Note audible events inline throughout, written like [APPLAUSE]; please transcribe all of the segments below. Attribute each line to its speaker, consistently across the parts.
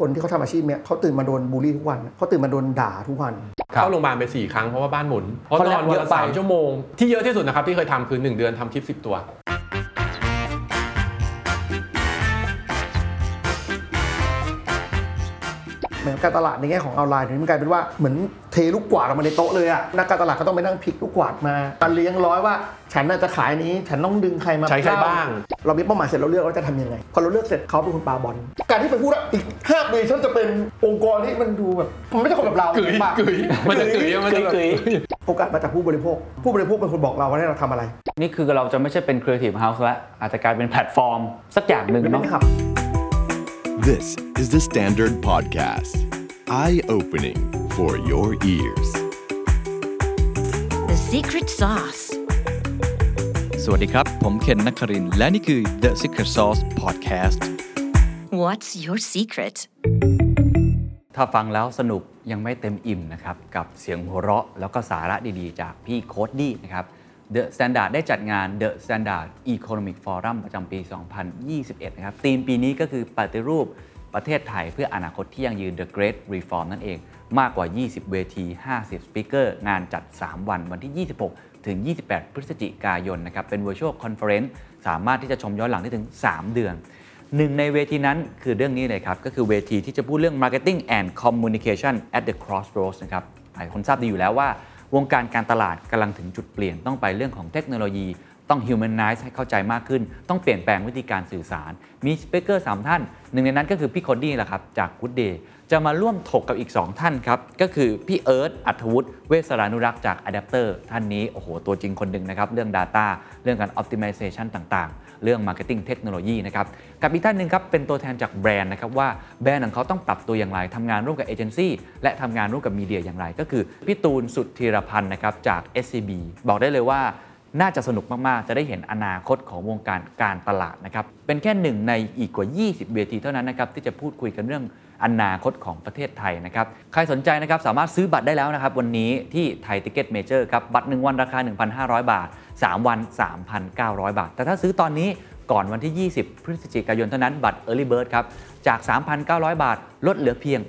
Speaker 1: คนที่เขาทำอาชีพเนี้ยเขาตื่นมาโดนบูลลี่ทุกวันเขาตื่นมาโดนด่าทุกวัน
Speaker 2: เข้าโรงพยาบาลไป 4 ครั้งเพราะว่าบ้านหมุน เพราะ
Speaker 1: เขา
Speaker 2: น
Speaker 1: แล
Speaker 2: อก น
Speaker 1: เย
Speaker 2: วัน
Speaker 1: อะ
Speaker 2: ละ
Speaker 1: ไป
Speaker 2: สามชั่วโมง ที่เยอะที่สุดนะครับ ที่เคยทำคือ 1 เดือนทำคลิป 10 ตัว
Speaker 1: เหมือนการตลาดในแง่ของออนไลน์เนี่ยมันกลายเป็นว่าเหมือนเทลูกกวาดออกมาในโต๊ะเลยอะนักการตลาดก็ต้องไปนั่งพลิกลูกกวาดมาการเลี้ยงร้อยว่า ฉันน่าจะขายนี้ ฉันต้องดึงใครมา
Speaker 2: ใช้ใคร
Speaker 1: เล่
Speaker 2: บ้าง
Speaker 1: เรามีเป้าหมายเสร็จเราเลือกว่าจะทำยังไงพอเราเลือกเสร็จเขาเป็นคนปาบอลการที่ไปพูดว่าอีกห้าปีฉันจะเป็นองค์กรที่มันดูแบบมันไม่ใช่คนแบบเรา
Speaker 2: กึ๋ย
Speaker 1: ปะ
Speaker 2: กึ๋ยมันจะกึ๋ยมันจะ
Speaker 3: กึ๋ย
Speaker 1: โอกาสมาจากผู้บริโภค ผู้บริโภคเป็นคนบอกเราว่าให้เราทำอะไร
Speaker 3: นี่คือเราจะไม่ใช่เป็น Creative House แล้ว อาจจะกลายเป็นแพลตฟอร์ม สักอย่างหนึ่ง
Speaker 1: เป็น
Speaker 3: เนาะ
Speaker 1: ไหมครับ
Speaker 4: This is the Standard Podcast, eye opening for your ears.
Speaker 5: The secret sauce.
Speaker 6: สวัสดีครับ ผมเคนนักครินทร์และนี่คือ The Secret Sauce Podcast
Speaker 5: What's your secret?
Speaker 3: ถ้าฟังแล้วสนุกยังไม่เต็มอิ่มนะครับ กับเสียงหัวเราะแล้วก็สาระดีๆ จากพี่โคดดี้นะครับ The Standard ได้จัดงาน The Standard Economic Forum ประจำปี 2021 นะครับธีมปีนี้ก็คือปฏิรูปประเทศไทยเพื่ออนาคตที่ยั่งยืน The Great Reform นั่นเอง มากกว่า 20 เวที 50 สปีกเกอร์ งานจัด 3 วัน วันที่ 26 ถึง 28 พฤศจิกายนนะครับ เป็น Virtual Conference สามารถที่จะชมย้อนหลังได้ถึง 3 เดือน หนึ่งในเวทีนั้นคือเรื่องนี้เลยครับ ก็คือเวทีที่จะพูดเรื่อง marketing and communication at the crossroads นะครับหลายคนทราบดีอยู่แล้วว่า วงการการตลาดกำลังถึงจุดเปลี่ยนต้องไปเรื่องของเทคโนโลยี ต้อง humanize ให้เข้าใจมากขึ้น ต้องเปลี่ยนแปลงวิธีการสื่อสาร มีสเปกเกอร์ 3 ท่าน หนึ่งในนั้นก็คือพี่โคดดี้แหละครับ จาก Good Day จะมาร่วมถกกับอีก 2 ท่านครับ ก็คือพี่เอิร์ธอัธวุฒิเวสรานุรักษ์จาก Adapter ท่านนี้โอ้โหตัวจริงคนหนึ่งนะครับ เรื่อง Data เรื่องการ Optimization ต่างๆ เรื่อง Marketing Technology นะครับ กับอีกท่านหนึ่งครับ เป็นตัวแทนจากแบรนด์นะครับ ว่าแบรนด์ของเขาต้องปรับตัวอย่างไรทำงานร่วมกับเอเจนซี่และทำงานร่วมกับมีเดียอย่างไร ก็คือพี่ตูนสุทธีรพันธ์นะครับจาก SCB บอกได้เลยว่า น่าจะสนุกมาก ๆ จะได้เห็นอนาคตของวงการการตลาดนะครับ เป็นแค่หนึ่งในอีกกว่า 20 เวทีเท่านั้นนะครับ ที่จะพูดคุยกันเรื่องอนาคตของประเทศไทยนะครับ ใครสนใจนะครับ สามารถซื้อบัตรได้แล้วนะครับ วันนี้ที่ไทยติเก็ตเมเจอร์ครับ บัตร 1 วันราคา 1,500 บาท 3 วัน 3,900 บาท แต่ถ้าซื้อตอนนี้ก่อนวันที่ 20 พฤศจิกายนเท่านั้นบัตร Early Bird ครับจาก 3,900 บาท ลดเหลือเพียง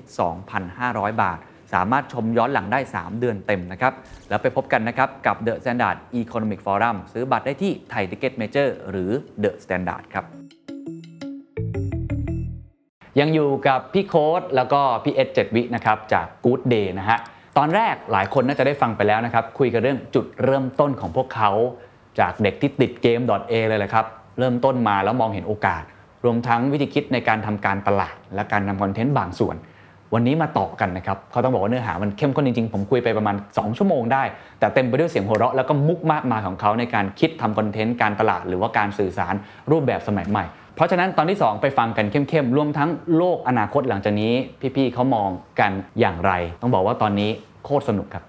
Speaker 3: 2,500 บาท สามารถชมย้อนหลังได้ 3 เดือนเต็มนะครับ แล้วไปพบกันนะครับ กับ The Standard Economic Forum ซื้อบัตรได้ที่ไทย Ticket Major หรือ The Standard ครับ ยังอยู่กับพี่โค้ดแล้วก็พี่เอสเจ็ดวินะครับจาก Good Day นะฮะ ตอนแรกหลายคนน่าจะได้ฟังไปแล้วนะครับ คุยกันเรื่องจุดเริ่มต้นของพวกเขา จากเด็กที่ติดเกม .a เลยแหละครับ เริ่มต้นมาแล้วมองเห็นโอกาส รวมทั้งวิธีคิดในการทำการตลาด และการทำคอนเทนต์บางส่วน วันนี้มาต่อกันนะครับ เขาต้องบอกว่าเนื้อหามันเข้มข้นจริงๆ ผมคุยไปประมาณ 2 ชั่วโมงได้ แต่เต็มไปด้วยเสียงหัวเราะแล้วก็มุกมากมายของเขาในการคิดทำคอนเทนต์การตลาดหรือว่าการสื่อสารรูปแบบสมัยใหม่ เพราะฉะนั้นตอนที่ 2 ไปฟังกันเข้มๆ รวมทั้งโลกอนาคตหลังจากนี้ พี่ๆเขามองกันอย่างไร ต้องบอกว่าตอนนี้โคตรสนุกครับ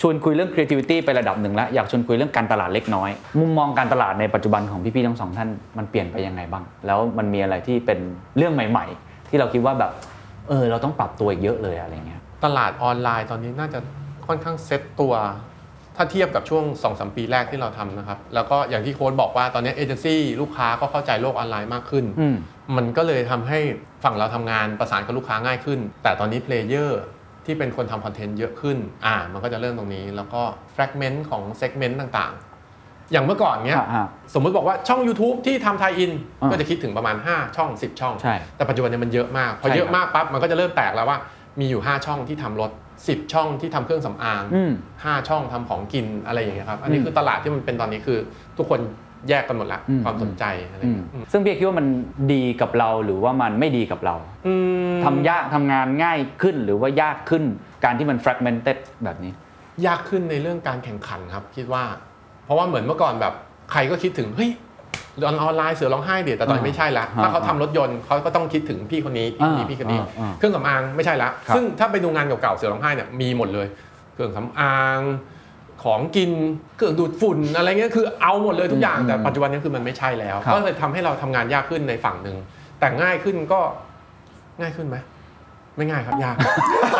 Speaker 3: ชวนคุยเรื่อง creativity ไประดับหนึ่งแล้วอยากชวนคุยเรื่องการตลาดเล็กน้อย มุมมองการตลาดในปัจจุบันของพี่ๆทั้งสองท่านมันเปลี่ยนไปยังไงบ้าง แล้วมันมีอะไรที่เป็นเรื่องใหม่ ๆ ที่เราคิดว่าแบบ เออ เราต้องปรับตัวอีกเยอะเลยอะไรเงี้ย
Speaker 2: ตลาดออนไลน์ตอนนี้น่าจะค่อนข้างเซ็ตตัว ถ้าเทียบกับช่วง 2-3 ปีแรกที่เราทำนะครับ แล้วก็อย่างที่โค้ดบอกว่าตอนนี้เอเจนซี่ลูกค้าก็เข้าใจโลกออนไลน์มากขึ้น
Speaker 3: อืม
Speaker 2: มันก็เลยทำให้ฝั่งเราทำงานประสานกับลูกค้าง่ายขึ้น แต่ตอนนี้เพลเยอร์ที่เป็นคนทำคอนเทนต์เยอะขึ้น อ่า มันก็จะเริ่มตรงนี้ แล้วก็แฟกเมนต์ของเซกเมนต์ต่างๆ อย่างเมื่อก่อนเนี้ย
Speaker 3: อ่าฮะ
Speaker 2: สมมุติบอกว่าช่อง YouTube ที่ทำไทยอิน
Speaker 3: อ่า
Speaker 2: ก็จะคิดถึงประมาณ 5 ช่อง 10 ช่อง
Speaker 3: ใช่
Speaker 2: แต่ปัจจุบันเนี่ยมันเยอะมาก พอ
Speaker 3: ใช่
Speaker 2: เยอะ
Speaker 3: ครับ
Speaker 2: มากปั๊บ มันก็จะเริ่มแตกแล้วว่า มีอยู่ 5 ช่องที่ทำรถ 10 ช่องที่ทำเครื่องสำอาง
Speaker 3: อืม
Speaker 2: ห้าช่องทำของกินอะไรอย่างเงี้ยครับ อันนี้
Speaker 3: อืม
Speaker 2: คือตลาดที่มันเป็นตอนนี้คือ ทุกคนแยกกันหมดละ
Speaker 3: อืม
Speaker 2: ความสนใจอะไร
Speaker 3: อืม
Speaker 2: เงี้ยอืม
Speaker 3: ซึ่งพี่เอกคิดว่ามันดีกับเราหรือว่ามันไม่ดีกับเรา
Speaker 2: อืม
Speaker 3: ทำยากทำงานง่ายขึ้นหรือว่ายากขึ้น การที่มัน fragmented แบบนี้
Speaker 2: ยากขึ้นในเรื่องการแข่งขันครับ คิดว่า เพราะว่าเหมือนเมื่อก่อนแบบใครก็คิดถึงเฮ้ยออนไลน์เสือร้องไห้เดี๋ยวแต่ตอนนี้
Speaker 3: อ่า
Speaker 2: ไม่ใช่ละ
Speaker 3: อ่า
Speaker 2: ถ้าเขาทำรถยนต์เขาก็ต้องคิดถึงพี่คนนี้พี่คนนี้
Speaker 3: อ่า
Speaker 2: พี่คนนี้
Speaker 3: อ่าอ่า
Speaker 2: เครื่องสำอางไม่ใช่ละ
Speaker 3: ครับ
Speaker 2: ซึ่งถ้าไปดูงานเก่าๆเสือร้องไห้เนี่ยมีหมดเลย เครื่องสำอางของกินเครื่องดูดฝุ่นอะไรเงี้ยคือเอาหมดเลยทุกอย่าง
Speaker 3: อืม
Speaker 2: แต่ปัจจุบันนี้คือมันไม่ใช่แล้ว
Speaker 3: ครับ
Speaker 2: ก็เลยทำให้เราทำงานยากขึ้นในฝั่งหนึ่งแต่ง่ายขึ้นก็ง่ายขึ้นไหมไม่ง่ายครับยาก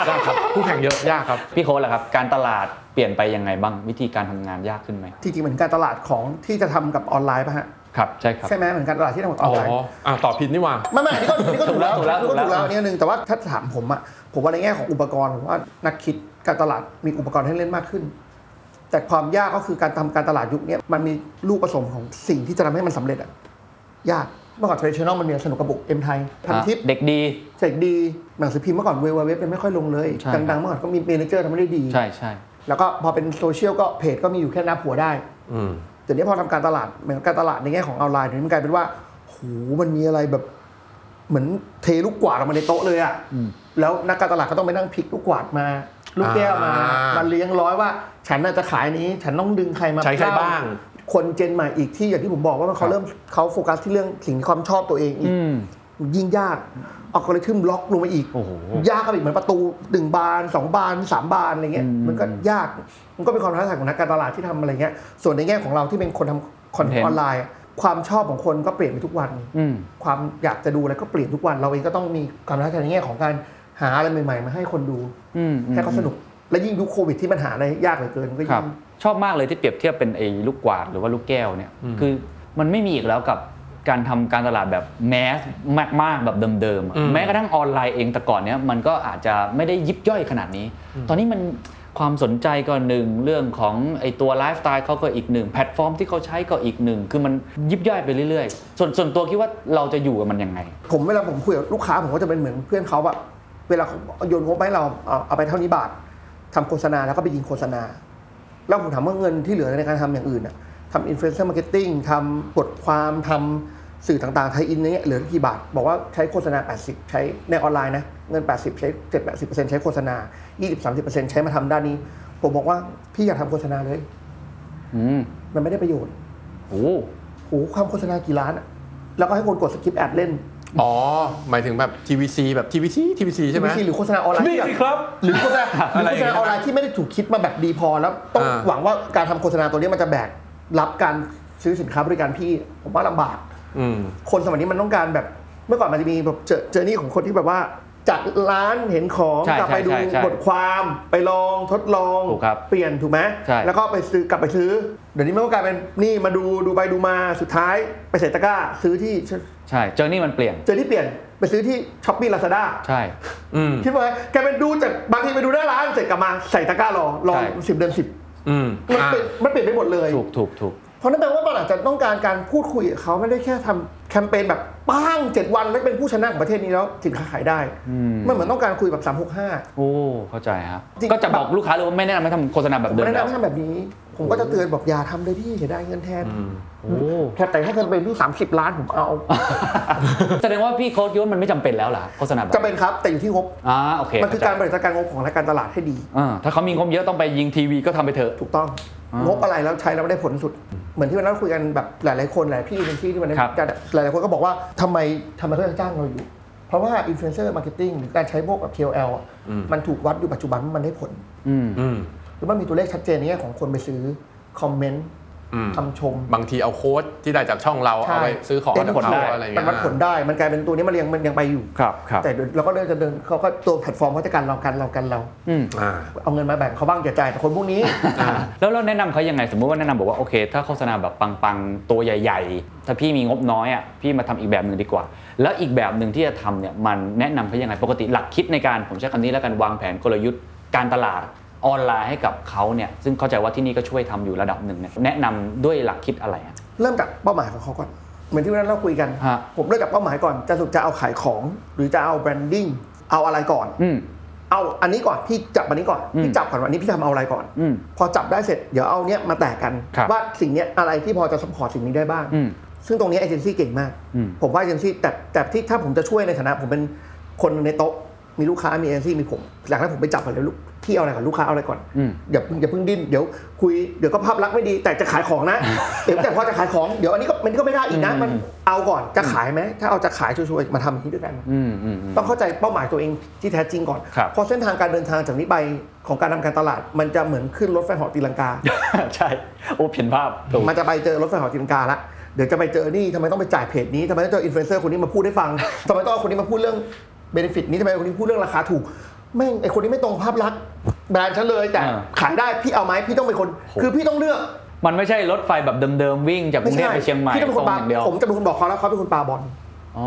Speaker 2: ยากครับคู่แข่งเยอะยากครับ
Speaker 3: พี่โค้ดล่ะครับ การตลาดเปลี่ยนไปยังไงบ้างวิธีการทำงานยากขึ้นไหม
Speaker 1: จริงๆเหมือนการตลาดของที่จะทำกับออนไลน์ป่ะฮะ
Speaker 2: ครับใช่ครับ
Speaker 1: ใช่ไหมเหมือนกันตลาดที่ทำกับอ
Speaker 2: อ๋
Speaker 1: อ
Speaker 2: อน
Speaker 1: ไลน์
Speaker 2: อ่าตอบผิดนี่หว่า
Speaker 1: ไม่ไม่อันนี้ก็อันนี้ก็ถูกแล้ว
Speaker 3: ถูกแล้ว
Speaker 1: อันนี้ก็
Speaker 3: ถู
Speaker 1: ถู
Speaker 3: ก
Speaker 1: ก
Speaker 3: แล้ว
Speaker 1: แล้วอันนี้อันหนึ่งแต่ว่าถ้าถามผมอะผมว่าในแง่ของอุปกรณ์ผมว่านักคิดการตลาดมีอุปกรณ์ให้เล่นมากขึ้น แต่ความยากก็คือการทำการตลาดยุคเนี้ยมันมีลูกผสมของสิ่งที่จะทำให้มันสำเร็จอะยากเมื่อก่อน traditional มันมีสนุกกระบุกเอ็มไทยพันทิป
Speaker 3: เด็กดี
Speaker 1: เสกดีหนังสือพิมพ์เมื่อก่อนเว็บเว็บยังไม่ค่อยลงเลย
Speaker 3: ใช่ครับ
Speaker 1: ดังๆเมื่อก่อนก็มีเมนเจอร์ทำไม่ได้ดี
Speaker 3: ใช่ใช่
Speaker 1: แล้วก็พอเป็นโซเชียลก็เพจก็มีอยู่แค่หน้าผัวได้
Speaker 2: อืม
Speaker 1: แต่เนี้ยพอทำการตลาดเหมือนการตลาดในแง่ของออนไลน์เนี่ยมันกลายเป็นว่าโหมันมีอะไรแบบ เหมือนเทลูกกวาดออกมาในโต๊ะเลยอะแล้วนักการตลาดก็ต้องไปนั่งพลิกลูกกวาดมา ลูกแก้วมา
Speaker 2: อ่ามั
Speaker 1: มันเลี้ยงร้อยว่า ฉันน่าจะขายนี้ ฉันต้องดึงใครมา
Speaker 2: ใช้ใคร
Speaker 1: เล่
Speaker 2: บ้าง
Speaker 1: คนเจนใหม่อีกที่อย่างที่ผมบอกว่ามันเขาเริ่มเขาโฟกัสที่เรื่องสิ่งที่ความชอบตัวเองอีกยิ่งยากอัลกอริทึมล็อกลงมาอีก
Speaker 3: โอ้โห
Speaker 1: ยากเข้าไปอีกเหมือนประตูหนึ่งบานสองบานสามบานอะไรเงี้ยมันก็ยากมันก็เป็นความท้าทายของนักการตลาดที่ทำอะไรเงี้ยส่วนในแง่ของเราที่เป็นคนทำคอนเทน
Speaker 3: Content
Speaker 1: ต์ออนไลน์อะความชอบของคนก็เปลี่ยนไปทุกวัน
Speaker 3: อืม
Speaker 1: ความอยากจะดูอะไรก็เปลี่ยนทุกวัน เราเองก็ต้องมีความท้าทายในแง่ของการหาอะไรใหม่ๆ มาให้คนดู
Speaker 3: อืมอืม
Speaker 1: ให้เขาสนุก และยิ่งยุคโควิดที่มันหาอะไรยากเหลือเกินมันก็
Speaker 3: ครั
Speaker 1: ยิ่
Speaker 3: บ
Speaker 1: ง
Speaker 3: ชอบมากเลยที่เปรียบเทียบเป็นไอ้ลูกกวาดหรือว่าลูกแก้วเนี่ยคือมันไม่มีอีกแล้วกับการทำการตลาดแบบแมสมากๆแบบเดิมๆอะ
Speaker 2: อืม
Speaker 3: แม้กระทั่งออนไลน์เองแต่ก่อนเนี่ยมันก็อาจจะไม่ได้ยิบย่อยขนาดนี้ ตอนนี้มันความสนใจก็หนึ่งเรื่องของไอตัวไลฟ์สไตล์เขาก็อีกหนึ่งแพลตฟอร์มที่เขาใช้ก็อีกหนึ่งคือมันยิบย่อยไปเรื่อยๆ ส่วนส่วนตัวคิดว่าเราจะอยู่กับมันยังไง
Speaker 1: ผมเวลาผมคุยกับลูกค้าผมก็จะเป็นเหมือนเพื่อนเขาแบบเวลาเขาโยนงบมาให้เราเอาเอาไปเท่านี้บาททำโฆษณาแล้วก็ไปยิงโฆษณา แล้วผมถามว่าเงินที่เหลือในการทำอย่างอื่นน่ะทำอินฟลูเอนเซอร์มาร์เก็ตติ้งทำบทความทำสื่อต่างๆไทยอินเนี่ยเหลือกี่บาท บอกว่าใช้โฆษณา 80 ใช้ในออนไลน์นะ เงิน 80 ใช้7 80 ใช้โฆษณา 20-30%ใช้มาทำด้านนี้ ผมบอกว่าพี่อยากทำโฆษณาเลย
Speaker 3: อืม
Speaker 1: มันไม่ได้ประโยชน์
Speaker 3: โอ้
Speaker 1: โหความโฆษณากี่ล้านอะแล้วก็ให้คนกดสกิปแอดเล่น
Speaker 2: อ๋อ หมายถึงแบบ TVC แบบ TVC TVC ใช่ไหม
Speaker 1: TVC หรือโฆษณาออนไลน์
Speaker 2: นี่สิครับ
Speaker 1: หรือโฆษณา
Speaker 2: อะ
Speaker 1: ห
Speaker 2: ไร
Speaker 1: รือโฆ
Speaker 2: อ
Speaker 1: ษ
Speaker 2: ย่างเงี้ย
Speaker 1: ณาออนไลน์ที่ไม่ได้ถูกคิดมาแบบดีพอแล้วต้อง
Speaker 2: อ่า
Speaker 1: หวังว่าการทำโฆษณาตัวนี้มันจะแบกรับการซื้อสินค้าบริการพี่ผมว่าลำบาก
Speaker 2: อืม
Speaker 1: คนสมัยนี้มันต้องการแบบเมื่อก่อนมันจะมีแบบเจอเจอนี่ของคนที่แบบว่า จากร้านเห็นของ
Speaker 3: ใช่
Speaker 1: กลับไปดู
Speaker 3: ใช่ใช่
Speaker 1: บทความไปลองทดลอง
Speaker 3: ถูกครับ
Speaker 1: เปลี่ยนถูกไหม
Speaker 3: ใช่
Speaker 1: แล้วก็ไปซื้อกลับไปซื้อ เดี๋ยวนี้มันก็กลายเป็นนี่มาดูดูไปดูมาสุดท้ายไปใส่ตะกร้าซื้อที่
Speaker 3: ใช่เจอนี่มันเปลี่ยน
Speaker 1: เจอที่เปลี่ยนไปซื้อที่ช้อปปี้ลาซาด้า
Speaker 3: ใช่
Speaker 2: อืม
Speaker 1: คิดว่าไงแกเป็นดูจากบางทีไปดูหน้าร้านเสร็จกลับมาใส่ตะกร้ารอรอ
Speaker 3: ใช่
Speaker 1: สิบเดือนสิบ
Speaker 2: อืม
Speaker 1: มัน
Speaker 2: อ่า
Speaker 1: เปลี่ยนมันเปลี่ยนไปหมดเลย
Speaker 3: ถูกถูกถูก
Speaker 1: เพราะนั่นแปลว่าบางอาจจะต้องการการพูดคุยกับเขาไม่ได้แค่ทำแคมเปญแบบป้างเจ็ดวันแล้วเป็นผู้ชนะของประเทศนี้แล้วสินค้าขายได้
Speaker 3: อืม
Speaker 1: มันเหมือนต้องการคุยแบบสามหกห้า
Speaker 3: โอ้ เข้าใจฮะ
Speaker 1: จริง
Speaker 3: ก็จะบอกลูกค้าเลยว่าไม่แนะนำให้ทำโฆษณาแบบ
Speaker 1: ผม
Speaker 3: เดิม
Speaker 1: ไม่แนะ
Speaker 3: แล้ว
Speaker 1: นำให้ทำแบบนี้ ผมก็จะเตือนบอกอย่าทำเลยพี่เสียดายเงินแทน
Speaker 3: โอ้
Speaker 1: แค่แต่ถ้าแคมเปญพี่สามสิบล้านผมเอา
Speaker 3: แสดงว่าพี่โค้ชคิดว่ามันไม่จำเป็นแล้วล่ะโฆษณาแบบ
Speaker 1: จะเป็นครับแต่อยู่ที่งบ
Speaker 3: อ่าโอเค
Speaker 1: มันคือการบริหารจัดการงบของรายการตลาดให้ดี
Speaker 3: อ่าถ้าเขามีงบเยอะต้องไปยิงทีวีก็ทำไปเถอะ
Speaker 1: ถูกต้องงบอะไรแล้วใช้แล้วไม่ได้ผลสุด เหมือนที่วันนั้นคุยกันแบบหลาย ๆ คนหลายพี่เป็นที่ที่วันนั้น
Speaker 3: ครับ
Speaker 1: กันหลาย ๆ คนก็บอกว่าทำไมทำไมเขายังจ้างเราอยู่ เพราะว่าอินฟลูเอนเซอร์มาร์เก็ตติ้งหรือการใช้พวกแบบ KOL อะมันถูกวัดอยู่ปัจจุบันว่ามันได้ผล
Speaker 3: อืม
Speaker 2: อืม
Speaker 1: หรือมันมีตัวเลขชัดเจนในแง่ของคนไปซื้อ คอมเมนต์
Speaker 2: อืม
Speaker 1: คำชม
Speaker 2: บางทีเอาโค้ดที่ได้จากช่องเรา
Speaker 1: ใช่
Speaker 2: เอาไปซื้อของ
Speaker 1: เต้นผลได้
Speaker 2: จากเขาอะไรอย่าง
Speaker 1: มัน
Speaker 2: เงี้ย
Speaker 1: วัดผลได้มันกลายเป็นตัวนี้มันยังมันยังไปอยู่
Speaker 3: ครับครับ
Speaker 1: แต่เดี๋ยวเราก็เริ่มจะเดินเขาก็ตัวแพลตฟอร์มเขาจะกันเรากันเรากันเรา
Speaker 3: อืม
Speaker 2: อ่า
Speaker 1: เอาเงินมาแบ่งเขาบ้างอย่าจ่ายแต่คนพวกนี้
Speaker 3: อ่าแล้วเราแนะนำเขายังไง สมมติว่าแนะนำบอกว่าโอเค ถ้าโฆษณาแบบปังๆ ตัวใหญ่ ๆ ถ้าพี่มีงบน้อยอ่ะพี่มาทำอีกแบบหนึ่งดีกว่า แล้วอีกแบบหนึ่งที่จะทำเนี่ยมันแนะนำเขายังไง ปกติหลักคิดในการผมใช้คำนี้แล้วกันวางแผนกลยุทธ์การตลาดออนไลน์ให้กับเขาเนี่ยซึ่งเข้าใจว่าที่นี่ก็ช่วยทำอยู่ระดับหนึ่งเนี่ยแนะนำด้วยหลักคิดอะไรฮะ
Speaker 1: เริ่มจากเป้าหมายของเขาก่อน เหมือนที่วันนั้นเราคุยกัน
Speaker 3: ฮะ
Speaker 1: ผมเริ่มจากเป้าหมายก่อน จะสรุปจะเอาขายของ หรือจะเอาแบรนดิ้ง เอาอะไรก่อน
Speaker 3: อืม [LAUGHS]
Speaker 1: เอาอันนี้ก่อน พี่จับอันนี้ก่อน
Speaker 3: อืม
Speaker 1: พี่จับก่อนวันนี้พี่ทำเอาอะไรก่อน
Speaker 3: อืม
Speaker 1: พอจับได้เสร็จ เดี๋ยวเอาเนี้ยมาแตกกัน
Speaker 3: ครับ
Speaker 1: ว่าสิ่งเนี้ยอะไรที่พอจะสปอร์ตสิ่งนี้ได้บ้าง
Speaker 3: อืม
Speaker 1: ซึ่งตรงนี้เอเจนซี่เก่งมาก
Speaker 3: อืม
Speaker 1: ผมว่าเอเจนซี่แต่แต่ที่ถ้าผมจะช่วยในฐานะ ผมเป็นคนในโต๊ะ มีลูกค้า มีเอเจนซี่ มีผม หลังจากนั้นผมไปจับก่อนเลยลูกพี่เอาอะไรก่อน ลูกค้าเอาอะไรก่อน
Speaker 3: อืม
Speaker 1: อย่าอย่าเพิ่งดิ้นเดี๋ยวคุยเดี๋ยวก็ภาพลักษณ์ไม่ดีแต่จะขายของ
Speaker 3: [LAUGHS]
Speaker 1: นะ เดี๋ยวแต่พอจะขายของเดี๋ยวอันนี้ก็มันก็ไม่ได้อีกนะมันเอาก่อนจะขายไหมถ้าเอาจะขายช่วยๆมาทำอย่างนี้ด้วยกัน
Speaker 3: อืมอืมอืม
Speaker 1: ต้องเข้าใจเป้าหมายตัวเองที่แท้จริงก่อน
Speaker 3: ครับ
Speaker 1: เพราะเส้นทางการเดินทางจากนี้ไปของการทำการตลาด มันจะเหมือนขึ้นรถไฟเหอตีลัง
Speaker 3: [LAUGHS]
Speaker 1: กา
Speaker 3: ใช่ โอ้เห็นภาพถูก
Speaker 1: มันจะไปเจอรถไฟเหอตีลังกาละเดี๋ยวจะไปเจอนี่ทำไมต้องไปจ่ายเพจนี้ทำไมต้องเจออินฟลูเอนเซอร์คนนี้มาพูดให้ฟัง ทำไมต้องเอาคนนี้มาพูดเรื่องเบนฟิตนี้ทำไมคนนี้พูดเรื่องราคาถูกแม่งไอคนนี้ไม่ตรงภาพลักษณ์แบรนด์ฉันเลยแต่
Speaker 3: อ่า
Speaker 1: ขายได้พี่เอาไหมพี่ต้องเป็นคน
Speaker 3: โห
Speaker 1: คือพี่ต้องเลือก
Speaker 3: มันไม่ใช่รถไฟแบบเดิมๆวิ่งจากกรุงเทพไปเชียงใหม่
Speaker 1: พี่ต้องเป็นคน
Speaker 3: ตร
Speaker 1: ปาง
Speaker 3: อย่างเดียว
Speaker 1: ผมจะเป็นคนบอกเขาแล้วเขาเป็นคนปาบอล
Speaker 3: อ๋อ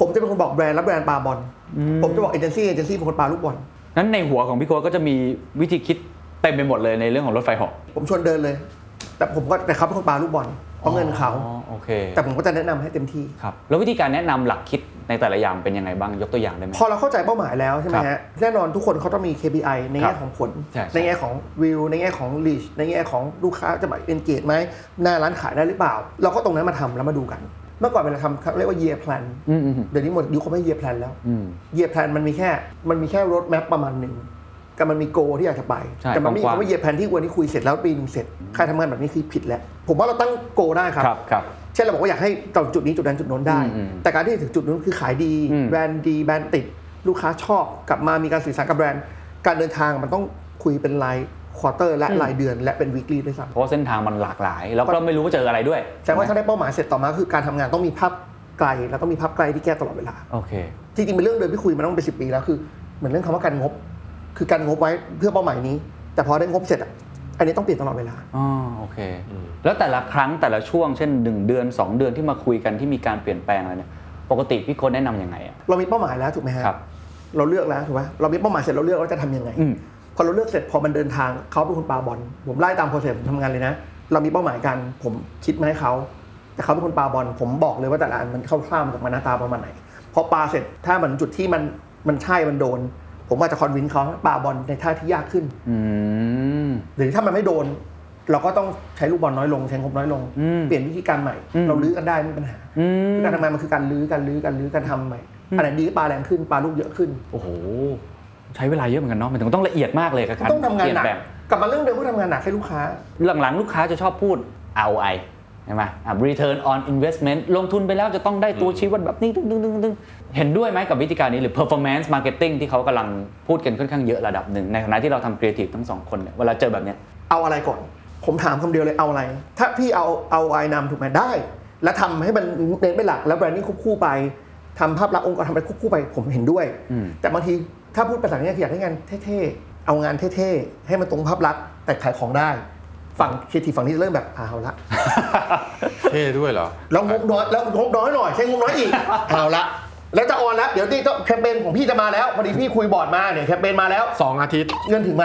Speaker 1: ผมจะเป็นคนบอกแบรนด์แล้วแบรนด์ปาบอล
Speaker 3: อืม
Speaker 1: ผมจะบอกเอเจนซี่เอเจนซี่เป็นคนปาลูกบอล
Speaker 3: นั้นในหัวของพี่โค้ดก็จะมีวิธีคิดเต็มไปหมดเลยในเรื่องของรถไฟเหาะ
Speaker 1: ผมชวนเดินเลย แต่ผมก็แต่เขาเป็นคนปาลูกบอลเพราะเงินเขา
Speaker 3: อ๋อโอเค
Speaker 1: แต่ผมก็จะแนะนำให้เต็มที่
Speaker 3: ครับแล้ววิธีการแนะนำหลักคิดในแต่ละอย่างเป็นยังไงบ้างยกตัวอย่างได้ไหม
Speaker 1: พอเราเข้าใจเป้าหมายแล้วใช่ไหม
Speaker 3: ครั
Speaker 1: ฮะ
Speaker 3: บ
Speaker 1: แน่นอนทุกคนเขาต้องมี KPI ใน
Speaker 3: ครั
Speaker 1: แง่
Speaker 3: บ
Speaker 1: ของผล
Speaker 3: ใช่ใช่
Speaker 1: ในแง่ของวิวในแง่ของ reach ในแง่ของลูกค้าจะมาเอนเกจไหมหน้าร้านขายได้หรือเปล่า เราก็ตรงนั้นมาทำแล้วมาดูกัน เมื่อก่อนเวลาทำเขาเรียกว่า year plan
Speaker 3: อืมอืม
Speaker 1: เดี๋ยวนี้หมดยุคเขาไม่ year plan แล้ว
Speaker 3: อืม
Speaker 1: year plan มันมีแค่มันมีแค่ road map ประมาณหนึ่งกับมันมี goal ที่อยากจะไป
Speaker 3: ใช่
Speaker 1: แต่มันไม่มี
Speaker 3: กว้างๆ
Speaker 1: คำว่า year plan ที่วันนี้คุยเสร็จแล้วปีหนึ่งเสร็จใครทำงานแบบนี้คือผิดแล้วผมว่าเราตั้ง goal ได้ครับ
Speaker 3: ครับครับ
Speaker 1: เช่นเราบอกว่าอยากให้ตรงจุดนี้จุดนั้นจุดโน้นได้
Speaker 3: อืมอืม
Speaker 1: แต่การที่ถึงจุดนู้นคือขายดี
Speaker 3: อืม
Speaker 1: แบรนด์ดี แบรนด์ติด ลูกค้าชอบกลับมามีการสื่อสารกับแบรนด์ การเดินทางมันต้องคุยเป็นรายควอเตอร์ และรายเดือน และเป็นวีคลีด้วยซ้
Speaker 3: เพราะว่าเส้นทางมันหลากหลาย แล้วก็ไม่รู้ว่าเจออะไรด้วย
Speaker 1: ำแสดงว่าถ้าได้เป้าหมายเสร็จต่อมาคือการทำงานต้องมีภาพไกล แล้วก็มีภาพไกลที่แก้ตลอดเวลา
Speaker 3: โอเค
Speaker 1: จริงๆเป็นเรื่องเดิมที่คุยมาต้องเป็นสิปีแล้วคือเหมือนเรื่องคำว่าการงบ คือการงบไว้เพื่อเป้าหมายนี้ แต่พอได้งบเสร็จอะอันนี้ต้องเปลี่ยนตลอดเวลา
Speaker 3: อ๋อโอเค แล้วแต่ละครั้งแต่ละช่วงเช่น 1 เดือน 2 เดือนที่มาคุยกันที่มีการเปลี่ยนแปลงอะไรเนี่ยปกติพี่โค้ดแนะนำยังไงอ่ะ
Speaker 1: เรามีเป้าหมายแล้วถูกไหมฮะ
Speaker 3: ครับ
Speaker 1: เราเลือกแล้วถูกไหมเรามีเป้าหมายเสร็จเราเลือกว่าจะทำยังไง
Speaker 3: อืม
Speaker 1: พอเราเลือกเสร็จพอมันเดินทางเขาเป็นคนปาบอลผมไล่ตามโปรเซสผมทำงานเลยนะ เรามีเป้าหมายกัน ผมคิดมาให้เขาแต่เขาเป็นคนปาบอลผมบอกเลยว่าแต่ละอันมันเข้าข้ามกับมันหน้าตาประมาณไหนพอปาเสร็จถ้ามันจุดที่มันมันใช่มันโดน ผมอาจจะคอนวินเขาปาบอลในท่าที่ยากขึ้น
Speaker 3: อืม
Speaker 1: หรือถ้ามันไม่โดน เราก็ต้องใช้ลูกบอลน้อยลงใช้งบน้อยลง
Speaker 3: อืม
Speaker 1: เปลี่ยนวิธีการใหม่
Speaker 3: อืม
Speaker 1: เราลื้อกันได้ไม่มีปัญหา
Speaker 3: อืม
Speaker 1: คือการทำงานมันคือการลื้อการลื้อการลื้อการทำใหม่อันไหนดีก็ปาแรงขึ้นปาลูกเยอะขึ้น
Speaker 3: โอ้โห ใช้เวลาเยอะเหมือนกันเนาะมันถึงต้องละเอียดมากเลยกับการ
Speaker 1: ต้องทำงาน
Speaker 3: เปลี่ย
Speaker 1: หนัก
Speaker 3: แปลง
Speaker 1: กลับมาเรื่องเดิมว่าทำงานหนักให้ลูกค้า
Speaker 3: หลังๆ ลูกค้าจะชอบพูด ROI ใช่ไหมอ่ะ return on investment ลงทุนไปแล้วจะต้องได้ตัวชี้วัดแบบนี้ตึ้งตึ้งตึ้งตึ้งเห็นด้วยไหมกับวิธีการนี้หรือ performance marketing ที่เขากำลังพูดกันค่อนข้างเยอะระดับหนึ่งในฐานะที่เราทำ creative ทั้งสองคนเนี่ยเวลาเจอแบบเนี้ย
Speaker 1: เอาอะไรก่อน ผมถามคำเดียวเลยเอาอะไร ถ้าพี่เอาเอาไอนำถูกไหมได้ แล้วทำให้มันเน้นไปนหลักแล้วแบรนด์นี่ควบคู่ไปทำภาพลักษณ์องค์กรทำอะไรควบคู่ไปผมเห็นด้วย
Speaker 3: อืม
Speaker 1: แต่บางทีถ้าพูดภาษาเนี่ยคืออยากได้งานเท่ๆเอางานเท่ๆให้มันตรงภาพลักษณ์แต่ขายของได้ ฝั่งครีเอทีฟฝั่งนี้จะเริ่มแบบเอา
Speaker 3: [LAUGHS]
Speaker 1: ละ
Speaker 2: เท่ด้วยเหรอ
Speaker 1: แล้วงบน้อยแล้วงบน้อยหน่อยใช้งบน้อยอีกเอาละแล้วจะออนแล้วเดี๋ยวนี่ต้องแคมเปญของพี่จะมาแล้วพอดีพี่คุยบอร์ดมาเนี่ยแคมเปญมาแล้ว
Speaker 2: สองอาทิตย์
Speaker 1: เงินถึงไหม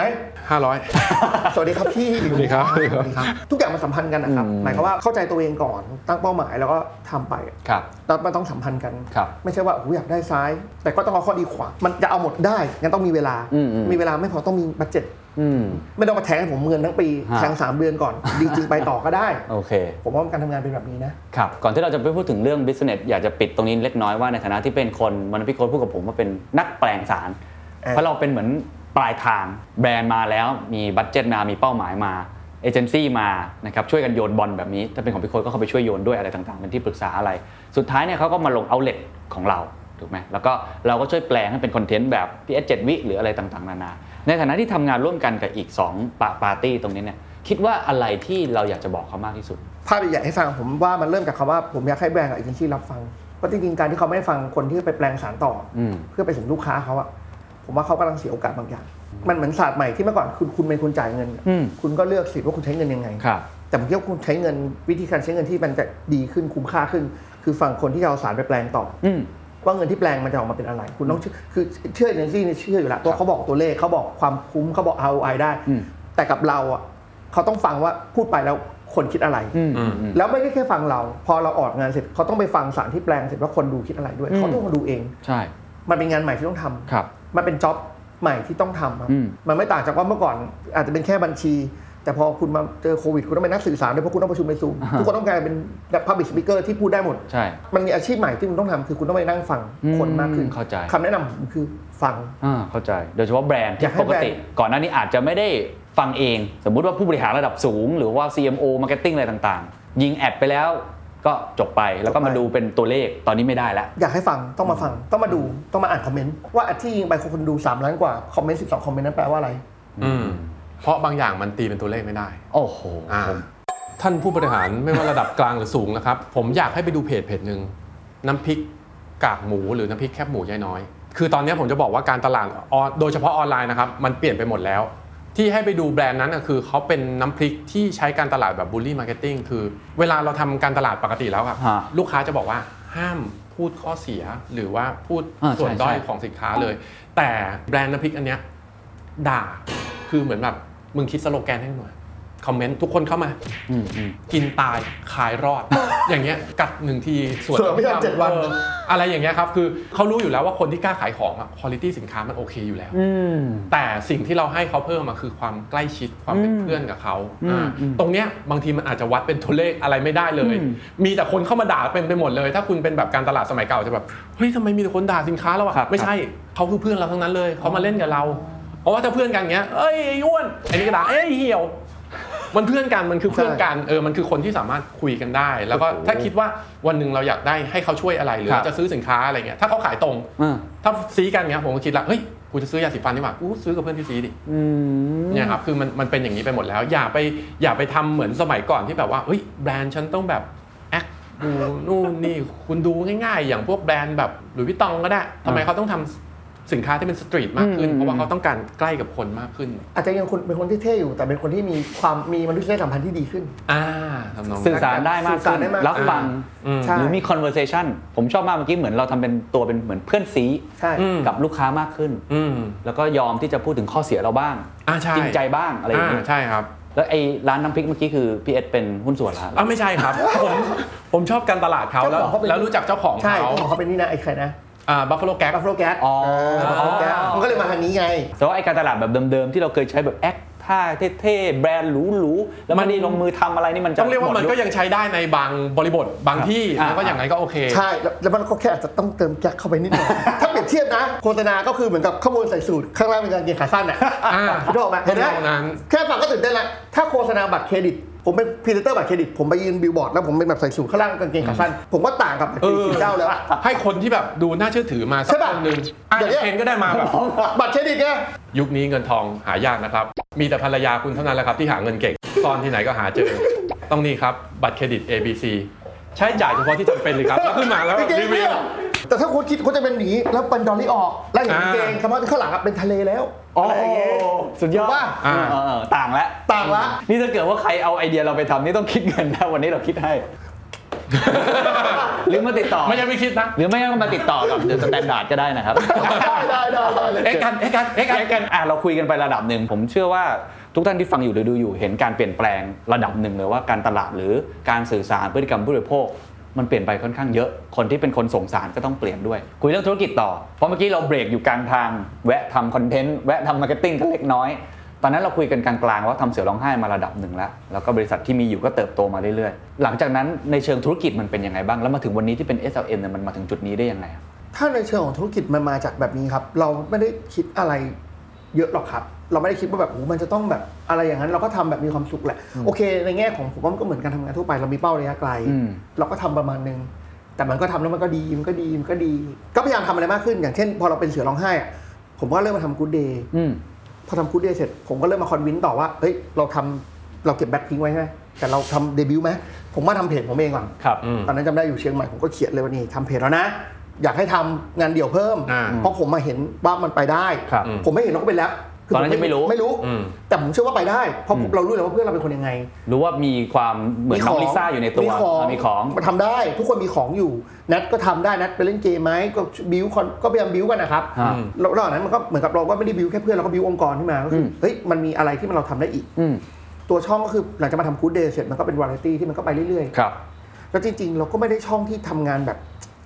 Speaker 2: 500
Speaker 1: สวัสดีครับพี่
Speaker 2: สวัสดีครับ
Speaker 1: สวัสดีครับ ทุกอย่างมันสัมพันธ์กันนะครับ หมายความว่าเข้าใจตัวเองก่อน ตั้งเป้าหมายแล้วก็ทำไป
Speaker 3: ครับ
Speaker 1: แล้วมันต้องสัมพันธ์กัน
Speaker 3: ครับ
Speaker 1: ไม่ใช่ว่าโอ้โหอยากได้ซ้าย แต่ก็ต้องเอาข้อดีขวา มันจะเอาหมดได้งั้นต้องมีเวลา
Speaker 3: อืมอืม
Speaker 1: มีเวลาไม่พอต้องมีบัตเจ็ต
Speaker 3: อืม
Speaker 1: ไม่ต้องมาแทงให้ผมเงินทั้งปี
Speaker 3: ฮะ
Speaker 1: แทงสามเดือนก่อน ดีจริงไปต่อก็ได้
Speaker 3: โอเค
Speaker 1: ผมว่าการทำงานเป็นแบบนี้นะ
Speaker 3: ครับ ก่อนที่เราจะไปพูดถึงเรื่อง business อยากจะปิดตรงนี้เล็กน้อยว่าในฐานะที่เป็นคนวันนนพี่โค้ดพูดกับผมว่าเป็นนักแปลงสาร
Speaker 1: เอ่อ
Speaker 3: เพราะเราเป็นเหมือนปลายทางแบรนด์มาแล้วมีบัตเจ็ตมา มีเป้าหมายมาเอเจนซี่มานะครับช่วยกันโยนบอลแบบนี้ ถ้าเป็นของพี่โค้ดก็เข้าไปช่วยโยนด้วยอะไรต่างๆ เป็นที่ปรึกษาอะไร สุดท้ายเนี่ยเขาก็มาลงเอาเล็ตของเราถูกไหมแล้วก็เราก็ช่วยแปลงให้เป็นคอนเทนต์แบบพีเอสเจ็ดวิหรืออะไรต่างๆ นานา ในฐานะที่ทำงานร่วมกันกับอีกสองปาปาร์ตี้ตรงนี้เนี่ยคิดว่าอะไรที่เราอยากจะบอกเขามากที่สุด
Speaker 1: ภาพใหญ่ๆให้ฟังผมว่ามันเริ่มจากคำว่าผมอยากให้แบรนด์กับเอเจนซี่รับฟังเพราะจริงๆการที่เขาไม่ฟังคนที่ไปแปลงสารต่ออ
Speaker 3: ม
Speaker 1: เพื่อไปถึงลูกค้าเขาอะผมว่าเขากำลังเสียโอกาสบางอย่าง มันเหมือนศาสตร์ใหม่ที่เมื่อก่อนคุณคุณเป็นคนจ่ายเงิน
Speaker 3: อืม
Speaker 1: คุณก็เลือกสิว่าคุณใช้เงินยังไง
Speaker 3: ครับ
Speaker 1: แต่ผมคิดว่าคุณใช้เงินวิธีการใช้เงินที่มันจะดีขึ้นคุ้มค่าขึ้น คือฝั่งคนที่จะเอาสารไปแปลงต่อ
Speaker 3: อืม
Speaker 1: ว่าเงินที่แปลงมันจะออกมาเป็นอะไร คุณต้องเชื่อคือเชื่อเอเจนซี่เนี่ยเชื่ออยู่แล้วตัวเขาบอกตัวเลขเขาบอกความคุ้มเขาบอก ROI ได้
Speaker 3: อืม
Speaker 1: แต่กับเราอ่ะเขาต้องฟังว่าพูดไปแล้วคนคิดอะไร
Speaker 3: อืมอืม
Speaker 1: แล้วไม่ได้แค่ฟังเรา พอเราออกงานเสร็จเขาต้องไปฟังสารที่แปลงเสร็จว่าคนดูคิดอะไรด้วย
Speaker 3: อืม
Speaker 1: เขาต้องมาดูเอง
Speaker 3: ใช่
Speaker 1: มันเป็นงานใหม่ที่ต้องทำ
Speaker 3: ครับ
Speaker 1: มันเป็นจ็อบใหม่ที่ต้องทำครับ
Speaker 3: อืม
Speaker 1: มันไม่ต่างจากว่าเมื่อก่อน อาจจะเป็นแค่บัญชี แต่พอคุณมาเจอโควิด คุณต้องเป็นนักสื่อสารด้วยเพราะคุณต้องประชุมไปซูมทุกคนต้องกลายเป็นแบบพับบิสปิเกอร์ที่พูดได้หมด
Speaker 3: ใช่
Speaker 1: มันมีอาชีพใหม่ที่คุณต้องทำคือคุณต้องไปนั่งฟังคนมากขึ้น
Speaker 3: อืมเข้าใจ
Speaker 1: คำแนะนำของผมคือฟัง
Speaker 3: อ่าเข้าใจ โดยเฉพาะแบรนด์
Speaker 1: อ
Speaker 3: ที่
Speaker 1: ยากให้
Speaker 3: ปกติ
Speaker 1: แบรนด์
Speaker 3: ก่อนหน้านี้อาจจะไม่ได้ฟังเอง สมมุติว่าผู้บริหารระดับสูง หรือว่า CMO Marketing อะไรต่างๆ ยิงแอดไปแล้วก็จบไปแล้วก็มาดูเป็นตัวเลขตอนนี้ไม่ได้แล้ว
Speaker 1: อยากให้ฟังต้องมาฟังต้องมาดูต้องมาอ่านคอมเมนต์ว่าอันที่ยิงไปคนดูสามล้านกว่าคอมเมนต์12คอมเมนต์นั้นแปลว่าอะไร
Speaker 2: อืมเพราะบางอย่างมันตีเป็นตัวเลขไม่ได้
Speaker 3: โอ้โห
Speaker 2: อ่า
Speaker 3: ผม
Speaker 2: ท่านผู้บริหารไม่ว่าระดับกลางหรือสูงนะครับ ผมอยากให้ไปดูเพจเพจหนึ่งน้ำพริกกากหมูหรือน้ำพริกแคบหมูยายน้อย คือตอนนี้ผมจะบอกว่าการตลาดออนโดยเฉพาะออนไลน์นะครับ มันเปลี่ยนไปหมดแล้ว ที่ให้ไปดูแบรนด์นั้นน่ะคือเขาเป็นน้ำพริกที่ใช้การตลาดแบบบูลลี่มาร์เก็ตติ้งคือ เวลาเราทำการตลาดปกติแล้วครับ
Speaker 3: ฮะ
Speaker 2: ลูกค้าจะบอกว่าห้ามพูดข้อเสียหรือว่าพูด
Speaker 3: อ่าใช่
Speaker 2: ส่วนด้อย
Speaker 3: ใช่
Speaker 2: ของสินค้าเลย แต่แบรนด์น้ำพริกอันเนี้ยด่าคือเหมือนแบบมึงคิดสโลแกนให้หน่อยคอมเมนต์ทุกคนเข้ามา
Speaker 3: อืมอืม
Speaker 2: กินตายขายรอด อย่างเงี้ยกัดหนึ่งที
Speaker 1: เสือไม่ยอมเจ็ดวัน
Speaker 2: อออะไรอย่างเงี้ยครับคือเขารู้อยู่แล้วว่าคนที่กล้าขายของอะคุณภาพสินค้ามันโอเคอยู่แล้ว แต่สิ่งที่เราให้เขาเพิ่มมาคือความใกล้ชิดความเป็นเพื่อนกับเขา
Speaker 3: อืม
Speaker 2: อ่า
Speaker 3: อืม
Speaker 2: ตรงเนี้ยบางทีมันอาจจะวัดเป็นตัวเลขอะไรไม่ได้เลย
Speaker 3: อืม
Speaker 2: มีแต่คนเข้ามาด่าเป็นไปหมดเลย ถ้าคุณเป็นแบบการตลาดสมัยเก่าจะแบบเฮ้ยทำไมมีแต่คนด่าสินค้าเรา
Speaker 3: ครั
Speaker 2: อะ
Speaker 3: บ
Speaker 2: ไม่ใช่เขาคือเพื่อนเราทั้งนั้นเลยเขามาเล่นกับเราเพราะว่าถ้าเพื่อนกันเงี้ยเอ้ยไอ้อ้วนไอ้นี่ก็ด่าเอ้ยไอ้เหี่ยว มันเพื่อนกันมันคือเพื่อนกันเออมันคือคนที่สามารถคุยกันได้ แล้วก็ถ้าคิดว่าวันหนึ่งเราอยากได้ให้เขาช่วยอะไรหรือ
Speaker 3: ครับ
Speaker 2: จะซื้อสินค้าอะไรเงี้ยถ้าเขาขายตรง
Speaker 3: อ่า
Speaker 2: ถ้าซีกันเงี้ยผมก็คิดละเฮ้ยกูจะซื้อยาสีฟันดีกว่ากูซื้อกับเพื่อนที่ซีดิ
Speaker 3: อืม
Speaker 2: เนี่ยครับคือมันมันเป็นอย่างนี้ไปหมดแล้ว อย่าไปอย่าไปทำเหมือนสมัยก่อนที่แบบว่าเฮ้ยแบรนด์ฉันต้องแบบแอคดูนู่นนี่คุณดูง่ายๆ อย่างพวกแบรนด์แบบหรือวิตองก็ได้ทำไมเขาต้องทำสินค้าที่เป็นสตรีทมากขึ้น
Speaker 3: อืม
Speaker 2: เพราะว่าเขาต้องการใกล้กับคนมากขึ้น
Speaker 1: อาจจะยังคนเป็นคนที่เท่อยู่ แต่เป็นคนที่มีความมีมนุษยสัมพันธ์ที่ดีขึ้น
Speaker 2: อ่าทำนอง
Speaker 3: สื่อ
Speaker 2: นั้น
Speaker 3: สารได้มาก
Speaker 1: สื่อ
Speaker 3: ขึ้
Speaker 1: สาร
Speaker 3: น
Speaker 1: ได้มาก
Speaker 3: รับฟัง
Speaker 2: อืม
Speaker 1: ใช่
Speaker 3: หรือมี conversation ผมชอบมากเมื่อกี้เหมือนเราทำเป็นตัวเป็นเหมือนเพื่อนซี
Speaker 1: ใช่
Speaker 2: อืม
Speaker 3: กับลูกค้ามากขึ้น
Speaker 2: อืม
Speaker 3: แล้วก็ยอมที่จะพูดถึงข้อเสียเราบ้าง
Speaker 2: อ่าใช่
Speaker 3: จริงใจบ้างอะไรอย่างเงี้ย
Speaker 2: ใช่ครับ
Speaker 3: แล้วไอ้ร้านน้ำพริกเมื่อกี้คือพี่เอสเป็นหุ้นส่วนร้านเหรอ
Speaker 2: อ้าวไม่ใช่ครับ ผมผมชอบการตลาดเขาแล้ว
Speaker 1: เจ้าของเขาเป็น
Speaker 2: แล้วรู้จักเจ้าของ
Speaker 1: ใช่
Speaker 2: เขา
Speaker 1: ของเขาเป็นนี่นะไอ้ใครนะ
Speaker 2: อ่าบัฟฟาโลแก๊ก
Speaker 1: บัฟโลแก๊ส
Speaker 3: อ๋อ
Speaker 1: บัฟโลแก๊สมันก็เลยมาทางนี้ไง
Speaker 3: แต่ว่าไอ้การตลาดแบบเดิมๆ ที่เราเคยใช้แบบแอคท่าเท่ๆ แบรนด์หรูๆ แล้วมันนี่ลงมือทำอะไรนี่มันจะ
Speaker 2: ต้องเรียกว่ามันก็
Speaker 3: หดยุค
Speaker 2: ยังใช้ได้ในบางบริบทบางที่
Speaker 3: อ่า
Speaker 2: แล้วก็อย่างไรก็โอเค
Speaker 1: ใช่แล้วแล้วมันก็แค่อาจจะต้องเติมแก๊กเข้าไปนิดหน่
Speaker 2: [LAUGHS]
Speaker 1: อย ถ้าเปรียบเทียบนะโฆษณาก็คือเหมือนกับข้อมูลใส่สูตร ข้างล่างเป็นกางเกงขาสั้นอ่ะ
Speaker 2: อ่า
Speaker 1: พี่โดออกไหมเห็นไหม
Speaker 2: ทำนองนั้น
Speaker 1: แค่ฟังก็ตื่นเต้นละถ้าโฆษณาบัตรเครดิต ผมเป็นพรีเซนเตอร์บัตรเครดิต ผมไปยืนบิลบอร์ดแล้วผมเป็นแบบใส่สูทข้างล่างกางเกงขาสั้น ผมก็ต่างกับบัตรเครดิตสิบเจ้าแล้วอะ
Speaker 2: ให้คนที่แบบดูน่าเชื่อถือมาสั
Speaker 1: ใช่
Speaker 2: ก
Speaker 1: ป่ะ
Speaker 2: คนหนึ่งอ่ะ
Speaker 1: อย่างเงี้ย
Speaker 2: เพนก็ได้มาแบบ
Speaker 1: [LAUGHS] บัตรเครดิตไง
Speaker 2: ยุคนี้เงินทองหายากนะครับ มีแต่ภรรยาคุณเท่านั้นแหละครับที่หาเงินเก่งซ่อนที่ไหนก็หาเจอ ต้องนี่ครับบัตรเครดิต ABC ใช้จ่ายเฉพาะที่จำเป็นเลยครับแล้วขึ้นมาแล้ว
Speaker 1: กางเกง
Speaker 2: รีวิ
Speaker 1: เนี่
Speaker 2: ว
Speaker 1: ยแต่ถ้าคุณคิดคุณจะเป็นหนีแล้วเป็นดอลลี่ออกแล้วเห็
Speaker 2: อ่าก
Speaker 1: นางเกงคำว่าข้างหลังอะเป็นทะเลแล้ว
Speaker 3: โอ้
Speaker 1: ะไรอย่างเงี้ย
Speaker 3: สุดยอด
Speaker 1: ถูกป่ะ
Speaker 2: อ่า
Speaker 3: เออเออต่างแล้ว
Speaker 1: ต่างละ
Speaker 3: นี่ถ้าเกิดว่าใครเอาไอเดียเราไปทำนี่ต้องคิดเงินนะวันนี้เราคิดให้ หรือมาติดต่อ
Speaker 2: ไม่ใช่ไม่คิดนะ
Speaker 3: หรือไม่ก็มาติดต่อกับเดอะสแตนดาร์ดก็ได้
Speaker 2: [LAUGHS]
Speaker 3: นะครับ
Speaker 1: ได้ได้ได้ได้เลย
Speaker 2: เอ็กกันเอ็กกันเอ็กกัน
Speaker 3: เอ๊ะกันอ่ะเราคุยกันไประดับหนึ่ง ผมเชื่อว่าทุกท่านที่ฟังอยู่หรือดูอยู่เห็นการเปลี่ยนแปลงระดับหนึ่งเลยว่าการตลาดหรือการสื่อสารพฤติกรรมผู้บริโภค มันเปลี่ยนไปค่อนข้างเยอะ คนที่เป็นคนส่งสารก็ต้องเปลี่ยนด้วย คุยเรื่องธุรกิจต่อ เพราะเมื่อกี้เราเบรกอยู่กลางทาง แวะทำคอนเทนต์แวะทำมาร์เก็ตติ้งกันเล็กน้อย ตอนนั้นเราคุยกันกลางๆว่าทำเสือร้องไห้มาระดับหนึ่งแล้ว แล้วก็บริษัทที่มีอยู่ก็เติบโตมาเรื่อยๆ หลังจากนั้นในเชิงธุรกิจมันเป็นยังไงบ้าง แล้วมาถึงวันนี้ที่เป็น SLM เนี่ยมันมาถึงจุดนี้ได้ยังไงอะ
Speaker 1: ถ้าในเชิงของธุรกิจมันมาจากแบบนี้ครับ เราไม่ได้คิดอะไรเยอะหรอกครับ เราไม่ได้คิดว่าแบบโอ้โหมันจะต้องแบบอะไรอย่างนั้น เราก็ทำแบบมีความสุขแหละ โอเค ในแง่ของผมว่ามันก็เหมือนการทำงานทั่วไปเรามีเป้าระยะไกล
Speaker 3: อืม
Speaker 1: เราก็ทำประมาณนึง แต่มันก็ทำแล้วมันก็ดีมันก็ดีมันก็ดี ก็พยายามทำอะไรมากขึ้น อย่างเช่น พอเราเป็นเสือร้องไห้อะผมก็เริ่มมาทำกู๊ดเดย์
Speaker 3: อืม
Speaker 1: พอทำคูดเดย์เสร็จผมก็เริ่มมาคอนวินต่อว่า เฮ้ย เราทำเราเก็บแบ็คพิงไว้ใช่ไหมแต่เราทำเดบิวต์ไหมผมว่าทำเพจผมเองก่อน
Speaker 3: ครับ
Speaker 2: อืม
Speaker 1: ตอนนั้นจำได้อยู่เชียงใหม่ผมก็เขียนเลยว่านี่ทำเพจแล้วนะ อยากให้ทำงานเดี่ยวเพิ่ม
Speaker 2: อ่า
Speaker 1: เพราะผมมาเห็นว่ามันไปได้
Speaker 3: ครับ
Speaker 1: ผมไม่เห็นเราก็เป็นแล้วคื
Speaker 3: ตอนนั้นยังไม่รู้
Speaker 1: ไม่รู้
Speaker 2: อืม
Speaker 1: แต่ผมเชื่อว่าไปได้ เพราะผมเรารู้แล้วว่าเพื่อนเราเป็นคนยังไง
Speaker 3: รู้ว่ามีความเหมือนน้องลิซ่าอยู่ในตัว
Speaker 1: มีของ
Speaker 3: อ่ะมีของ
Speaker 1: มันทำได้ ทุกคนมีของอยู่ นัดก็ทำได้ นัดไปเล่นเกมไหมก็บิวคอนก็พยายามบิวกันนะครับ
Speaker 3: ฮะ
Speaker 1: แล้วระหว่างนั้นมันก็เหมือนกับเราก็ไม่ได้บิวแค่เพื่อนเราก็บิวองค์กรขึ้นมาก็คืออ
Speaker 3: ม
Speaker 1: เฮ้ยมันมีอะไรที่มันเราทำได้อีก
Speaker 3: อืม
Speaker 1: ตัวช่องก็คือหลังจากมาทำคูดเดย์เสร็จมันก็เป็นวาไรตี้ที่มันก็ไปเรื่อย
Speaker 3: ครับ
Speaker 1: ๆ แล้วจริงๆ เราก็ไม่ได้ช่องที่ทำงานแบบ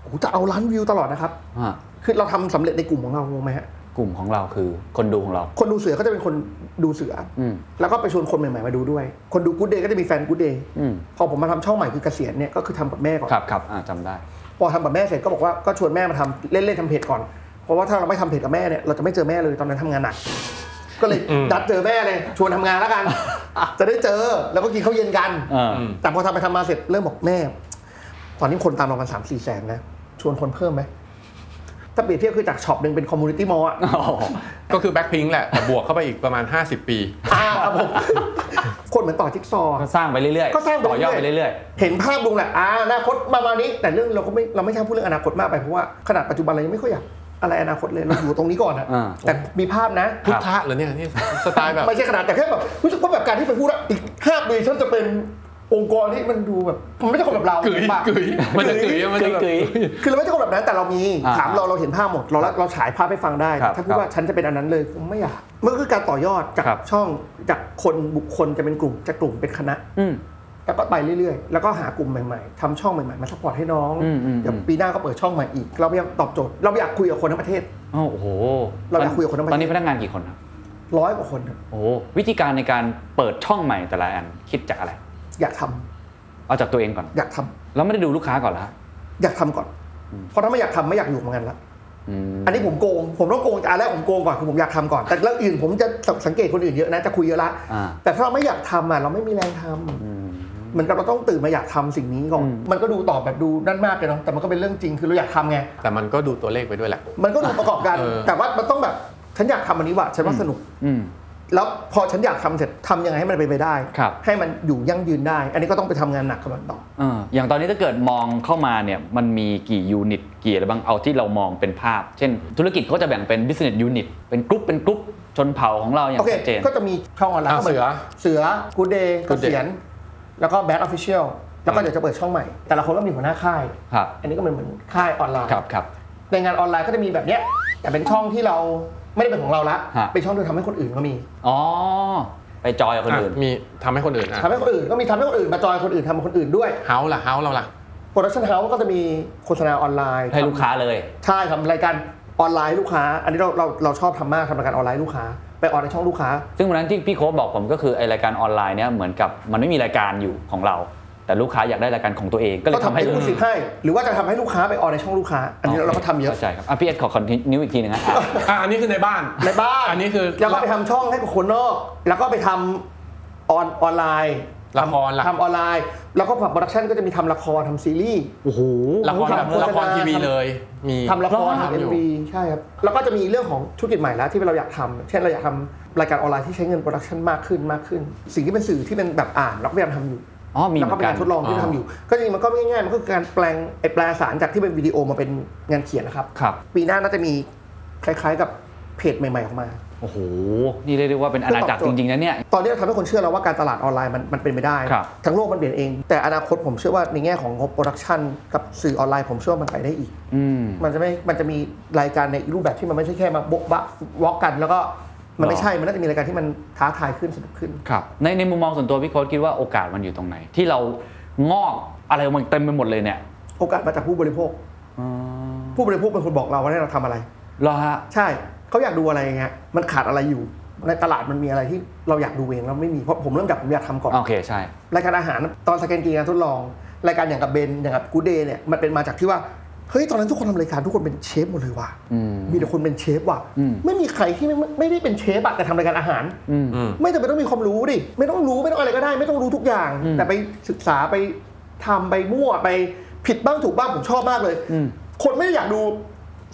Speaker 1: โอ้โหจะเอาล้านวิวตลอดนะครับ
Speaker 3: ฮะ
Speaker 1: คือเราทำสำเร็จในกลุ่มของเรางงไหมฮะ
Speaker 3: กลุ่มของเราคือคนดูของเรา
Speaker 1: คนดูเสือก็จะเป็นคนดูเสืออ
Speaker 3: อืม
Speaker 1: แล้วก็ไปชวนคนใหม่ๆมาดูด้วย คนดูกูดเดย์ก็จะมีแฟนกูดเดย์
Speaker 3: อืม
Speaker 1: พอผมมาทำช่องใหม่คือเกษียณเนี่ยก็คือทำกับแม่ก่อน
Speaker 3: ครับครับอ่าจำได้
Speaker 1: พอทำกับแม่เสร็จก็บอกว่าก็ชวนแม่มาทำเล่นๆทำเพจก่อน เพราะว่าถ้าเราไม่ทำเพจกับแม่เนี่ยเราจะไม่เจอแม่เลยตอนนั้นทำงานหนัก ก็เลยดัดเจอแม่เลยชวนทำงาน
Speaker 3: [LAUGHS]
Speaker 1: แล้วกัน จะได้เจอแล้วก็กินข้าวเย็นกัน
Speaker 3: เออ
Speaker 1: แต่พอทำไปทำมาเสร็จเริ่มบอกแม่ ตอนนี้คนตามเรากันสามสี่แสนนะ ชวนคนเพิ่มไหมถ้าเปรียบเทียบคือจากช็อปหนึ่งเป็นคอมมูนิตี้มอลอะ
Speaker 2: ก็คือแบ็คพิงแหละแต่บวกเข้าไปอีกประมาณ 50 ปี
Speaker 1: อ่าครับผมคนเหมือนต่อจิ๊กซอว์
Speaker 3: ก็สร้างไปเรื่อยๆ
Speaker 1: ก็สร้างไป
Speaker 3: ต่อยอดไป
Speaker 1: เรื่อยๆ
Speaker 3: เรื่อย
Speaker 1: เห็นภาพลุงแหละอ่าอนาคตประมาณนี้ แต่เรื่องเราก็ไม่เราไม่ใช่พูดเรื่องอนาคตมากไปเพราะว่าขนาดปัจจุบันเรายังไม่ค่อยอยาก อะไรอนาคตเลยเราอยู่ตรงนี้ก่อนอะ
Speaker 3: อ่า
Speaker 1: แต่มีภาพนะ
Speaker 2: พุทธะเหรอเนี่ย [LAUGHS] นี่สไตล์แบบ
Speaker 1: ไม่ใช่ขนาดแต่แค่แบบรู้สึกว่าแบบการที่ไปพูดว่าอีกห้าปีฉันจะเป็นองค์กรที่มันดูแบบมันไม่ใช่คนแบบเรา
Speaker 2: กึ๋ย
Speaker 1: เห็นปะ
Speaker 2: กึ๋ยมันจะกึ๋ยมันจะแบบ
Speaker 1: กึ๋ย
Speaker 3: [LAUGHS]
Speaker 1: คือเราไม่ใช่คนแบบนั้นแต่เรามี
Speaker 3: อ่า
Speaker 1: ถามเราเราเห็นภาพหมดเราเราฉายภาพให้ฟังได้
Speaker 3: ครับ
Speaker 1: ถ้าพูดว่าฉันจะเป็นอันนั้นเลยผมไม่อยากมันก็คือการต่อยอดจาก
Speaker 3: ครับ
Speaker 1: ช่องจากคนบุคคลจะเป็นกลุ่มจากกลุ่มเป็นคณะ
Speaker 3: อืม
Speaker 1: แล้วก็ไปเรื่อยๆ แล้วก็หากลุ่มใหม่ๆ ทำช่องใหม่ๆ มาสปอร์ตให้น้อง
Speaker 3: อืมอืม
Speaker 1: เดี๋ยวปีหน้าก็เปิดช่องใหม่อีก เราพยายามตอบโจทย์ เราอยากคุยกับคนทั้งประเทศ
Speaker 3: อ้าวโอ้โห
Speaker 1: เราอยากคุยกับคนทั้งประเทศ
Speaker 3: ตอนนี้พนักงานกี่คนครับ
Speaker 1: ร้อยกว่าคนครับ
Speaker 3: โอ้โหวิธีการในการเปิดช่องใหม่แต่ละอันคิดจากอะไร
Speaker 1: อยากทำ
Speaker 3: เอาจากตัวเองก่อน
Speaker 1: อยากทำ
Speaker 3: แล้วไม่ได้ดูลูกค้าก่อนละ
Speaker 1: อยากทำก่อน เพราะถ้าไม่อยากทำไม่อยากอยู่เหมือนกันละ
Speaker 3: อืม
Speaker 1: อันนี้ผมโกง ผมต้องโกงอันแรกผมโกงก่อนคือผมอยากทำก่อน แต่เรื่องอื่นผมจะสังเกตคนอื่นเยอะนะจะคุยเยอะละ
Speaker 3: อ่า
Speaker 1: แต่ถ้าเราไม่อยากทำอ่ะเราไม่มีแรงทำ
Speaker 3: อืม
Speaker 1: เหมือนกับเราต้องตื่นมาอยากทำสิ่งนี้ก่อน
Speaker 3: อืม
Speaker 1: มันก็ดูตอบแบบดูนั่นมากเลยเนาะ แต่มันก็เป็นเรื่องจริงคือเราอยากทำไง
Speaker 2: แต่มันก็ดูตัวเลขไปด้วยแหละ
Speaker 1: มันก็ดูประกอบกัน
Speaker 2: เออ
Speaker 1: แต่ว่ามันต้องแบบฉันอยากทำอันนี้ว่ะฉันว่าสนุก
Speaker 3: อืม
Speaker 1: แล้วพอฉันอยากทำเสร็จทำยังไงให้มันไปนไปได้
Speaker 3: ครับ
Speaker 1: ให้มันอยู่ยั่งยืนได้ อันนี้ก็ต้องไปทำงานหนักกับมันต่อ
Speaker 3: เอออย่างตอนนี้ถ้าเกิดมองเข้ามาเนี่ยมันมีกี่ยูนิตกี่อะไรบ้างเอาที่เรามองเป็นภาพ เช่น ธุรกิจเขาจะแบ่งเป็น business unit เป็นกรุ๊ปเป็นกรุ๊ปชนเผ่าของเราอย่าง
Speaker 1: โอเค
Speaker 3: ชัดเจน
Speaker 1: ก็จะมีช่องออนไลน์
Speaker 2: อ่ะเสือ
Speaker 1: เสือกูเดย์ก
Speaker 2: Good
Speaker 1: เสียน แล้วก็แบทออฟฟิเชียลแล้วก็เดี๋ยวจะเปิดช่องใหม่ แต่ละคนก็มีหัวหน้าค่าย
Speaker 3: ครับ
Speaker 1: อันนี้ก็เป็นเหมือนค่ายออนไลน์
Speaker 3: ครับครับ
Speaker 1: ในงานออนไลน์ก็จะมีแบบเนี้ยแต่เป็นช่องที่เราไม่ได้เป็นของเราละ
Speaker 3: ฮะ
Speaker 1: เป็นช่องที่ทำให้คนอื่นก็มี
Speaker 3: อ๋อ ไปจอยกับคนอื่น
Speaker 2: อ่ะมีทำให้คนอื่นอ่ะ
Speaker 1: ทำให้คนอื่นก็มีทำให้คนอื่นมาจอยคนอื่นทำกับคนอื่นด้วย
Speaker 2: เฮาล่ะเฮาเราล่ะ
Speaker 1: โปรดักชั่นเฮาส์ก็จะมีโฆษณาออนไลน์
Speaker 3: ให้ลูกค้าเลย
Speaker 1: ใช่ทำรายการออนไลน์ลูกค้า อันนี้เราเราเราชอบทำมากทำรายการออนไลน์ลูกค้า ไปออนในช่องลูกค้า
Speaker 3: ซึ่งวันนั้นที่พี่โค้ชบอกผมก็คือไอรายการออนไลน์เนี่ยเหมือนกับมันไม่มีรายการอยู่ของเรา แต่ลูกค้าอยากได้รายการของตัวเองก็เล
Speaker 1: ก็
Speaker 3: ยทำ
Speaker 1: ทำให้
Speaker 3: ให้
Speaker 1: ลูกศิษย์ให้ หรือว่าจะทำให้ลูกค้าไปออนในช่องลูกค้า อันนี้เราก็ทำเยอะ
Speaker 3: ข้าใจครับอ่ะพี่เอสขอคอนทินิวอีกทีหนึงนะอ่ะ
Speaker 2: อ่ะอันนี้คือในบ้าน
Speaker 1: ในบ้าน
Speaker 2: อันนี้คือ
Speaker 1: แล้วก็ไปทำช่องให้กับคนนอก แล้วก็ไปทำออนออนไลน์
Speaker 2: ละครละ
Speaker 1: ทำออนไลน์ แล้วก็ฝั่งโปรดักชันก็จะมีทำละครทำซีรีส์
Speaker 2: ละคร
Speaker 1: ทำโฆษณา
Speaker 2: ละครทีวีเลย มี
Speaker 1: ทำละคร
Speaker 2: ทำ
Speaker 1: ทำ
Speaker 2: อ
Speaker 1: เอ็
Speaker 2: ยู่
Speaker 1: มวีใช่ครับ แล้วก็จะมีเรื่องของธุรกิจใหม่แล้วที่เราอยากทำเช่นเราอยากทำรายการออนไลน์ที่ใช้เงินโปรดักชันมากขึ้นมากขึ้น สิ่งที่เป็นสื่อที่เป็นแบบอ่านเราก็พยายามทำอยู่
Speaker 3: อ๋อมี
Speaker 1: แล้ว
Speaker 3: เหมื
Speaker 1: ก็
Speaker 3: อ
Speaker 1: เป็น
Speaker 3: นกั
Speaker 1: กาน รทดลองที่
Speaker 2: อ่า
Speaker 1: ทำอยู่ ก็จริงๆมันก็ไม่ง่ายมันก็คือการแปลงไอ้แปลสารจากที่เป็นวิดีโอมาเป็นงานเขียนนะครับ
Speaker 3: ครับ
Speaker 1: ปีหน้าน่าจะมีคล้ายๆกับเพจใหม่ๆออกมา
Speaker 3: โอ้โห นี่เรียกได้ว่าเป็นอาณาจักรจริงๆนะเนี่ย
Speaker 1: ตอนนี้เราทำให้คนเชื่อแล้วว่าการตลาดออนไลน์มันมันเป็นไปได้
Speaker 3: ครับ
Speaker 1: ทั้งโลกมันเปลี่ยนเอง แต่อนาคตผมเชื่อว่าในแง่ของงบโปรดักชันกับสื่อออนไลน์ผมเชื่อว่ามันไปได้อีก
Speaker 3: อืม
Speaker 1: มันจะไม่ มันจะมีรายการในรูปแบบที่มันไม่ใช่แค่มาโบ๊ะบะวอกกัน แล้วก็มันไม่ใช่ มันน่าจะมีรายการที่มันท้าทายขึ้นสนุกขึ้น
Speaker 3: ครับในในมุมมองส่วนตัวพี่โค้ชคิดว่าโอกาสมันอยู่ตรงไหน ที่เรางอกอะไรมันเต็มไปหมดเลยเนี่ย
Speaker 1: โอกาสมาจากผู้บริโภค ผู้บริโภคเป็นคนบอกเราว่าให้เราทำอะไร
Speaker 3: เหรอฮะ
Speaker 1: ใช่เขาอยากดูอะไรอย่างเงี้ยมันขาดอะไรอยู่ ในตลาดมันมีอะไรที่เราอยากดูเองแล้วไม่มีเพราะผมเริ่มจากผมอยากทำก่อน
Speaker 3: โอเคใช่
Speaker 1: รายการอาหารตอนสแกนกีการทดลอง รายการอย่างกับเบนอย่างกับกูเดย์เนี่ยมันเป็นมาจากที่ว่าเฮ้ยตอนนั้นทุกคนทำรายการทุกคนเป็นเชฟหมดเลยว่ะ
Speaker 3: อืม
Speaker 1: มีแต่คนเป็นเชฟว่ะ
Speaker 3: อืม
Speaker 1: ไม่มีใครที่ไม่ไม่ได้เป็นเชฟอะแต่ทำรายการอาหาร
Speaker 3: อืม
Speaker 2: อืม
Speaker 1: ไม่จำเป็นต้องมีความรู้ดิไม่ต้องรู้ไม่ต้องอะไรก็ได้ ไม่ต้องรู้ทุกอย่าง
Speaker 3: อืม
Speaker 1: แต่ไปศึกษาไปทำไปมั่วไปผิดบ้างถูกบ้างผมชอบมากเลย
Speaker 3: อืม
Speaker 1: คนไม่ได้อยากดู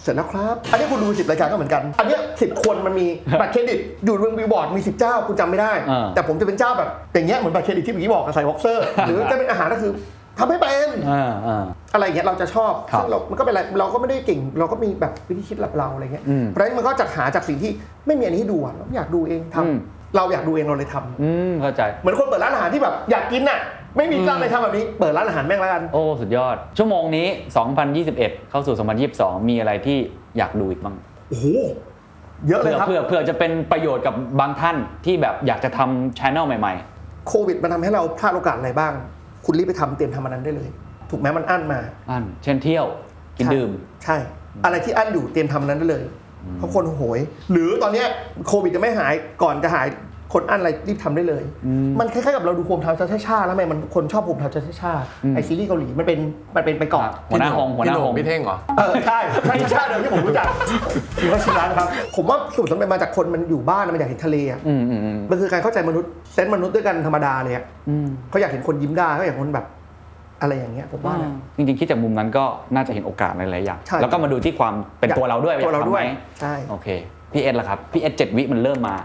Speaker 1: เสร็จแล้วครับ อันนี้คุณดูสิบรายการก็เหมือนกัน อันเนี้สิบคนมันมีบัตรเครดิตอยู่บนบิลบอร์ดมีสิบเจ้าคุณจำไม่ได้
Speaker 3: อ่า
Speaker 1: แต่ผมจะเป็นเจ้าแบบอย่างเงี้ยเหมือนบัตรเครดิตที่เมื่อกี้บอกกับใส่บ็อกเซอร์ หรือจะเป็นอาหารก็คือทำให้เป็น
Speaker 3: อ่าอ่า
Speaker 1: อะไรอย่างเงี้ยเราจะชอบ
Speaker 3: ครับ
Speaker 1: ซึ่งเรามันก็เป็นอะไรเราก็ไม่ได้เก่ง เราก็มีแบบวิธีคิดแบบเราอะไรเงี้ย
Speaker 3: อืม
Speaker 1: เพราะฉะนั้นมันก็จะหาจากสิ่งที่ไม่มีอันนี้ให้ดูอะเราอยากดูเองทำ
Speaker 3: อืม
Speaker 1: เราอยากดูเองเราเลยทำ
Speaker 3: อืมเข้าใจ
Speaker 1: เหมือนคนเปิดร้านอาหารที่แบบอยากกินน่ะ ไม่มีเจ้าเลยทำแบบนี้ เปิดร้านอาหารแม่งแล้วกัน
Speaker 3: โอ้ สุดยอด ชั่วโมงนี้ 2021 เข้าสู่ 2022 มีอะไรที่อยากดูอีกบ้าง
Speaker 1: โอ้โห เยอะเลย
Speaker 3: เพื่อ
Speaker 1: ครับ
Speaker 3: เพื่อเพื่อจะเป็นประโยชน์กับบางท่านที่แบบอยากจะทำช anel ใหม่
Speaker 1: โควิดมันทำให้เราพลาดโอกาสอะไรบ้าง คุณรีบไปทำเตรียมทำมันนั้นได้เลย ถูกไหมมันอั้นมา
Speaker 3: ๆ อันเช่นเที่ยวกินดื่ม
Speaker 1: ใช่ อะไรที่อั้นอยู่เตรียมทำมันนั้นได้เลย เพราะคนโหย หรือตอนเนี้ยโควิดจะไม่หายก่อนจะหายคนอั้นอะไรรีบทำได้เลย มันคล้ายๆกับเราดูโฮมทาวน์ช้าๆแล้วทำไมมันคนชอบโฮมทาวน์ช้า
Speaker 3: อืม
Speaker 1: ๆไอซีรีส์เกาหลีมันเป็นมันเป็นไปก่อน
Speaker 3: หัวหน้าหงหัวห
Speaker 2: พี่
Speaker 3: น้า
Speaker 2: โห
Speaker 3: ห
Speaker 2: น่
Speaker 3: ง
Speaker 2: งพี่เท่งเหรอ
Speaker 1: เออใช่ใช่ชาติเดิมที่ผมรู้จักคือว่าชิร้านครับ ผมว่าสูตรสำเร็จมาจากคนมันอยู่บ้านมันอยากเห็นทะเลอะ
Speaker 3: อืมอืมอืม
Speaker 1: มันคือการเข้าใจมนุษย์เซนส์มนุษย์ด้วยกันธรรมดาเลยอะ
Speaker 3: อืม
Speaker 1: เขาอยากเห็นคนยิ้มได้เขาอยากเห็นคนแบบ อะไรอย่างเงี้ยผมว่านะ
Speaker 3: จริงๆ คิดจากมุมนั้นก็น่าจะเห็นโอกาสหลายๆอย่าง
Speaker 1: ใช่
Speaker 3: แล้วก็มาดูที่ความเป็นตัวเราด้วย
Speaker 1: ตัวเราด้วย
Speaker 3: อทำไหม
Speaker 1: ใช่
Speaker 3: โอเค พี่เอสล่ะครับ พี่เอสเจ็ดวิมันเริ่มมา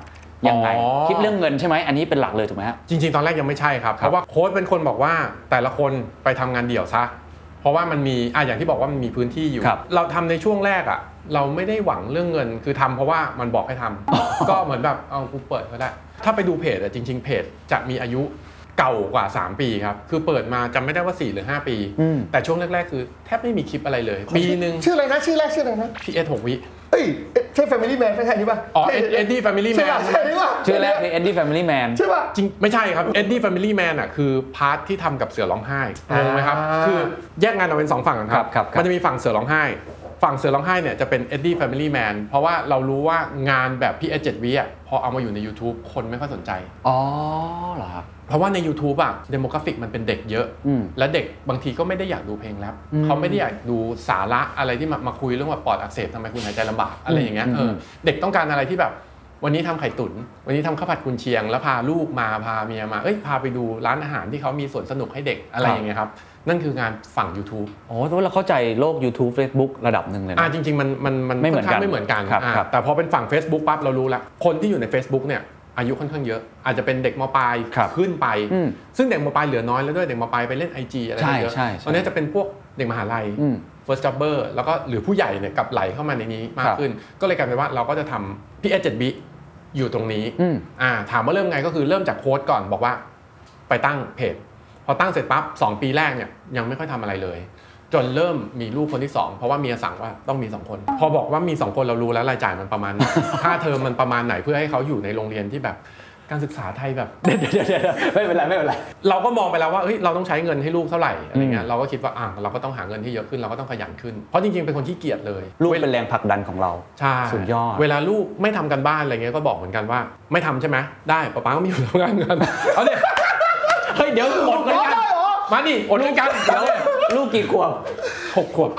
Speaker 3: ยังไง
Speaker 2: อ๋อ
Speaker 3: คิดเรื่องเงินใช่ไหม อันนี้เป็นหลักเลยถูกไหมฮะ
Speaker 2: จริงๆ ตอนแรกยังไม่ใช่ครับ เพราะว่าโค้ชเป็นคนบอกว่าแต่ละคนไปทำงานเดี่ยวซะ เพราะว่ามันมีอ่ะอย่างที่บอกว่ามันมีพื้นที่อยู่
Speaker 3: ครับ
Speaker 2: เราทำในช่วงแรกอ่ะ เราไม่ได้หวังเรื่องเงิน คือทำเพราะว่ามันบอกให้ทำ ก็เหมือนแบบเอากูเปิดก็ได้ ถ้าไปดูเพจอ่ะจริง ๆ เพจจะมีอายุเก่ากว่า 3 ปีครับ คือเปิดมาจำไม่ได้ว่า 4 หรือ 5 ปี
Speaker 3: อืม
Speaker 2: แต่ช่วงแรก ๆ คือแทบไม่มีคลิปอะไรเลย ปีหนึ่ง
Speaker 1: ชื่ออะไรนะชื่อแรกชื่ออะไรนะ
Speaker 2: พีเอสหกวิ
Speaker 1: เอ้ยเอ๊ะใช่ Family Man ใช่นี้ป่ะ
Speaker 2: อ๋อเอ็ดดี้แฟมิลี่แม
Speaker 1: ใช่ป่ะ
Speaker 2: น
Speaker 1: ใช่นี้ป่ะ
Speaker 3: ชื่อแรกคือ Andy Family Man
Speaker 1: ใช่ป่ะ
Speaker 2: จริงไม่ใช่ครับเอ็ดดี้แฟมิลี่แมนอ่ะคือพาร์ทที่ทำกับเสือร้องไห้
Speaker 1: อ่าง
Speaker 2: งไหมครับ คือแยกงานออกเป็นสองฝั่งกันค
Speaker 3: ครั
Speaker 2: รั
Speaker 3: บครับครับ
Speaker 2: มันจะมีฝั่งเสือร้องไห้ ฝั่งเสือร้องไห้เนี่ยจะเป็นเอ็ดดี้แฟมิลี่แมนเพราะว่าเรารู้ว่างานแบบพี่เอเจ็ดวิอ่ะพอเอามาอยู่ใน YouTube คนไม่ค่อยสนใจ
Speaker 3: อ๋อเหรอครับ
Speaker 2: เพราะว่าใน YouTube อ่ะเดโมกราฟิกมันเป็นเด็กเยอะ
Speaker 3: อืม
Speaker 2: และเด็กบางทีก็ไม่ได้อยากดูเพลงแรป
Speaker 3: อืม
Speaker 2: เขาไม่ได้อยากดูสาระอะไรที่มามาคุยเรื่องว่าปอดอักเสบทำไมคุณหายใจลำบากอะไรอย่างเงี้ย
Speaker 3: อืม
Speaker 2: เอออ
Speaker 3: ม
Speaker 2: เด็กต้องการอะไรที่แบบ วันนี้ทำไข่ตุ๋นวันนี้ทำข้าวผัดกุนเชียง แล้วพาลูกมาพาเมียมาเอ้ยพาไปดูร้านอาหารที่เขามีสวนสนุกให้เด็กอะไรอย่างเงี้ยครับนั่นคืองานฝั่ง YouTube
Speaker 3: โอ้แต่ว่าเราเข้าใจโลก YouTube Facebook ระดับหนึ่งเลย
Speaker 2: อ่า
Speaker 3: นะ
Speaker 2: จริง ๆ มันมันมัน
Speaker 3: ไม่เหมือน
Speaker 2: ค่ข้าง
Speaker 3: กัน
Speaker 2: ไม่เหมือนกัน
Speaker 3: ครับ
Speaker 2: อ่า
Speaker 3: ครับ
Speaker 2: แต่พอเป็นฝั่ง Facebook ปั๊บเรารู้ละคนที่อยู่ใน Facebook เนี่ยอายุค่อนข้างเยอะ อาจจะเป็นเด็กมปลาย
Speaker 3: ครับ
Speaker 2: ขึ้นไป
Speaker 3: อืม
Speaker 2: ซึ่งเด็กมปลายเหลือน้อยแล้วด้วยเด็กมปลายไปเล่น IG อะไร
Speaker 3: ใช่
Speaker 2: เยอะ
Speaker 3: ใช่ใช่
Speaker 2: ตอนนี้จะเป็นพวกเด็กมหาลัย
Speaker 3: อืม
Speaker 2: first jobber แล้วก็หรือผู้ใหญ่เนี่ยกลับไหลเข้ามาในนี้มา
Speaker 3: ค
Speaker 2: ก
Speaker 3: รับ
Speaker 2: ขึ้น ก็เลยกลายเป็นว่าเราก็จะทำพี่เอเจ็ดบิอยู่ตรงนี้
Speaker 3: อืม
Speaker 2: อ่าถามว่าเริ่มไงก็คือเริ่มจากโค้ดก่อนบอกว่าไปตั้งเพจ พอตั้งเสร็จปั๊บสองปีแรกเนี่ยยังไม่ค่อยทำอะไรเลย จนเริ่มมีลูกคนที่สองเพราะว่าเมียสั่งว่าต้องมีสองคน พอบอกว่ามีสองคนเรารู้แล้วรายจ่ายมันประมา
Speaker 3: [LAUGHS]
Speaker 2: ณไหน ค่าเทอมมันประมาณไหนเพื่อให้เขาอยู่ในโรงเรียนที่แบบการศึกษาไทยแบบ
Speaker 3: เดี๋ยวเดี๋ยวเดี๋ยวไม่เป็นไรไม่เป็นไร
Speaker 2: เราก็มองไปแล้วว่าเฮ้ยเราต้องใช้เงินให้ลูกเท่าไหร่อะไรเงี้ย
Speaker 3: อืม
Speaker 2: เราก็คิดว่าอ่ะเราก็ต้องหาเงินที่เยอะขึ้นเราก็ต้องขยันขึ้นเพราะจริงๆเป็นคนที่เกียจเลย
Speaker 3: ลูก
Speaker 2: วลา
Speaker 3: เป็นแรงผลักดันของเรา
Speaker 2: ใช่
Speaker 3: สุดยอด
Speaker 2: เวลาลูกไม่ทำกันบ้านอะไรเงี้ยก็บอกเหมือนกันว่า ไม่ทำใช่ไหมได้ป๊าป๊าก็ไมีอยู่ทำงาน [LAUGHS] กันเอาเนี่ยเฮ้ยเดี๋ยวอดเงินกันมาดิอดเงินกันเดี๋ยว
Speaker 3: [LAUGHS] ลูกกี่ขวบ
Speaker 2: หกขวบ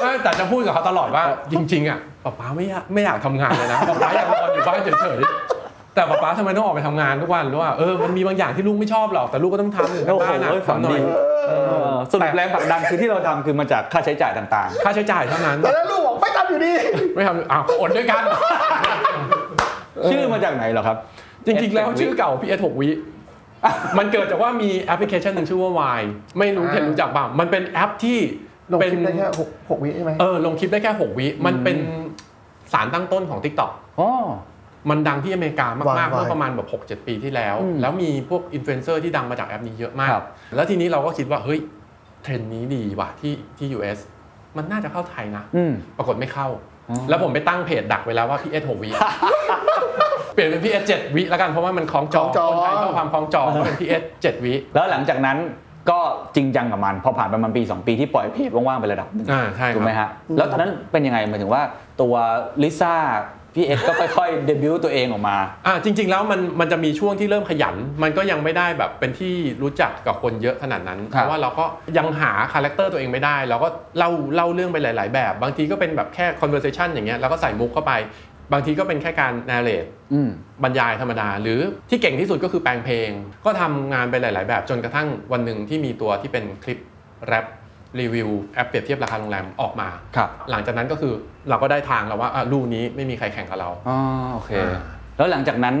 Speaker 2: เออแต่จะพูดกับเขาตลอดว่า จริง ๆอ่ะป๊าป๊าไม่อยากไม่อยากทำงานเลยนะป๊าป๊าอยากนอนอยู่บ้านเฉยๆแต่ป๊าป๊าทำไมต้องออกไปทำงานทุกวันหรือว่าเออมันมีบางอย่างที่ลูกไม่ชอบหรอกแต่ลูกก็ต้องทำอยู่
Speaker 3: โอ้โห
Speaker 2: บ้านอ่ะ
Speaker 3: ฝัน
Speaker 2: ทำหน่
Speaker 3: ดี
Speaker 2: อย
Speaker 3: เออสรุปแรงผลักดันคือที่เราทำคือมาจากค่าใช้จ่ายต่าง
Speaker 2: ค่าใช้จ่ายเท่านั้น
Speaker 1: แต่แล้วลูกบอกไม่ทำอยู่ดี
Speaker 2: ไม่ทำอ้าวอดด้วยกัน
Speaker 3: ๆ ชื่อมาจากไหนเหรอครับ
Speaker 2: จริงๆ แล้วชื่อเก่า PS
Speaker 3: [LAUGHS]
Speaker 2: 6วิ มันเกิดจากว่ามีแอปพลิเคชันหนึ่งชื่อว่า Y ไม่รู้
Speaker 1: อ่า
Speaker 2: เคนรู้จักบ้างมันเป็นแอปที่
Speaker 1: ลง
Speaker 2: เป็น
Speaker 1: คลิปได้แค่หกหกวิใช่ไหม
Speaker 2: เออลงคลิปได้แค่ 6 วิ มันเป็นสารตั้งต้นของ TikTok
Speaker 3: อ๋อ
Speaker 2: มันดังที่อเมริกามาก
Speaker 1: Y
Speaker 2: ๆ เมื่อประมาณแบบ6 7 ปีที่แล้ว
Speaker 3: อืม
Speaker 2: แล้วมีพวกอินฟลูเอนเซอร์ที่ดังมาจากแอปนี้เยอะมาก
Speaker 3: ครับ
Speaker 2: แล้วทีนี้เราก็คิดว่า เฮ้ย เทรนด์นี้ดีว่ะที่ที่ US มันน่าจะเข้าไทยนะ
Speaker 3: อืม
Speaker 2: ปรากฏไม่เข้า
Speaker 3: อ๋อ
Speaker 2: แล้วผมไปตั้งเพจดักไว้แล้วว่าพี่เอสหกวิ
Speaker 3: [LAUGHS]
Speaker 2: เปลี่ยนเป็นพี่เอสเจ็ดวิแล้วกันเพราะว่ามันคล้องจอง
Speaker 1: คล้องจอง
Speaker 2: คนไทยต้องความคล้องจองก็เป็นพี่เอสเจ็ดวิ
Speaker 3: แล้วหลังจากนั้นก็จริงจังกับมัน พอผ่านประมาณปี 2 ปีที่ปล่อยเพจว่างๆไประดับหนึ่ง
Speaker 2: อ่าใช่ค
Speaker 3: ถูกไหม
Speaker 2: รับ
Speaker 3: ฮะ แล้วตอนนั้นเป็นยังไงหมายถึงว่าตัวลิซ่าพี่เอ็กก็ค่อยๆเดบิวต์ตัวเองออกมา
Speaker 2: อ่าจริง ๆ แล้วมันมันจะมีช่วงที่เริ่มขยัน มันก็ยังไม่ได้แบบเป็นที่รู้จักกับคนเยอะขนาดนั้น
Speaker 3: ค
Speaker 2: เพ
Speaker 3: รับ
Speaker 2: ราะว่าเราก็ยังหาคาแรคเตอร์ตัวเองไม่ได้ เราก็เล่าเล่าเรื่องไปหลาย ๆ แบบ บางทีก็เป็นแบบแค่ conversation อย่างเงี้ยแล้วก็ใส่มุกเข้าไป บางทีก็เป็นแค่การ narrate
Speaker 3: ืม
Speaker 2: บรรยายธรรมดา หรือที่เก่งที่สุดก็คือแปลงเพลง ก็ทำงานไปหลาย ๆ แบบจนกระทั่งวันหนึ่งที่มีตัวที่เป็นคลิปแรปรีวิวแอปเปรียบเทียบราคาโรงแรมออกมา
Speaker 3: ครับ
Speaker 2: หลังจากนั้นก็คือเราก็ได้ทางแล้วว่าอ่ะลูกนี้ไม่มีใครแข่งกับเรา
Speaker 3: อ๋อโอเค
Speaker 2: อ่า
Speaker 3: แล้วหลังจากนั้น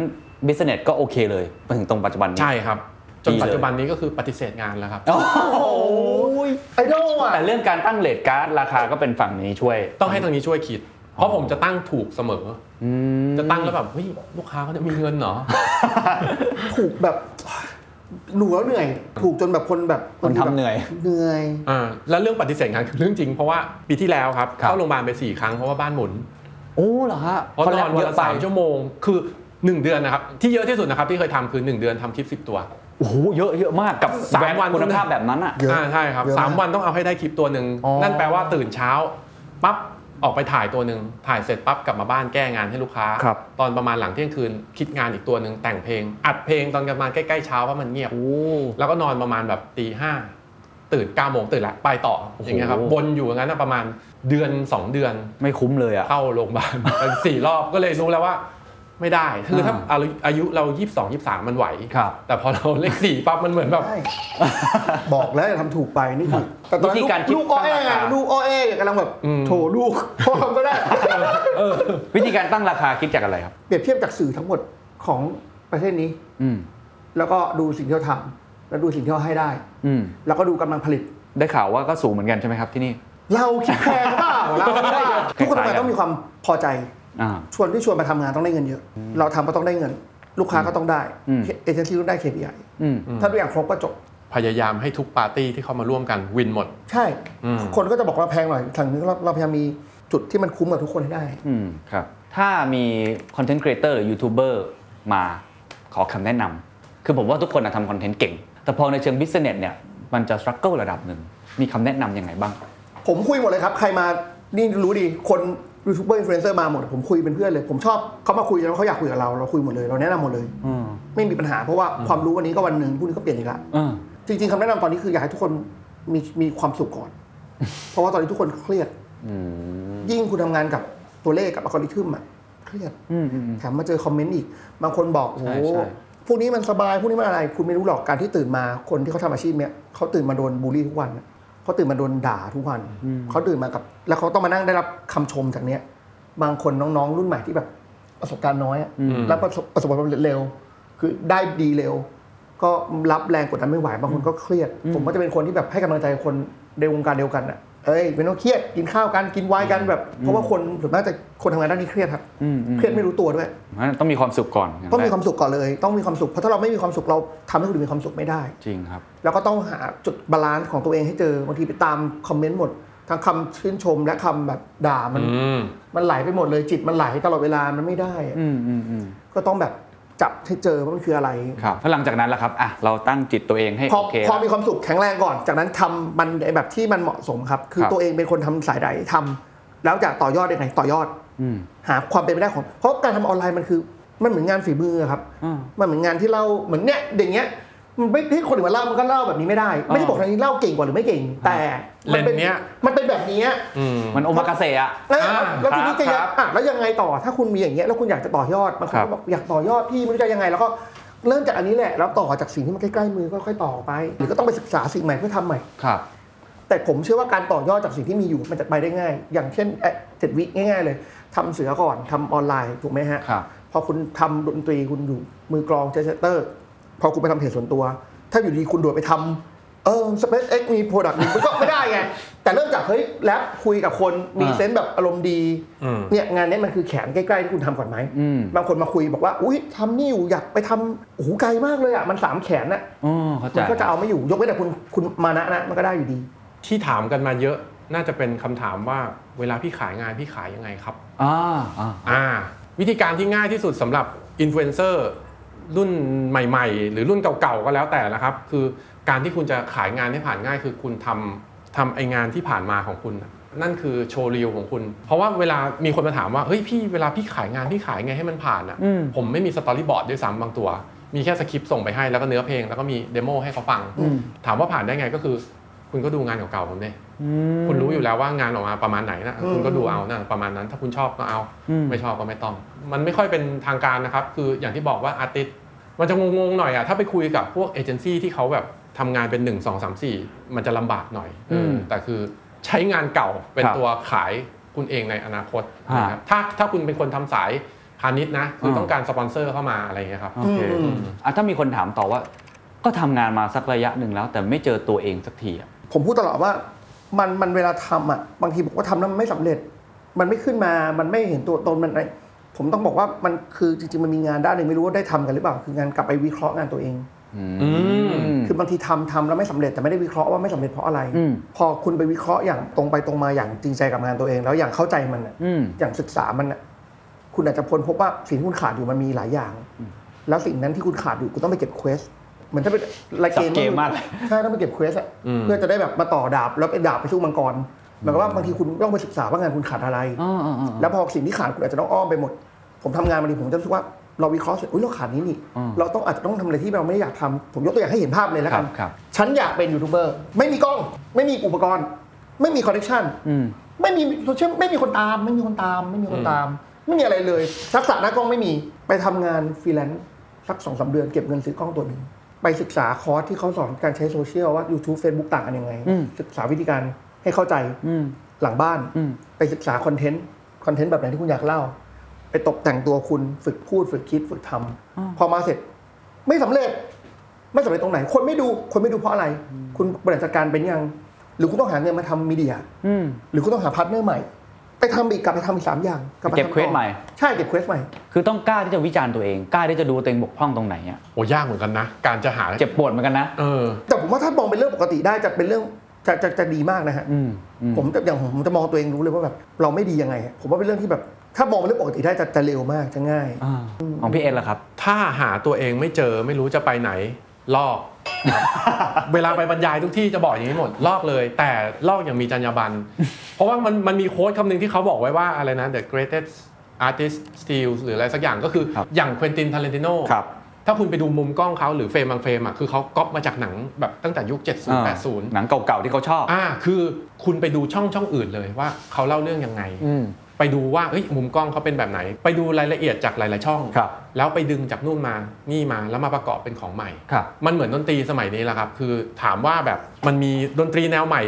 Speaker 3: บิสเนสก็โอเคเลยมาถึงตรงปัจจุบันนี้
Speaker 2: ใช่ครับ จน
Speaker 3: ดีเลย
Speaker 2: ปัจจุบันนี้ก็คือปฏิเสธงานแล้วครับ
Speaker 3: โอ้โห
Speaker 1: ไอดอลอ่ะ
Speaker 3: แต่เรื่องการตั้งเลทการ์ดราคาก็เป็นฝั่งนี้ช่วย
Speaker 2: ต้องให้ทางนี้ช่วยคิด เพราะผมจะตั้งถูกเสมออจะตั้งแล้วแบบเฮ้ยลูกค้าเขาจะมีเงินเหรอ
Speaker 1: ถูกแบบหนูแล้วเหนื่อย ถูกจนแบบคนแบบ
Speaker 3: คนทำเหนื่อย
Speaker 1: เหนื่อย
Speaker 2: อ่าแล้วเรื่องปฏิเสธงานคือเรื่องจริงเพราะว่าปีที่แล้วครับ
Speaker 3: ครับ
Speaker 2: เข้าโรงพยาบาลไปสี่ครั้งเพราะว่าบ้านหมุน
Speaker 3: โอ้เหรอฮะ
Speaker 2: เพราะน
Speaker 3: แล
Speaker 2: อนวันละสามชั่วโมงคือ 1 เดือนนะครับ ที่เยอะที่สุดนะครับที่เคยทำคือ 1 เดือนทำคลิป 10 ตัว
Speaker 3: โอ้โหเยอะเยอะมากกับ
Speaker 2: สาม
Speaker 3: แบรด์
Speaker 2: วัน
Speaker 3: คุณภาพแบบนั้นอ่ะ
Speaker 1: เยอะ
Speaker 2: อ่าใช่ครับ
Speaker 1: เยอะมาก
Speaker 2: 3 วันต้องเอาให้ได้คลิปตัวหนึ่ง
Speaker 3: อ๋อ
Speaker 2: นั่นแปลว่าตื่นเช้าปั๊บออกไปถ่ายตัวหนึ่งถ่ายเสร็จปั๊บกลับมาบ้านแก้งานให้ลูกค้า ตอนประมาณหลังเที่ยงคืนคิดงานอีกตัวหนึ่งแต่งเพลง อัดเพลงตอนกลับมาใกล้ๆเช้าว่ามันเงียบ
Speaker 3: โอ้
Speaker 2: แล้วก็นอนประมาณแบบตีห้าตื่นเก้าโมงตื่นละไปต่ออย่างเงี้ยครับ
Speaker 3: โอ้โห
Speaker 2: วนอยู่อย่างนั้นนะประมาณเดือนสองเดือน
Speaker 3: ไม่คุ้มเลยอ่ะ
Speaker 2: เข้าโรงพยาบาล [LAUGHS] ไปสี่รอบก็เลยรู้แล้วว่า ไม่ได้ คือถ้าอายุอายุเรา 22 23 มันไหว
Speaker 3: ครับ
Speaker 2: แต่พอเราเลขสี่ปั๊บมันเหมือนแบบ
Speaker 1: ใช่ บอกแล้วอย่าทำถูกไปนี่ถูกแต่ตอน
Speaker 3: วิ
Speaker 1: นั้นลู
Speaker 3: ธี
Speaker 1: ก
Speaker 3: การคิด
Speaker 1: ลูกอ้อแอ
Speaker 3: ตั้งราคา
Speaker 1: ลูกอ้อแออย่างกำลังแบบ
Speaker 2: อืม
Speaker 1: โถลูก [LAUGHS] พ่อทำก็ได้
Speaker 3: วิธีการตั้งราคาคิดจากอะไรครับ
Speaker 1: เปรียบเทียบจากสื่อทั้งหมดของประเทศนี้
Speaker 3: อืม
Speaker 1: แล้วก็ดูสิ่งที่เขาทำแล้วดูสิ่งที่เขาให้ได้
Speaker 3: อืม
Speaker 1: แล้วก็ดูกำลังผลิต
Speaker 3: ได้ข่าวว่าก็สูงเหมือนกันใช่ไหมครับที่นี่
Speaker 1: เราคิดแพงเปล่า
Speaker 3: [LAUGHS]
Speaker 1: เราไม่ได้ทุกคนทำงานต้องมีความพอใจ
Speaker 3: อ่า
Speaker 1: ชวนที่ชวนมาทำงานต้องได้เงินเยอะ เราทำก็ต้องได้เงิน ลูกค้าก็ต้องได้
Speaker 3: อืม
Speaker 1: เอเจนซี่ต้องได้ KPI
Speaker 3: อืม
Speaker 1: ถ้าทุกอย่างครบก็จบ
Speaker 2: พยายามให้ทุกปาร์ตี้ที่เข้ามาร่วมกันวินหมด
Speaker 1: ใช่
Speaker 2: อืม
Speaker 1: คนก็จะบอกว่าแพงหน่อยทางนี้เราเราพยายามมีจุดที่มันคุ้มกับทุกคนให้ได้
Speaker 3: อืม ครับ ถ้ามีคอนเทนต์ครีเอเตอร์หรือยูทูบเบอร์มาขอคำแนะนำคือผมว่าทุกคนน่ะทำคอนเทนต์เก่ง แต่พอในเชิงบิสเนสเนี่ย มันจะสครัลเกิลระดับหนึ่ง มีคำแนะนำยังไงบ้าง
Speaker 1: ผมคุยหมดเลยครับ ใครมา นี่รู้ดี คนยูทูบเบอร์อินฟลูเอนเซอร์มาหมด ผมคุยเป็นเพื่อนเลย ผมชอบเขามาคุยแล้วเขาอยากคุยกับเรา เราคุยหมดเลย เราแนะนำหมดเลย
Speaker 3: อืม
Speaker 1: ไม่มีปัญหา เพราะว่าความรู้วันนี้ก็วันหนึ่งพรุ่งนี้ก็เปลี่ยนอีกละ
Speaker 3: อ่า
Speaker 1: จริงๆคำแนะนำตอนนี้คืออยากให้ทุกคนมีมีความสุขก่อน เพราะว่าตอนนี้ทุกคนเครียด ยิ่งคุณทำงานกับตัวเลขกับอัลกอริทึมอะเครียดแถมมาเจอคอมเมนต์อีก บางคนบอกโอ้โห
Speaker 3: ใช่ใช่
Speaker 1: พวกนี้มันสบายพวกนี้มันอะไร คุณไม่รู้หรอกการที่ตื่นมาคนที่เขาทำอาชีพเนี้ยเขาตื่นมาโดนบูลลี่ทุกวันเขาตื่นมาโดนด่าทุกวันเขาตื่นมากับ แล้วเขาต้องมานั่งได้รับคำชมจากเนี้ย บางคนน้องๆ รุ่นใหม่ที่แบบประสบการณ์น้อยอะแล้วประสบประสบความสำเร็จเร็ว คือได้ดีเร็ว ก็รับแรงกดดันไม่ไหวบางคนก็เครียด ผมก็จะเป็นคนที่แบบให้กำลังใจคนในวงการเดียวกันอ่ะเอ้ยไม่ต้องเครียดกินข้าวกันกินไวน์กันแบบ เพราะว่าคนส่วนมากจะคนทำงานด้านนี้เครียดครับ
Speaker 3: อืมอืม
Speaker 1: เครียดไม่รู้ตัวด้วย
Speaker 3: งั้นต้องมีความสุขก่อน
Speaker 1: ต้องมีความสุขก่อนเลย ต้องมีความสุขเพราะถ้าเราไม่มีความสุขเราทำให้คนอื่นมีความสุขไม่ได้
Speaker 3: จริงครับ
Speaker 1: แล้วก็ต้องหาจุดบาลานซ์ของตัวเองให้เจอบางทีไปตามคอมเมนต์หมดทั้งคำชื่นชมและคำแบบด่ามัน
Speaker 2: อืม
Speaker 1: มันไหลไปหมดเลยจิตมันไหลตลอดเวลามันไม่ได้อะ
Speaker 3: อืมอืมอืม
Speaker 1: ก็ต้องแบบจับให้เจอว่ามันคืออะไร
Speaker 3: ครับแล้วหลังจากนั้นล่ะครับ อ่ะ เราตั้งจิตตัวเองให้
Speaker 1: พอ
Speaker 3: โอเค
Speaker 1: พอมี
Speaker 3: แล้ว
Speaker 1: ความสุขแข็งแรงก่อน จากนั้นทำมันในแบบที่มันเหมาะสมครับ คือ
Speaker 3: ครับ
Speaker 1: ตัวเองเป็นคนทำสายใดทำแล้วจะต่อยอดยังไงต่อยอด
Speaker 3: อืม
Speaker 1: หาความเป็นไปได้ของ เพราะการทำออนไลน์มันคือ มันเหมือนงานฝีมืออะครับ
Speaker 3: อ่า
Speaker 1: มันเหมือนงานที่เล่าเหมือนเนี้ยอย่างเงี้ยมันไม่ให้คนอื่นมาเล่ามันก็เล่าแบบนี้ไม่ได้ ไม่ได้บอกทางนี้เล่าเก่งกว่าหรือไม่เก่ง แต่มัป็
Speaker 2: เลนส์เนี้ย
Speaker 1: มันเป็นแบบเนี้ย
Speaker 2: อืม
Speaker 3: มันโอมากาเสะอะ
Speaker 1: แล้วแล้วทีนี้จะ
Speaker 3: ครั
Speaker 1: ยัง
Speaker 3: บ
Speaker 1: อ่ะแล้วยังไงต่อถ้าคุณมีอย่างเงี้ยแล้วคุณอยากจะต่อยอดบางค
Speaker 3: คน รับ
Speaker 1: ก็บอกอยากต่อยอดพี่ไม่รู้จะยังไง แล้วก็เริ่มจากอันนี้แหละแล้วต่อจากสิ่งที่มันใกล้ๆมือก็ค่อยต่อไป หรือก็ต้องไปศึกษาสิ่งใหม่เพื่อทำใหม่
Speaker 3: ครับ
Speaker 1: แต่ผมเชื่อว่าการต่อยอดจากสิ่งที่มีอยู่มันจะไปได้ง่าย อย่างเช่นเอ๊ะเจ็ดวิง่าย ๆ เลยทำเสือก่อนทำออนไลน์ถูกไหมฮะ
Speaker 3: ครับ
Speaker 1: พอคุณทำดนตรีคุณอยู่มือกลองเจสเตอร์ พอคุณไปทำเพจส่วนตัว ถ้าอยู่ดีคุณโดดไปทำเออสเปซเอ็กมีโปรดักต์มันก็ไม่ได้ไง แต่เริ่มจากเฮ้ยแรปคุยกับคนมี
Speaker 3: อ่า
Speaker 1: เซนส์แบบอารมณ์ดี
Speaker 2: อืม
Speaker 1: เนี่ยงานเนี้ยมันคือแขนใกล้ๆที่คุณทำก่อนไหม
Speaker 3: อืม
Speaker 1: บางคนมาคุยบอกว่า อุ้ยทำนี่อยู่อยากไปทำโอ้โหไกลมากเลยอ่ะมันสามแขนน่ะ
Speaker 3: อ๋อเข้าใจ
Speaker 1: มันก็จะเอาไม่อยู่ยกเว้นแต่คุณคุณมานะนะมันก็ได้อยู่ดี
Speaker 2: ที่ถามกันมาเยอะน่าจะเป็นคำถามว่าเวลาพี่ขายงานพี่ขายยังไงครับ
Speaker 3: อ่าอ่า
Speaker 2: อ่าวิธีการที่ง่ายที่สุดสำหรับอินฟลูเอนเซอร์รุ่นใหม่ ๆ หรือรุ่นเก่าๆก็แล้วแต่นะครับ คือการที่คุณจะขายงานให้ผ่านง่าย คือคุณทำทำไองานที่ผ่านมาของคุณน่ะนั่นคือโชว์รีวของคุณ เพราะว่าเวลามีคนมาถามว่าเฮ้ยพี่เวลาพี่ขายงานพี่ขายไงให้มันผ่านอ่ะ
Speaker 3: อืม
Speaker 2: ผมไม่มีสตอรี่บอร์ดด้วยซ้ำบางตัว มีแค่สคริปต์ส่งไปให้แล้วก็เนื้อเพลงแล้วก็มีเดโมให้เขาฟัง ถามว่าผ่านได้ไงก็คือ คุณก็ดูงานเก่าๆผมเนี่ย คุณรู้อยู่แล้วว่างานออกมาประมาณไหนนะ
Speaker 1: อืม
Speaker 2: คุณก็ดูเอานะประมาณนั้น ถ้าคุณชอบก็เอา
Speaker 3: อืม
Speaker 2: ไม่ชอบก็ไม่ต้อง มันไม่ค่อยเป็นทางการนะครับ คืออย่างที่บอกว่าอาร์ติสมันจะงงๆหน่อยอะถ้าไปคุยกับพวกเอเจนซี่ที่เขาแบบทำงานเป็น 1 2 3 4 มันจะลำบากหน่อยเออ
Speaker 3: ม
Speaker 2: แต่คือใช้งานเก่าเป็น
Speaker 3: ครับ
Speaker 2: ตัวขายคุณเองในอนาคต
Speaker 3: ฮะ
Speaker 2: นะครับถ้าถ้าคุณเป็นคนทำสายพาณิชย์นะคืออา ต้องการสปอนเซอร์เข้ามาอะไรอย่างเงี้ยครับ
Speaker 3: โอเค
Speaker 1: อืม
Speaker 3: อ่ะถ้ามีคนถามต่อว่า ก็ทำงานมาสักระยะหนึ่งแล้ว แต่ไม่เจอตัวเองสักทีอ่ะ
Speaker 1: ผมพูดตลอดว่ามันมันเวลาทำอ่ะบางทีบอกว่าทำแล้วมันไม่สำเร็จ มันไม่ขึ้นมามันไม่เห็นตัวตนมันอะไรผมต้องบอกว่ามันคือจริงๆมันมีงานด้านหนึ่งไม่รู้ว่าได้ทำกันหรือเปล่า คืองานกลับไปวิเคราะห์งานตัวเอง
Speaker 2: อืม
Speaker 1: คือบางทีทำทำแล้วไม่สำเร็จแต่ไม่ได้วิเคราะห์ว่าไม่สำเร็จเพราะอะไร
Speaker 3: อืม
Speaker 1: พอคุณไปวิเคราะห์อย่างตรงไปตรงมาอย่างจริงใจกับงานตัวเอง แล้วอย่างเข้าใจมันอะ
Speaker 3: อืม
Speaker 1: อย่างศึกษามันอะคุณอาจจะพ้นพบว่าสิ่งที่คุณขาดอยู่มันมีหลายอย่าง แล้วสิ่งนั้นที่คุณขาดอยู่คุณต้องไปเก็บเควสเหมือนถ้าเป็นรายเกม
Speaker 3: สับเกมมากเลย
Speaker 1: ใช่ต้องไปเก็บเควสอะ
Speaker 2: อืม
Speaker 1: เพื่อจะได้แบบมาต่อดาบแล้วไปดาบไปสู้มังกรหมายความว่าบางทีคุณต้องไปศึกษาว่างานคุณขาดอะไร
Speaker 3: อ๋ออ๋ออ๋อ
Speaker 1: แล้วพอสิ่งที่ขาดคุณอาจจะต้องอ้อมไปหมด ผมทำงานมาดีผมจะรู้สึกว่าเราวิเคราะห์เสร็จอุ๊ยเราขาดนี้นี่
Speaker 3: อืม
Speaker 1: เราต้องอาจจะต้องทำอะไรที่เราไม่ได้อยากทำผมยกตัวอย่างให้เห็นภาพเลยแล้วกัน
Speaker 3: ครับครับ
Speaker 1: ฉันอยากเป็นยูทูบเบอร์ไม่มีกล้อง ไม่มีอุปกรณ์ ไม่มีคอนเนคชั่น
Speaker 3: อืม
Speaker 1: ไม่มีโซเชียลไม่มีคนตาม ไม่มีคนตาม ไม่มีคนตาม ไม่มีอะไรเลยทักษะหน้ากล้องไม่มีไปทำงานฟรีแลนซ์สักสองสามเดือนเก็บเงินซื้อกล้องตัวหนึ่งไปศึกษาคอร์สที่เขาสอนการใช้โซเชียลว่า YouTube Facebook ต่างกันยังไง
Speaker 3: อืม
Speaker 1: ศึกษาวิธีการให้เข้าใจ
Speaker 3: อืม
Speaker 1: หลังบ้าน
Speaker 3: อืม
Speaker 1: ไปศึกษาคอนเทนต์คอนเทนต์แบบไหนที่คุณอยากเล่า ไปตกแต่งตัวคุณฝึกพูด ฝึกคิด ฝึกทำพอมาเสร็จ ไม่สำเร็จ ไม่สำเร็จตรงไหน คนไม่ดูคนไม่ดูเพราะอะไร คุณบริหารจัดการเป็นยัง หรือคุณต้องหาเงินมาทำมีเดีย
Speaker 3: อืม
Speaker 1: หรือคุณต้องหาพาร์ทเนอร์ใหม่ ไปทำอีกกลับไปทำอีกสามอย่างลัมา
Speaker 3: เก็บ
Speaker 1: ทำต่อ
Speaker 3: quest ใหม่
Speaker 1: ใช่เก็บเควสใหม่
Speaker 3: คือต้องกล้าที่จะวิจารณ์ตัวเอง กล้าที่จะดูว่าตัวเองบกพร่องตรงไหนอ่ะ
Speaker 2: โอ้ยากเหมือนกันนะ การจะหา
Speaker 3: เจ็บปวดเหมือนกันนะ
Speaker 2: เออ
Speaker 1: แต่ผมว่าถ้ามองเป็นเรื่องปกติได้จะเป็นเรื่องจะจะจะดีมากนะฮะ
Speaker 3: อืมอืม
Speaker 1: ผมจะอย่างผมจะมองตัวเองรู้เลยว่าแบบเราไม่ดียังไงอะผมว่าเป็นเรื่องที่แบบถ้ามองเป็นเรื่องปกติได้จะจะเร็วมากจะง่าย
Speaker 3: อ่าของพี่เอ็นล่ะครับ
Speaker 2: ถ้าหาตัวเองไม่เจอไม่รู้จะไปไหน ลอก [LAUGHS] เวลาไปบรรยายทุกที่จะบอกอย่างนี้หมด ลอกเลย แต่ลอกอย่างมีจรรยาบรรณ [LAUGHS] เพราะว่ามันมันมีโค้ดคำหนึ่งที่เขาบอกไว้ว่าอะไรนะ the greatest artist steals หรืออะไรสักอย่างก็คือ
Speaker 3: ครับ
Speaker 2: อย่างเควินตินทาเรนติโนถ้าคุณไปดูมุมกล้องเขาหรือเฟรมบางเฟรมอ่ะคือเขาก๊อปมาจากหนังแบบตั้งแต่ยุค 70 80
Speaker 3: หนังเก่าๆที่เขาชอบ
Speaker 2: อ่าคือคุณไปดูช่องช่องอื่นเลยว่าเขาเล่าเรื่องยังไง
Speaker 3: อืม
Speaker 2: ไปดูว่าเอ้ยมุมกล้องเขาเป็นแบบไหน ไปดูรายละเอียดจากหลาย ๆ ช่อง
Speaker 3: ครับ
Speaker 2: แล้วไปดึงจากนู่นมา นี่มา แล้วมาประกอบเป็นของใหม่
Speaker 3: ครับ
Speaker 2: มันเหมือนดนตรีสมัยนี้แหละครับ คือถามว่าแบบมันมีดนตรีแนวใหม่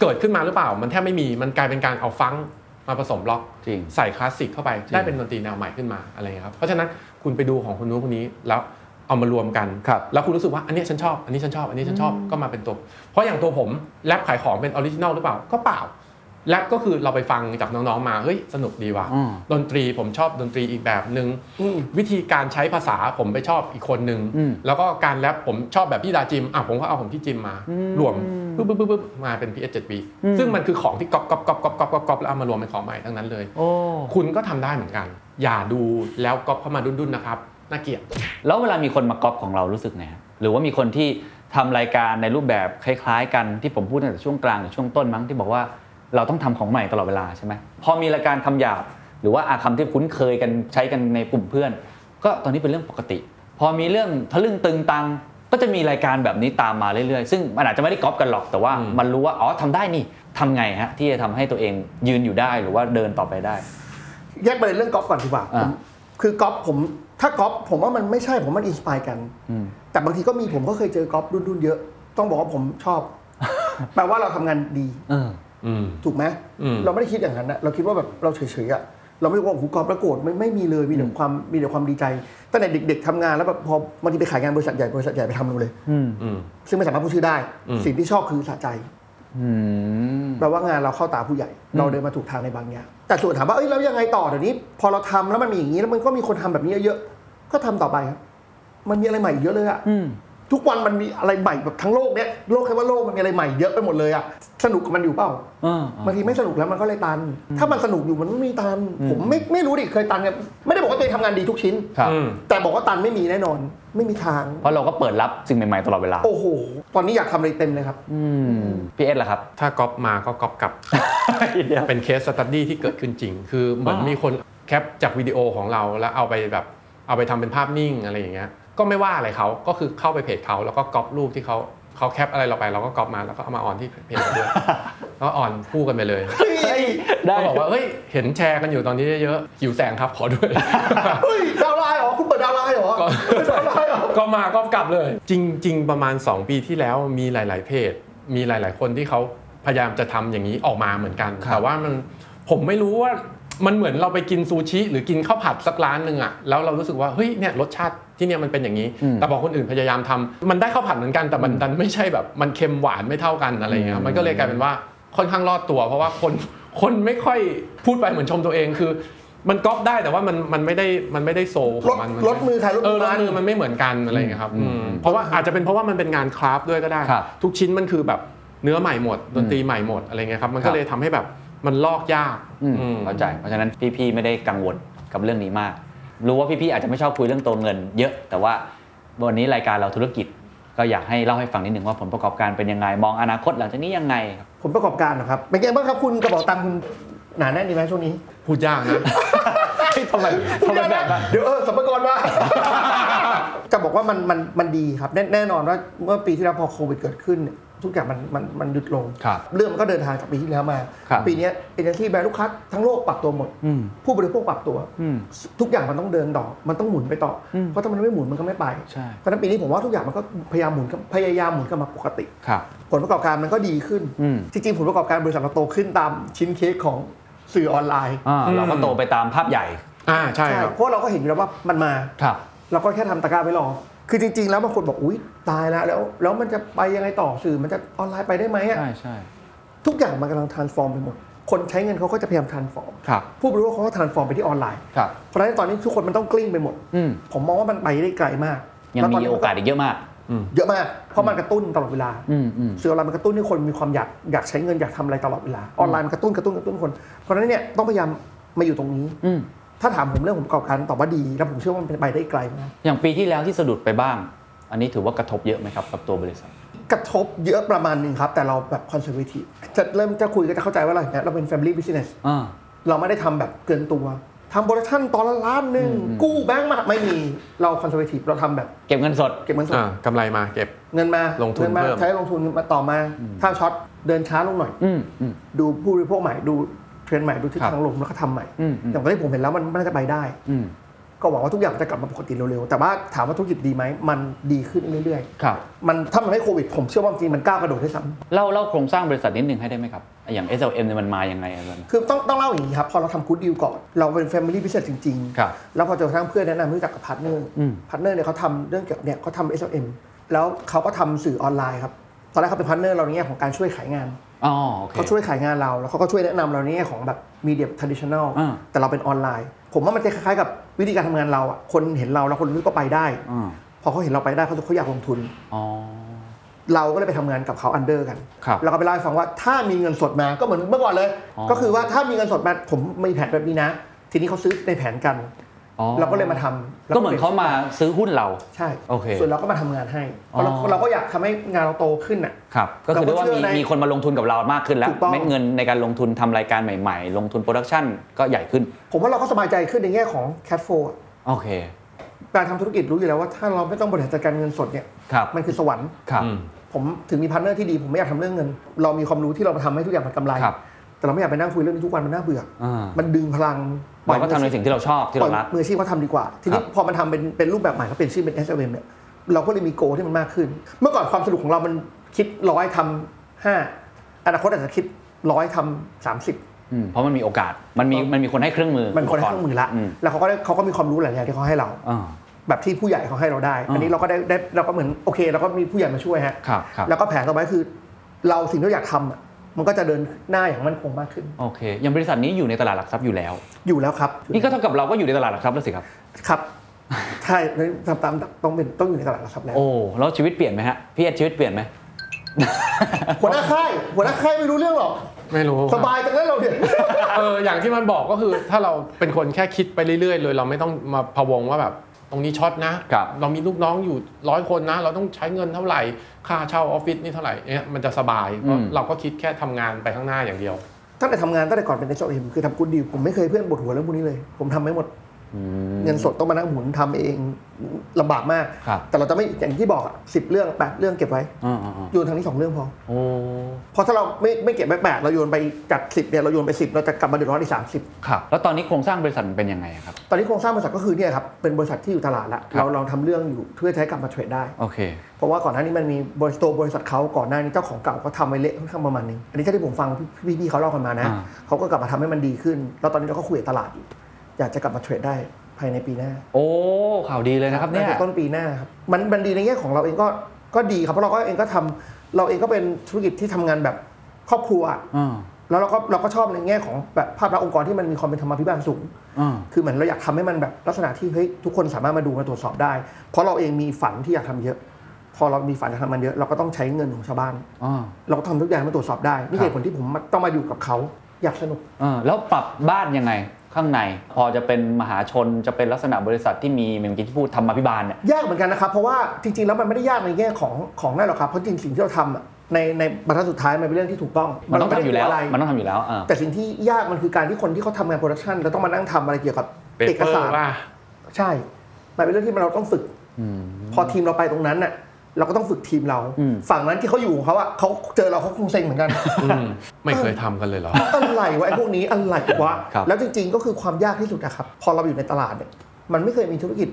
Speaker 2: เกิดขึ้นมาหรือเปล่า มันแทบไม่มี มันกลายเป็นการเอาฟังก์มาผสมล็อก
Speaker 3: จริง
Speaker 2: ใส่คลาสสิกเข้าไป ได้เป็นดนตรีแนวใหม่ขึ้นมาอะไรอย่างเงี้ยครับ เพราะฉะนั้นคุณไปดูของคนนู้นคนนี้แล้วเอามารวมกัน
Speaker 3: ครับ
Speaker 2: แล้วคุณรู้สึกว่าอันนี้ฉันชอบ อันนี้ฉันชอบ อันนี้ฉันชอบ ก็มาเป็นตัว เพราะอย่างตัวผมแรปขายของเป็นออริจินอลหรือเปล่า ก็เปล่าแรปก็คือเราไปฟังจากน้อง ๆ มา เฮ้ย สนุกดีว่ะ
Speaker 3: อืม
Speaker 2: ดนตรีผมชอบดนตรีอีกแบบหนึ
Speaker 1: อื
Speaker 2: ง่ง
Speaker 1: ม
Speaker 2: วิธีการใช้ภาษาผมไปชอบอีกคนหนึ่ง
Speaker 3: อืม
Speaker 2: แล้วก็การแรปผมชอบแบบพี่ดาจิม อ่ะผมก็เอาของพี่จิมมา รวมปึ๊บปึ๊บปึ๊บปึ๊บมาเป็น PS 7 B ซึ่งมันคือของที่ก๊อปก๊อปก๊อปก๊อปก๊อปก๊อปก๊อปแล้วเอามารวมเป็นของใหม่ทั้งนั้นเลย
Speaker 3: โอ้
Speaker 2: คุณก็ทำได้เหมือนกัน อย่าดูแล้วก๊อปเข้ามาดุนๆนะครับน่าเกลียด
Speaker 3: แล้วเวลามีคนมาก๊อปของเรารู้สึกไงฮะหรือว่ามีคนที่ทำรายการในรูปแบบคล้ายๆ กันที่ผมพูดตั้งแต่ช่วงกลางหรือช่วงต้นมั้งที่บอกว่าเราต้องทำของใหม่ตลอดเวลาใช่ไหมพอมีรายการคำหยาบ หรือว่าอาคำที่คุ้นเคยกันใช้กันในกลุ่มเพื่อน ก็ตอนนี้เป็นเรื่องปกติ พอมีเรื่องทะลึ่งตึงตังก็จะมีรายการแบบนี้ตามมาเรื่อยๆ ซึ่งมันอาจจะไม่ได้ก๊อปกันหรอกแต่ว่า
Speaker 2: อืม
Speaker 3: มันรู้ว่าอ๋อทำได้นี่ทำไงฮะที่จะทำให้ตัวเองยืนอยู่ได้หรือว่าเดินต่อไปได้
Speaker 1: แยกประเด็นเรื่องก๊อฟก่อนดีกว่า
Speaker 3: อ่า
Speaker 1: ผมคือก๊อฟผมถ้าก๊อฟผมว่ามันไม่ใช่ผมว่ามันอินสปายกัน
Speaker 3: อืม
Speaker 1: แต่บางทีก็มีผมก็เคยเจอก๊อฟรุ่นๆเยอะ ต้องบอกว่าผมช
Speaker 3: [LAUGHS]
Speaker 1: อบ แปลว่าเราทำงานดี
Speaker 3: เออ
Speaker 2: อืม
Speaker 1: ถูกไหม
Speaker 2: อืม
Speaker 1: เราไม่ได้คิดอย่างนั้นนะเราคิดว่าแบบเราเฉยๆอะเราไม่ได้ว่าโอ้โหูกรอบแล้วโกรธไม่ไม่มีเลยมีแต่ความมีแต่ความดีใจตั้งแต่เด็ก ๆทำงานแล้วแบบพอบางทีไปขายงานบริษัทใหญ่บริษัทใหญ่ไปทำมันเลย
Speaker 3: อืม
Speaker 2: อืม
Speaker 1: ซึ่งไม่สามารถพูดชื่อได้
Speaker 2: อืม
Speaker 1: สิ่งที่ชอบคือสะใจ
Speaker 3: อืม
Speaker 1: แปลว่างานเราเข้าตาผู้ใหญ่ เราเดินมาถูกทางในบางอย่างแต่ส่วนถามว่าเอ้ยแล้วยังไงต่อเดี๋ยวนี้ พอเราทำแล้วมันมีอย่างนี้แล้วมันก็มีคนทำแบบนี้เยอะๆก็ทำต่อไปครับมันมีอะไรใหม่อีกเยอะเลยอะ
Speaker 3: อืม
Speaker 1: ทุกวันมันมีอะไรใหม่แบบทั้งโลกเนี้ยโลกแค่ว่าโลกมันมีอะไรใหม่เยอะไปหมดเลยอะสนุกกับมันอยู่เปล่า
Speaker 3: อ่าอ่า
Speaker 1: บางทีไม่สนุกแล้วมันก็เลยตัน ถ้ามันสนุกอยู่มันไม่มีตัน ผมไม่ไม่รู้ดิเคยตันเนี่ยไม่ได้บอกว่าตัวเองทำงานดีทุกชิ้น
Speaker 3: ครับ
Speaker 2: อืม
Speaker 1: แต่บอกว่าตันไม่มีแน่นอน ไม่มีทาง
Speaker 3: เพราะเราก็เปิดรับสิ่งใหม่ ๆ ตลอดเวลา
Speaker 1: โอ้โห ตอนนี้อยากทำอะไรเต็มเลยครับ
Speaker 3: อืมพี่เอสล่ะครับ
Speaker 2: ถ้าก๊อปมาก็ก๊อปกลับ เป็นเคสสตัดดี้ที่เกิดขึ้นจริง คือเหมือน
Speaker 3: อ๋อ
Speaker 2: มีคนแคปจากวิดีโอของเราแล้วเอาไปแบบเอาไปทำเป็นภาพนิ่งอะไรอย่างเงี้ย ก็ไม่ว่าอะไรเขาก็คือเข้าไปเพจเขาแล้วก็ก๊อปรูปที่เขาเขาแคปอะไรเราไปเราก็ก๊อปมาแล้วก็เอามาออนที่เพจเรา
Speaker 3: [LAUGHS]
Speaker 2: ด้วย แล้วออนคู่กันไปเลย
Speaker 3: ได้
Speaker 2: ก็บอกว่าเฮ้ยเห็นแชร์กันอยู่ตอนนี้เยอะๆหิวแสงครับขอด้วย
Speaker 1: เฮ้ยดาวน์ไลน์เหรอ คุณเปิดดาวน์ไลน์เหรอ
Speaker 2: ก็
Speaker 1: เปิดดาวน์ไลน์เหรอ
Speaker 2: [LAUGHS] ก็มาก็กลับเลย จริง ๆ ประมาณ 2 ปีที่แล้วมีหลาย ๆ เพจ มีหลาย ๆ คนที่เขาพยายามจะทำอย่างนี้ออกมาเหมือนกัน แต่ว่ามันผมไม่รู้ว่ามันเหมือนเราไปกินซูชิ หรือกินข้าวผัดสักร้านหนึ่งอะแล้วเรารู้สึกว่าเฮ้ยเนี่ยรสชาติที่เนี่ยมันเป็นอย่างนี้ แต่บอกคนอื่นพยายามทำมันได้ข้าวผัดเหมือนกันแต่มันดันไม่ใช่แบบมันเค็มหวานไม่เท่ากันอะไรอย่างเงี้ยครับมันก็เลยกลายเป็นว่าค่อนข้างรอดตัว เพราะว่าคนคนไม่ค่อยพูดไปเหมือนชมตัวเองคือ มันก๊อปได้แต่ว่ามันมันไม่ได้มันไม่ได้โซของมันน
Speaker 1: ลดมือใครลดมือ
Speaker 2: เออล
Speaker 1: มั
Speaker 2: ด
Speaker 1: น
Speaker 2: มือ มันไม่เหมือนกันอะไรอย่างเงี้ยครับอืมเพราะว่าอาจจะเป็นเพราะว่ามันเป็นงานคราฟต์ด้วยก็ได้
Speaker 3: ครับ
Speaker 2: ทุกชิ้นมันคือแบบเนื้อใหม่หมด ดนตรีใหม่หมดอะไรเงี้ยครับ มัน
Speaker 3: ครั
Speaker 2: ก็
Speaker 3: บ
Speaker 2: เลยทำให้แบบมันลอกยาก
Speaker 3: อืม
Speaker 2: อืม
Speaker 3: เข้าใจ เพราะฉะนั้นพี่ ๆ ไม่ได้กังวลกับเรื่องนี้มาก รู้ว่าพี่ ๆ อาจจะไม่ชอบคุยเรื่องตัวเงิน เยอะ แต่ว่าวันนี้รายการเราธุรกิจ ก็อยากให้เล่าให้ฟังนิดหนึ่งว่าผลประกอบการเป็นยังไง มองอนาคตหลังจากนี้ยังไงครับ
Speaker 1: ผลประกอบการนะครับ เป็นไงบ้างครับคุณกระเป๋าตังค์คุณหนาแน่นดีไหมช่วงนี้
Speaker 2: พูดยากนะ
Speaker 1: [LAUGHS]
Speaker 2: ทำไมทำไมแบบนั้น
Speaker 1: เดี๋ยวเออสัมภาระว่า จะ [LAUGHS] บอกว่ามันมันมันดีครับแน่แน่นอนว่าเมื่อปีที่แล้วพอโควิดเกิดขึ้นเนี่ยทุกอย่างมันมันมันหยุดลง
Speaker 3: ครับ
Speaker 1: เรื่องมันก็เดินทางจากปีที่แล้วมา
Speaker 3: ครับ
Speaker 1: ปีเนี้เอเจนซี่แบรนด์ลูกค้าทั้งโลกปรับตัวหมด
Speaker 3: อืม
Speaker 1: ผู้บริโภคปรับตัว
Speaker 3: อืม
Speaker 1: ทุกอย่างมันต้องเดินต่อมันต้องหมุนไปต่ออ
Speaker 3: ม
Speaker 1: เพราะถ้ามันไม่หมุนมันก็ไม่ไป
Speaker 3: ใช่
Speaker 1: เพราะฉะนั้นปีนี้ผมว่าทุกอย่างมันก็พยายามหมุนกลับพยายามหมุนกลับมาปกติ
Speaker 3: ครับ
Speaker 1: ผลประกอบการมันก็ดีขึ้น
Speaker 3: อืม
Speaker 1: จริงๆ ผลประกอบการบริษัทเราโตขึ้นตามชิ้นเค้กของสื่อออนไลน์
Speaker 3: อ่า
Speaker 2: อืม
Speaker 3: เราก็โตไปตามภาพใหญ่
Speaker 2: อ่าใช่
Speaker 1: ใช่
Speaker 2: ครับ
Speaker 1: เพราะเราก็เห็นอยู่แล้วว่ามันมา
Speaker 3: ครับ
Speaker 1: เราก็แค่ทำตะกร้าไว้รอ คือจริง ๆ แล้วบางคนบอก อุ๊ย ตายแล้วแล้ว แล้วมันจะไปยังไงต่อสื่อมันจะออนไลน์ไปได้ไหมอะ
Speaker 3: ใช่ใช่
Speaker 1: ทุกอย่างมันกำลัง transform ไปหมด คนใช้เงินเขาก็จะพยายาม transform
Speaker 2: ครับ
Speaker 1: ผู้บริโภคเขาก็ transform ไปที่ออนไลน์
Speaker 2: ครับ
Speaker 1: เพราะฉะนั้นตอนนี้ทุกคนมันต้องกลิ้งไปหมด
Speaker 3: อืม
Speaker 1: ผมมองว่ามันไปได้ไกลมาก
Speaker 3: ยัง
Speaker 1: แล้วตน
Speaker 3: มี
Speaker 1: นี้
Speaker 3: โอกาสอีกเยอะมาก
Speaker 1: เยอะมาก เพราะมันกระตุ้นตลอดเวลา
Speaker 3: อืมอืม
Speaker 1: สื่อออนไลน์มันกระตุ้นให้คนมีความอยากอยากใช้เงินอยากทำอะไรตลอดเวลาออนไลน์มันกระตุ้นกระตุ้นกระตุ้นคน เพราะฉะนั้นเนี่ยต้องพยายามมาอยู่ตรงนี้
Speaker 3: อืม
Speaker 1: ถ้าถามผมเรื่องผมประกอบการตอบว่าดี แล้วผมเชื่อว่ามันไปได้ไกลมาก
Speaker 3: อย่างปีที่แล้วที่สะดุดไปบ้าง อันนี้ถือว่ากระทบเยอะไหมครับกับตัวบริษัท
Speaker 1: กระทบเยอะประมาณหนึ่งครับ แต่เราแบบคอนเซอร์เวทีฟจะเริ่มจะคุยก็จะเข้าใจว่าอะไรเนี่ยเราเป็น Family Business
Speaker 3: อ่า
Speaker 1: เราไม่ได้ทำแบบเกินตัวทำโปรดักชั่นตอนละล้านหนึ่งกู้แบงก์มาไม่มีเราคอนเซอร์เวทีฟเราทำแบบ
Speaker 3: เก็บเงินสด
Speaker 1: เก็บเงินสด
Speaker 2: อ่ากำไรมาเก็บ
Speaker 1: เงินมา
Speaker 2: ลงทุน
Speaker 1: เงิมา
Speaker 2: เพิ่ม
Speaker 1: ใช้ลงทุนมาต่อมา ถ้าช็อตเดินช้าลงหน่อย
Speaker 3: อืมอืม
Speaker 1: ดูผู้บริโภคใหม่ดูเทรนด์ใหม่ดูทิศทางลงแล้วก็ทำใหม่
Speaker 3: อืมอืม
Speaker 1: อย่างตอนที่ผมเห็นแล้วมันน่าจะไปได้
Speaker 3: อืม
Speaker 1: ก็หวังว่าทุกอย่างมันจะกลับมาปกติเร็วๆ แต่ว่าถามว่าธุรกิจดีไหมมันดีขึ้นเรื่อย
Speaker 3: ครับ
Speaker 1: ๆ มันถ้ามันไม่โควิด ผมเชื่อว่าจริงๆมันก้าวกระโดดด้วยซ้
Speaker 3: เล่าเล่าโครงสร้างบริษัทนิดหนึ่งให้ได้ไหมครับ อย่าง SLM เนี่ยมันมายังไงอะไรแบบนี้
Speaker 1: ำคือต้องต้องเล่าอย่างนี้ครับ พอเราทำคูดดีลก่อน เราเป็น Family Business จริง
Speaker 2: ครับ
Speaker 1: ๆ แล้วพอเจอกระทั้งเพื่อนแนะนำรู้จักกับพาร์ทเนอร์
Speaker 3: อืม
Speaker 1: พาร์ทเนอร์เนี่ยเขาทำเรื่องเกี่ยวกับเนี่ยเขาทำ SLM แล้วเขาก็ทำสื่อออนไลน์ครับตอนแรกเขาเป็นพาร์ทเนอร์เราในแง่ของการช่วยขายงาน
Speaker 3: อ๋อโอเค
Speaker 1: เขาช่วยขายงานเราแล้วเขาก็ช่วยแนะนำเราในแง่ของแบบมีเดียทรดิชันแนล
Speaker 3: อ่า
Speaker 1: แต่เราเป็นออนไลน์ ผมว่ามันจะคล้ายๆกับวิธีการทำงานเราอะคนเห็นเราแล้วคนรู้ก็ไปได้
Speaker 3: อ่า
Speaker 1: พอเขาเห็นเราไปได้เขาเขาอยากลงทุน
Speaker 3: อ๋อ
Speaker 1: เราก็เลยไปทำงานกับเขาอันเดอร์กัน
Speaker 3: ครับ
Speaker 1: เราก็ไปเล่าให้ฟังว่าถ้ามีเงินสดมาก็เหมือนเมื่อก่อนเลย
Speaker 3: อ๋อ
Speaker 1: ก็คือว่าถ้ามีเงินสดมาผมมีแผนแบบนี้นะ ทีนี้เขาซื้อในแผนกัน
Speaker 3: อ๋อ
Speaker 1: เราก็เลยมาทำแล้ว
Speaker 3: ก็เหมือนเขามาซื้อหุ้นเรา
Speaker 1: ใช่
Speaker 3: โอเค
Speaker 1: ส่วนเราก็มาทำงานให้เพราะเรา
Speaker 3: อ๋อ
Speaker 1: เราก็อยากทำให้งานเราโตขึ้นอ่ะ
Speaker 3: ครับ ก็คือเรียกว่า
Speaker 1: เราก็เชื่
Speaker 3: มี
Speaker 1: อใน
Speaker 3: มีคนมาลงทุนกับเรามากขึ้นแล้ว
Speaker 1: ถูกต้อง
Speaker 3: เม็ดเงินในการลงทุนทำรายการใหม่ ๆ ลงทุนโปรดักชันก็ใหญ่ขึ้น
Speaker 1: ผมว่าเราก็สบายใจขึ้นในแง่ของแคทโฟ
Speaker 3: โอเค
Speaker 1: การทำธุรกิจรู้อยู่แล้วว่าถ้าเราไม่ต้องบริหารจัดการเงินสดเนี่ย
Speaker 3: ครับ
Speaker 1: มันคือสวรรค์
Speaker 3: ครับ
Speaker 2: อืม
Speaker 1: ผมถึงมีพาร์ทเนอร์ที่ดี ผมไม่อยากทำเรื่องเงิน เรามีความรู้ที่เราทำให้ทุกอย่างมันกำไร
Speaker 3: ครับ
Speaker 1: แต่เราไม่อยากไปนั่งคุยเรื่องนี้ทุกวันมันน่าเบื่ออา มันดึงพลัง
Speaker 3: เราก็ทำในสิ่งที่เราชอบที่
Speaker 1: ปล่อย
Speaker 3: เรารัก
Speaker 1: มืออาชีพเขาทำดีกว่า ทีนี้
Speaker 3: ครับ
Speaker 1: พอมันทำเป็นเป็นรูปแบบใหม่เขาเป็นชื่อเป็น S M เนี่ยเราก็เลยมีโกที่มันมากขึ้น เมื่อก่อนความสนุกของเรามันคิดร้อยทำห้าอนาคตอาจจะคิดร้อยทำสามสิบ
Speaker 3: อืมเพราะมันมีโอกาส มันมีมันมีคนให้เครื่องมือ
Speaker 1: มันคนละเครื่องมือละ
Speaker 3: ม
Speaker 1: แล้วเขาก็ได้เขาก็มีความรู้หลายอย่างที่เขาให้เรา
Speaker 3: อ่า
Speaker 1: แบบที่ผู้ใหญ่เขาให้เราได้ อันนี้
Speaker 3: อ่า
Speaker 1: เราก็ได้ได้เราก็เหมือนโอเคเราก็มีผู้ใหญ่มาช่วยฮะ
Speaker 3: ครับครับ
Speaker 1: แล้วก็แผนต่อไปคือ เราสิ่งที่เราอยากทำอ่ะมันก็จะเดินหน้าอย่างมั่นคงมากขึ้น
Speaker 3: โอเค อย่างบริษัทนี้อยู่ในตลาดหลักทรัพย์อยู่แล้ว
Speaker 1: อยู่แล้วครับ
Speaker 3: นี่ก็เท่ากับเราก็อยู่ในตลาดหลักทรัพย์แล้วสิครับ
Speaker 1: ครับ ใช่ตามตามต้องเป็นต้องอยู่ในตลาดหลักทรัพย์แล้ว
Speaker 3: โอ้ แล้วชีวิตเปลี่ยนไหมฮะ พี่เอ็ดชีวิตเปลี่ยนไหม
Speaker 1: หัวหน้าค่ายหัวหน้าค่ายไม่รู้เรื่องหรอก
Speaker 2: ไม่รู้
Speaker 1: สบายจังเลยเราเนี่ย
Speaker 2: เอออย่างที่มันบอกก็คือถ้าเราเป็นคนแค่คิดไปเรื่อยๆเลยเราไม่ต้องมาพะวงว่าแบบตรงนี้ช็อตนะครับ เรามีลูกน้องอยู่ร้อยคนนะ เราต้องใช้เงินเท่าไหร่ค่าเช่าออฟฟิศนี่เท่าไหร่เนี่ยมันจะสบายเพราะเราก็คิดแค่ทำงานไปข้างหน้าอย่างเดียว
Speaker 1: ตั้งแต่ทำงานตั้งแต่ก่อนเป็นเจ้าเอ็มคือทำกูดดีลผมไม่เคยเพื่อนปวดหัวเรื่องพวกนี้เลย ผมทำไม่หมด เงินสดต้องมานั่งหมุนทำเองลำบากมาก
Speaker 3: ครับ
Speaker 1: แต่เราจะไม่อย่างที่บอกอ่ะสิบเรื่องแปดเรื่องเก็บไว้
Speaker 3: อ่าอ่าอ่า
Speaker 1: โยนทางนี้สองเรื่องพอ
Speaker 3: โอ้
Speaker 1: เพราะถ้าเราไม่ไม่เก็บไว้แปดเราโยนไปจากสิบเนี่ยเราโยนไปสิบเราจะกลับมาเดือดร้อนอีกสามสิบ
Speaker 3: ครับ แล้วตอนนี้โครงสร้างบริษัทมันเป็นยังไงอะครับ
Speaker 1: ตอนนี้โครงสร้างบริษัทก็คือเนี่ยครับเป็นบริษัทที่อยู่ตลาดละ
Speaker 3: ครับ
Speaker 1: เราลองทำเรื่องอยู่เพื่อจะใช้กลับมาเทรดได้
Speaker 3: โอเค
Speaker 1: เพราะว่าก่อนหน้านี้มันมีบริษัทตัวบริษัทเขาก่อนหน้านี้เจ้าของเก่าเขาทำไว้เละค่อนข้างประมาณนึงอันนี้ถ้าที่ผมฟังพี่พี่ๆเขาเล่ากันมานะ
Speaker 3: อ่า
Speaker 1: เขาก็กลับมาทำให้มันดีขึ้น แล้วตอนนี้เราก็คุยกับตลาดอยู่อยากจะกลับมาเทรดได้ภายในปีหน้า
Speaker 3: โอ้ ข่าวดีเลยนะครับเนี่ย
Speaker 1: าจะต้นปีหน้าครับมันมันดีในแง่ของเราเองก็ก็ดีครับเพราะเราก็เองก็ทำเราเองก็เป็นธุรกิจที่ทำงานแบบครอบครัว
Speaker 3: อ่า
Speaker 1: แล้วเราก็เราก็ชอบในแง่ของแบบภาพลักษณ์องค์กรที่มันมีความเป็นธรรมาภิบาลสูง
Speaker 3: อ่า
Speaker 1: คือเหมือนเราอยากทำให้มันแบบลักษณะที่เฮ้ยทุกคนสามารถมาดูมาตรวจสอบได้ เพราะเราเองมีฝันที่อยากทำเยอะ พอเรามีฝันอยากทำมันเยอะเราก็ต้องใช้เงินของชาวบ้าน
Speaker 3: อ่า
Speaker 1: เราก็ทำทุกอย่างให้มาตรวจสอบได้นี่
Speaker 3: ครับ
Speaker 1: เหตุผลที่ผมมาต้องมาอยู่กับเขาอยากสนุก
Speaker 3: อ่า แล้วปรับบ้านยังไงข้างใน พอจะเป็นมหาชน จะเป็นลักษณะบริษัทที่มีเมื่อกี้ที่พูดธรรมาภิบาลเนี่ย
Speaker 1: ยากเหมือนกันนะครับ เพราะว่าจริงๆ แล้วมันไม่ได้ยากในแง่ของของนั่นหรอกครับเพราะจริงๆสิ่งที่เราทำอะในในบรรทัดสุดท้ายมันเป็นเรื่องที่ถูกต้อง
Speaker 3: มันต้องทำอยู่แล้ว
Speaker 1: ะไร
Speaker 3: มันต้องทำอยู่แล้วอ่า
Speaker 1: แต่สิ่งที่ยากมันคือการที่คนที่เขาทำงานโปรดักชันแล้วต้องมานั่งทำอะไรเกี่ยวกับ
Speaker 2: paper
Speaker 1: เอกสาร
Speaker 2: ว่า
Speaker 1: ใช่ มันเป็นเรื่องที่เราต้องฝึก
Speaker 3: อืม
Speaker 1: พอทีมเราไปตรงนั้นน่ะเราก็ต้องฝึกทีมเรา
Speaker 3: อืม
Speaker 1: ฝั่งนั้นที่เขาอยู่ของเขาอะเขาเจอเราเขาคงเซ็งเหมื
Speaker 3: [LAUGHS]
Speaker 1: อนกัน
Speaker 2: อืมไม่เคยทำกันเลยเหรอ
Speaker 1: อะไรวะไอ้พวกนี้อะไรวะ
Speaker 3: ครับ
Speaker 1: แล้วจริงๆก็คือความยากที่สุดนะครับ พอเราอยู่ในตลาดเนี่ยมันไม่เคยมีธุรกิจ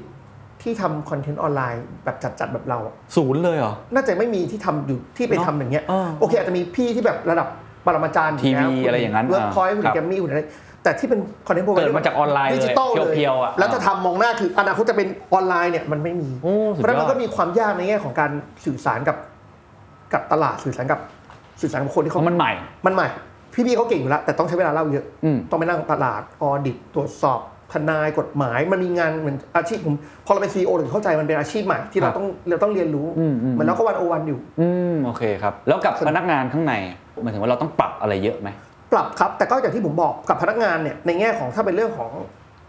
Speaker 1: ที่ทำคอนเทนต์ออนไลน์แบบจัดๆแบบเราอะ
Speaker 3: ศูนย์เลยเหรอ
Speaker 1: น่าจะไม่มีที่ทำอยู่ที่ไป
Speaker 3: เนอะ
Speaker 1: ทำอย่างเงี้ย
Speaker 3: เออ
Speaker 1: โอเคอาจจะมีพี่ที่แบบระดับปรมาจารย์ยู่แล้ว
Speaker 3: ทีวีอะไรอย่างนั้น
Speaker 1: เวิร์ก
Speaker 3: อ่า
Speaker 1: พอยต์คุณ
Speaker 3: ครับ
Speaker 1: แกรมมี่คุณอะไรแต่ที่เป็นคอนเทนต์โปร
Speaker 3: เกิดมาจากออนไลน์เลย
Speaker 1: ดิจิตอลเลย
Speaker 3: เพียวๆอะ
Speaker 1: แล้วจะทำมองหน้าคืออนาคตจะเป็นออนไลน์เนี่ยมันไม่มี
Speaker 3: โอ้สุ
Speaker 1: เพ
Speaker 3: ดยอด
Speaker 1: ราะฉะนั้นมันก็มีความยากในแง่ของการสื่อสารกับกับตลาดสื่อสารกับ สื่อสารกับคนที่
Speaker 3: เพ
Speaker 1: เขา
Speaker 3: ราะมันใหม่
Speaker 1: มันใหม่ พี่บี้เขาเก่งอยู่แล้ว แต่ต้องใช้เวลาเล่าเยอะ
Speaker 3: อืม
Speaker 1: ต้องไปนั่งตลาดออดิตตรวจสอบทนายกฎหมาย มันมีงานเหมือนอาชีพผมพอเราเป็นซีอโอถึงเข้าใจมันเป็นอาชีพใหม่ที่เราต้องเราต้องเรียนรู้
Speaker 3: อืมอืม
Speaker 1: เหมือนเราก็วันโอวันอยู่
Speaker 3: อืมโอเคครับ แล้วกับพนักงานข้างในหมายถึงว่าเราต้องปรับอะไรเยอะไหม
Speaker 1: ปรับครับ แต่ก็อย่างที่ผมบอกกับพนักงานเนี่ยในแง่ของถ้าเป็นเรื่องของ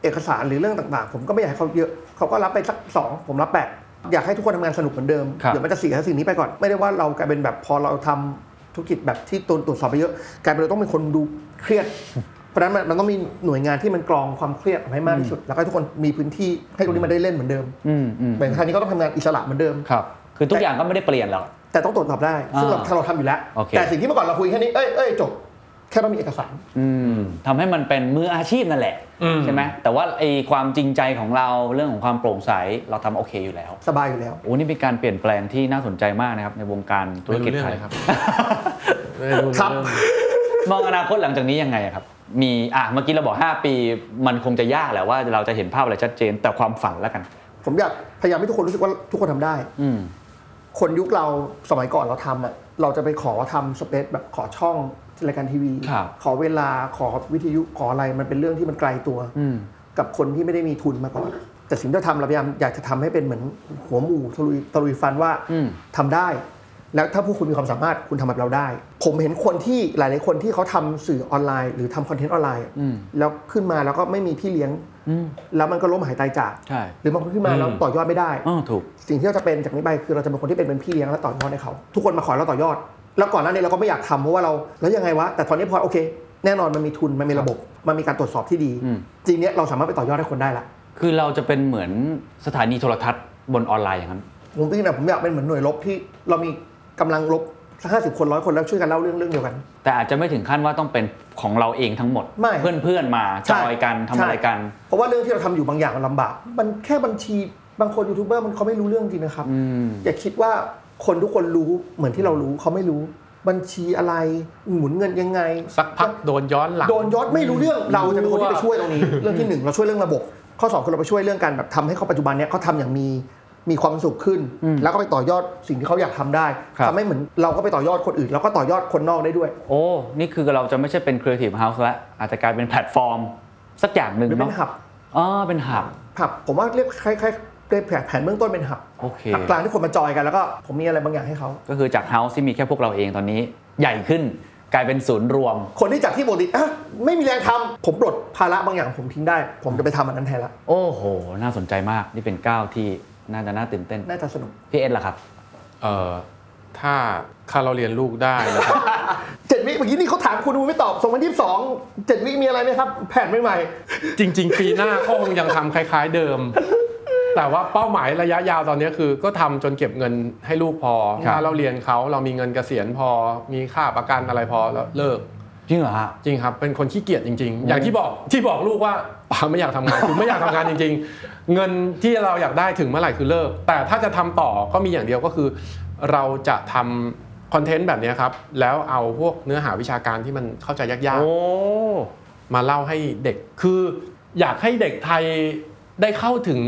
Speaker 1: เอกสารหรือเรื่องต่างๆ ผมก็ไม่อยากให้เขาเยอะเขาก็รับไปสักสองผมรับแปดอยากให้ทุกคนทำงานสนุกเหมือนเดิม
Speaker 3: ครับ
Speaker 1: เดี๋ยวมันจะเสียสิ่งนี้ไปก่อนไม่ได้ว่าเรากลายเป็นแบบพอเราทำธุรกิจแบบที่ตนตรวจสอบไปเยอะกลายเป็นเราต้องเป็นคนดูเครียด [LAUGHS] เพราะฉะนั้นมันมันต้องมีหน่วยงานที่มันกรองความเครียดออกให้มากที่สุด แล้วก็ให้ทุกคนมีพื้นที่ให้ตรงนี้มันได้เล่นเหมือนเดิม
Speaker 3: อืมอืม
Speaker 1: แต่ทางนี้ก็ต้องทำงานอิสระเหมือนเดิม
Speaker 3: ครับ คือทุกอย่างก็ไม่ได้เปลี่ยนหรอก
Speaker 1: แต่ต้องตรวจสอบได้ซึ่งเรา
Speaker 3: อ่า
Speaker 1: เราทำอยู่แล้ว
Speaker 3: โอเค
Speaker 1: แต่สิ่งที่เมื่อก่อนเราคุยแค่นี้เอ้ยเอ้ยจบแค่ต้องมีเอกสาร
Speaker 3: อืมทำให้มันเป็นมืออาชีพนั่นแหละ
Speaker 2: อืม
Speaker 3: ใช่ไหมแต่ว่าไอความจริงใจของเราเรื่องของความโปร่งใสเราทำโอเคอยู่แล้ว
Speaker 1: สบายอยู่แล้ว
Speaker 3: โอ้นี่เป็นการเปลี่ยนแปลงที่น่าสนใจมากนะครับ ในวงการธุรกิจไทย
Speaker 2: ไม่รู้เรื่องเลยครับ ไม่ได้ดู
Speaker 1: ครับ
Speaker 2: เรื่อง
Speaker 3: มองอนาคตหลังจากนี้ยังไงอะครับ มีอ่ะเมื่อกี้เราบอก 5 ปี มันคงจะยากแหละว่าเราจะเห็นภาพอะไรชัดเจน แต่ความฝันแล้วกัน
Speaker 1: ผมอยากพยายามให้ทุกคนรู้สึกว่าทุกคนทำได้
Speaker 3: อืม
Speaker 1: คนยุคเราสมัยก่อนเราทำอ่ะเราจะไปขอทำสเปซแบบขอช่องรายการทีวี
Speaker 3: ครับ
Speaker 1: ขอเวลาขอวิทยุขออะไรมันเป็นเรื่องที่มันไกลตัว
Speaker 3: อืม
Speaker 1: กับคนที่ไม่ได้มีทุนมาก่อน แต่สิ่งที่เราทำเราพยายามอยากจะทำให้เป็นเหมือนหัวหมูตะลุยตะลุยฟันว่า
Speaker 3: อืม
Speaker 1: ทำได้ แล้วถ้าพวกคุณมีความสามารถคุณทำแบบเราได้ ผมเห็นคนที่หลาย ๆ คนที่เขาทำสื่อออนไลน์ หรือทำคอนเทนต์ออนไลน์
Speaker 3: อืม
Speaker 1: แล้วขึ้นมาแล้วก็ไม่มีพี่เลี้ยง
Speaker 3: อืม
Speaker 1: แล้วมันก็ล้มหายตายจาก
Speaker 3: ใช่
Speaker 1: หรือบางคนขึ้นมาแล้วต่อยอดไม่ได้
Speaker 3: อ๋อถูก
Speaker 1: สิ่งที่เราจะเป็นจากนี้ไปคือเราจะเป็นคนที่เป็นเป็นพี่เลี้ยงและต่อยอดให้เขา ทุกคนมาขอเราต่อยอด แล้วก่อนหน้านี้เราก็ไม่อยากทำเพราะว่าเราแล้วยังไงวะแต่ตอนนี้พอโอเค แน่นอนมันมีทุนมันมีระบบ มันมีการตรวจสอบที่ดี
Speaker 3: อืม
Speaker 1: จริงเนี้ยเราสามารถไปต่อยอดให้คนได้ละ
Speaker 3: คือเราจะเป็นเหมือนสถานีโทรทัศน์บนออนไลน์อย่างนั้น
Speaker 1: ผมจริงๆนะผมอยากเป็นเหมือนหน่วยรบที่เรามีกำลังรบสักห้าสิบคนร้อยคนแล้วช่วยกันเล่าเรื่องเรื่องเดียวกัน
Speaker 3: แต่อาจจะไม่ถึงขั้นว่าต้องเป็นของเราเองทั้งหมด
Speaker 1: ไม่
Speaker 3: เพื่อนเพื่อนๆมาจ
Speaker 1: ใช่
Speaker 3: อยกันทำอะไร
Speaker 1: ใช่
Speaker 3: กัน
Speaker 1: เพราะว่าเรื่องที่เราทำอยู่บางอย่างมันลำบาก มันแค่บัญชีบางคนยูทูบเบอร์มันเขาไม่รู้เรื่องจริงนะครับ
Speaker 3: อืม
Speaker 1: อย่าคิดว่าคนทุกคนรู้เหมือนที่เรารู้เขาไม่รู้ บัญชีอะไรหมุนเงินยังไง
Speaker 2: สักพักโดนย้อนหลัง
Speaker 1: โดนยศไม่รู้เรื่องเราจะเป็นคนที่ไปช่วยตรงนี้ เรื่องที่หนึ่งเราช่วยเรื่องระบบ ข้อสองคือเราไปช่วยเรื่องการแบบทำให้เขาปัจจุบันเนี้ยเขาทำอย่างมีมีความสุขขึ้น แล้วก็ไปต่อยอดสิ่งที่เขาอยากทำได้
Speaker 3: ครับ
Speaker 1: ทำให้เหมือนเราก็ไปต่อยอดคนอื่น แล้วก็ต่อยอดคนนอกได้ด้วย
Speaker 3: โอ้ นี่คือเราจะไม่ใช่เป็นครีเอทีฟเฮาส์แล้ว อาจจะกลายเป็นแพลตฟอร์ม สักอย่างหนึ่ง
Speaker 1: หรือเป็
Speaker 3: เนาะ
Speaker 1: นหับ
Speaker 3: อ๋อเป็นหับ
Speaker 1: หับ ผมว่าเรียกคล้ายๆเรียกแผนแผนเบื้องต้นเป็นหับ
Speaker 3: โอเค
Speaker 1: หับกลางที่คนมาจอยกันแล้วก็ผมมีอะไรบางอย่างให้เขา
Speaker 3: ก็คือจากเฮาส์ที่มีแค่พวกเราเองตอนนี้ ใหญ่ขึ้นกลายเป็นศูนย์รวม
Speaker 1: คนที่จากที่ปกติอ่ะไม่มีแรงทำผมปลดภาระบางอย่างผมทิ้งได้ ผมจะไปทำอันนั้นแทนละ
Speaker 3: โอ้โห น่าสนใจมาก นี่เป็นก้าวที่น่าจะน่าตื่นเต้น
Speaker 1: น่าจะสนุก
Speaker 3: พี่เอ็ดล่ะครับ
Speaker 2: เอ่อถ้าถ้าเราเรียนลูกได้นะครับ
Speaker 1: เจ็ดวิเมื่อกี้นี่เขาถามคุณคุณไม่ตอบสองพันยี่สิบสองเจ็ดวิมีอะไรไหมครับแผนใหม่ๆ
Speaker 2: จริง ๆ ปีหน้าก็คงยังทำคล้าย ๆเดิม แต่ว่าเป้าหมายระยะยาวตอนนี้คือก็ทำจนเก็บเงินให้ลูกพอ
Speaker 3: ครับ
Speaker 2: ถ้าเราเรียนเขาเรามีเงินเกษียณพอ มีค่าประกันอะไรพอแล้วเลิก
Speaker 3: จริงเหรอฮะ
Speaker 2: จริงครับ เป็นคนขี้เกียจจริง ๆ อย่างที่บอกที่บอกลูกว่า [LAUGHS] ป๋าไม่อยากทำงานคือไม่อยากทำงานจริง ๆ เงินที่เราอยากได้ถึงเมื่อไหร่คือเลิก แต่ถ้าจะทำต่อก็มีอย่างเดียวก็คือ เราจะทำคอนเทนต์แบบเนี้ยครับ แล้วเอาพวกเนื้อหาวิชาการที่มันเข้าใจยาก
Speaker 3: โอ้
Speaker 2: ๆ มาเล่าให้เด็กคืออยากให้เด็กไทยได้เข้าถึง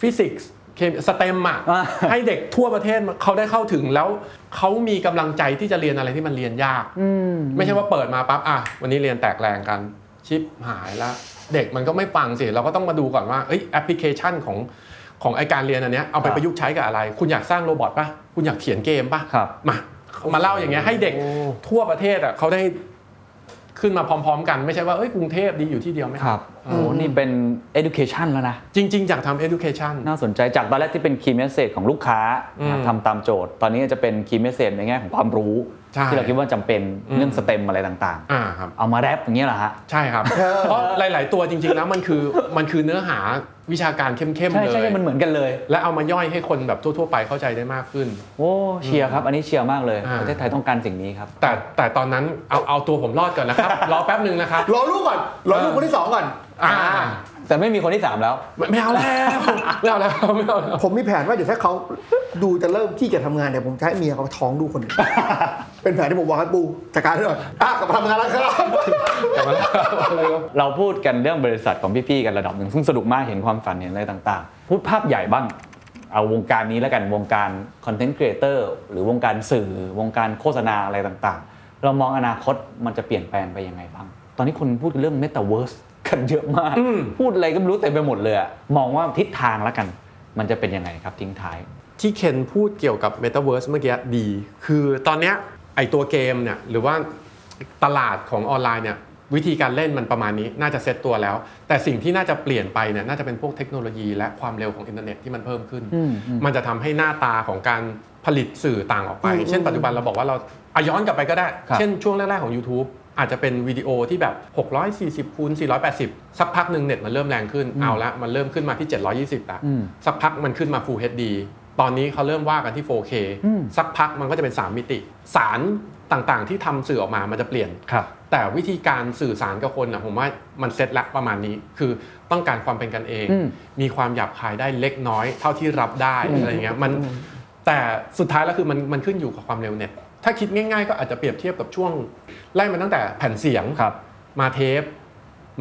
Speaker 2: ฟิสิกส์เคมีสเตมอะ
Speaker 3: อ่า
Speaker 2: ให้เด็กทั่วประเทศเขาได้เข้าถึงแล้วเขามีกำลังใจที่จะเรียนอะไรที่มันเรียนยาก
Speaker 3: อืม
Speaker 2: ไม่ใช่ว่าเปิดมาปั๊บอ่ะวันนี้เรียนแตกแรงกันชิปหายละเด็กมันก็ไม่ฟังสิเราก็ต้องมาดูก่อนว่าเอ้ยแอปพลิเคชันของของไอการเรียนอันเนี้ยเอาไป
Speaker 3: ครับ
Speaker 2: ประยุกต์ใช้กับอะไร คุณอยากสร้างโรบอทป่ะคุณอยากเขียนเกมป่ะ
Speaker 3: ครับ
Speaker 2: มามาเล่าอย่างเงี้ยให้เด็กทั่วประเทศอ่ะเขาได้ขึ้นมาพร้อม ๆ กันไม่ใช่ว่าเอ้ยกรุงเทพดีอยู่ที่เดียวไหม
Speaker 3: ครับ โอ้ นี่เป็น education แล้วนะ
Speaker 2: จริง ๆ อยากทำ education
Speaker 3: น่าสนใจจากตอนแรกที่เป็น key message ของลูกค้านะครับ
Speaker 2: อืม
Speaker 3: ทำตามโจทย์ ตอนนี้จะเป็น key message ในแง่ของความรู้
Speaker 2: ใช่
Speaker 3: ที่เราคิดว่าจำเป็น
Speaker 2: อืม
Speaker 3: เรื่องสเต็มอะไรต่าง
Speaker 2: อ่าครับ
Speaker 3: ๆ เอามาแรปอย่างเงี้ยเหรอฮะ
Speaker 2: ใช่ครับ เพราะหลาย ๆ ตัวจริง ๆ แล้วมันคือมันคือเนื้อหาวิชาการเข้ม ๆ
Speaker 3: ใช่
Speaker 2: เล
Speaker 3: ใช่
Speaker 2: ย
Speaker 3: มันเหมือนกันเลย
Speaker 2: และเอามาย่อยให้คนแบบทั่ว ๆ ไปเข้าใจได้มากขึ้น
Speaker 3: โอ้เชียร์ครับ อันนี้เชียร์มากเลย
Speaker 2: อ่า
Speaker 3: ประเทศไทยต้องการสิ่งนี้ครับ
Speaker 2: แต่แต่ตอนนั้นเอาเอาตัวผมรอดก่อนนะครับ [LAUGHS] รอแป๊บหนึ่งนะครับ
Speaker 1: รอลูกก่อน รอลูกคนที่สองก่อน
Speaker 2: อ่า
Speaker 3: แต่ไม่มีคนที่สามแล้ว
Speaker 2: ไม่ไม่เอาแล้ว [LAUGHS] ไม่เอาแล้วไม่เอาแล้ว
Speaker 1: ผมมีแผนว่าเดี๋ยวถ้าเขาดูจะเริ่มขี้เกียจทำงานเดี๋ยวผมจะให้เมียเขาท้องดูคนหนึ่ง เป็นแผนที่ผมวางให้ปูจัดการให้หน่อยอ่ะกลับมาทำงานแล้วครับ [LAUGHS]
Speaker 2: กลับมาแล้ว
Speaker 3: เราพูดกันเรื่องบริษัทของพี่ ๆ กันระดับหนึ่งซึ่งสนุกมากเห็นความฝันเห็นอะไรต่างๆ พูดภาพใหญ่บ้าง เอาวงการนี้แล้วกันวงการคอนเทนต์ครีเอเตอร์หรือวงการสื่อวงการโฆษณาอะไรต่างๆ เรามองอนาคตมันจะเปลี่ยนแปลงไปยังไงบ้าง ตอนนี้คนพูดเรื่องเมตาเวิร์สกันเยอะมาก พูดอะไรก็ไม่รู้เต็มไปหมดเลยอะมองว่าทิศทางแล้วกัน มันจะเป็นยังไงครับทิ้งท้าย
Speaker 2: ที่เคนพูดเกี่ยวกับ Metaverse เมื่อกี้ดี คือตอนเนี้ยไอตัวเกมเนี่ยหรือว่าตลาดของออนไลน์เนี่ยวิธีการเล่นมันประมาณนี้น่าจะเซตตัวแล้ว แต่สิ่งที่น่าจะเปลี่ยนไปเนี่ยน่าจะเป็นพวกเทคโนโลยีและความเร็วของอินเทอร์เน็ตที่มันเพิ่มขึ้น
Speaker 3: อืมอืม
Speaker 2: มันจะทำให้หน้าตาของการผลิตสื่อต่างออกไป เช่นปัจจุบันเราบอกว่าเราอะย้อนกลับไปก็ได้
Speaker 3: ครับ
Speaker 2: เช่นช่วงแรก ๆ ของ YouTube อาจจะเป็นวิดีโอที่แบบ 640คูณ480 สักพักหนึ่งเน็ตมันเริ่มแรงขึ้นเอาละมันเริ่มขึ้นมาที่ 720ละ
Speaker 3: อืม
Speaker 2: สักพักมันขึ้นมา Full HD ตอนนี้เขาเริ่มว่ากันที่ 4K
Speaker 3: อืม
Speaker 2: สักพักมันก็จะเป็น 3 มิติ สารต่างๆ ที่ทำสื่อออกมามันจะเปลี่ยน
Speaker 3: ครับ
Speaker 2: แต่วิธีการสื่อสารกับคนนะผมว่ามันเซ็ตละประมาณนี้ คือต้องการความเป็นกันเอง
Speaker 3: อืม
Speaker 2: มีความหยาบคายได้เล็กน้อย เท่าที่รับได้อะไรอย่างเงี้ยมันแต่สุดท้ายแล้วคือมันมันขึ้นอยู่กับความเร็วเน็ต ถ้าคิดง่ายๆ ก็อาจจะเปรียบเทียบกับช่วงไล่มาตั้งแต่แผ่นเสียง
Speaker 3: ครับ
Speaker 2: มาเทป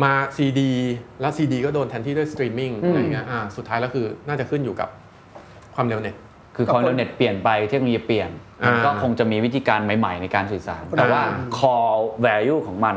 Speaker 2: มาซีดีแล้วซีดีก็โดนแทนที่ด้วยสตรีมมิ่ง
Speaker 3: อืม
Speaker 2: อะไรอย่างเงี้ยอ่าสุดท้ายแล้วคือน่าจะขึ้นอยู่กับความเร็วเน็ต
Speaker 3: คือคอนเน็ตเปลี่ยนไปเทคโนโลยีเปลี่ยน
Speaker 2: อ่ามั
Speaker 3: ก็คงจะมีวิธีการใหม่ ๆ ในการสื่อสาร แต่ว่า
Speaker 2: อ่า
Speaker 3: core value ของมัน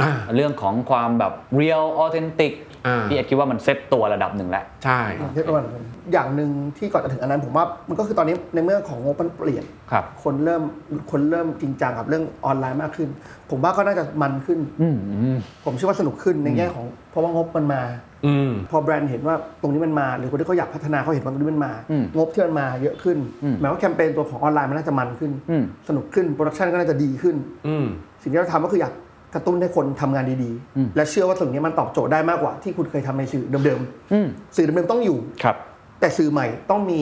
Speaker 2: อ่า
Speaker 3: เรื่องของความแบบ real authentic
Speaker 2: อ่า
Speaker 3: พี่เอ็ดคิดว่ามันเซตตัวระดับหนึ่งแล้ว
Speaker 2: ใช่
Speaker 1: เยอะกว่านั้นอย่างหนึ่งที่ก่อนจะถึงอันนั้นผมว่ามันก็คือตอนนี้ในเมื่อของงบมันเปลี่ยน
Speaker 3: ครับ
Speaker 1: คนเริ่มคนเริ่มจริงจังกับเรื่องออนไลน์มากขึ้น ผมว่าก็น่าจะมันขึ้น
Speaker 3: อืมอืม
Speaker 1: ผมเชื่อว่าสนุกขึ้นในแง่ของเพราะว่างบมันมา
Speaker 2: อืม
Speaker 1: พอแบรนด์เห็นว่าตรงนี้มันมา หรือคนที่เขาอยากพัฒนาเขาเห็นว่าตรงนี้มันมา
Speaker 3: อืม
Speaker 1: งบที่มันมาเยอะขึ้น
Speaker 3: อืม
Speaker 1: หมายว่าแคมเปญตัวของออนไลน์มันน่าจะมันขึ้น
Speaker 3: อืม
Speaker 1: สนุกขึ้นโปรดักชันก็น่าจะดีขึ้น
Speaker 2: อืม
Speaker 1: สิ่งที่เราทำก็คืออยากกระตุ้นให้คนทำงานดีๆ และเชื่อว่าสิ่งนี้มันตอบโจทย์ได้มากกว่าที่คุณเคยทำในสื่อเดิม
Speaker 3: อืม
Speaker 1: ๆสื่อเดิมๆต้องอยู่
Speaker 3: ครับ
Speaker 1: แต่สื่อใหม่ต้องมี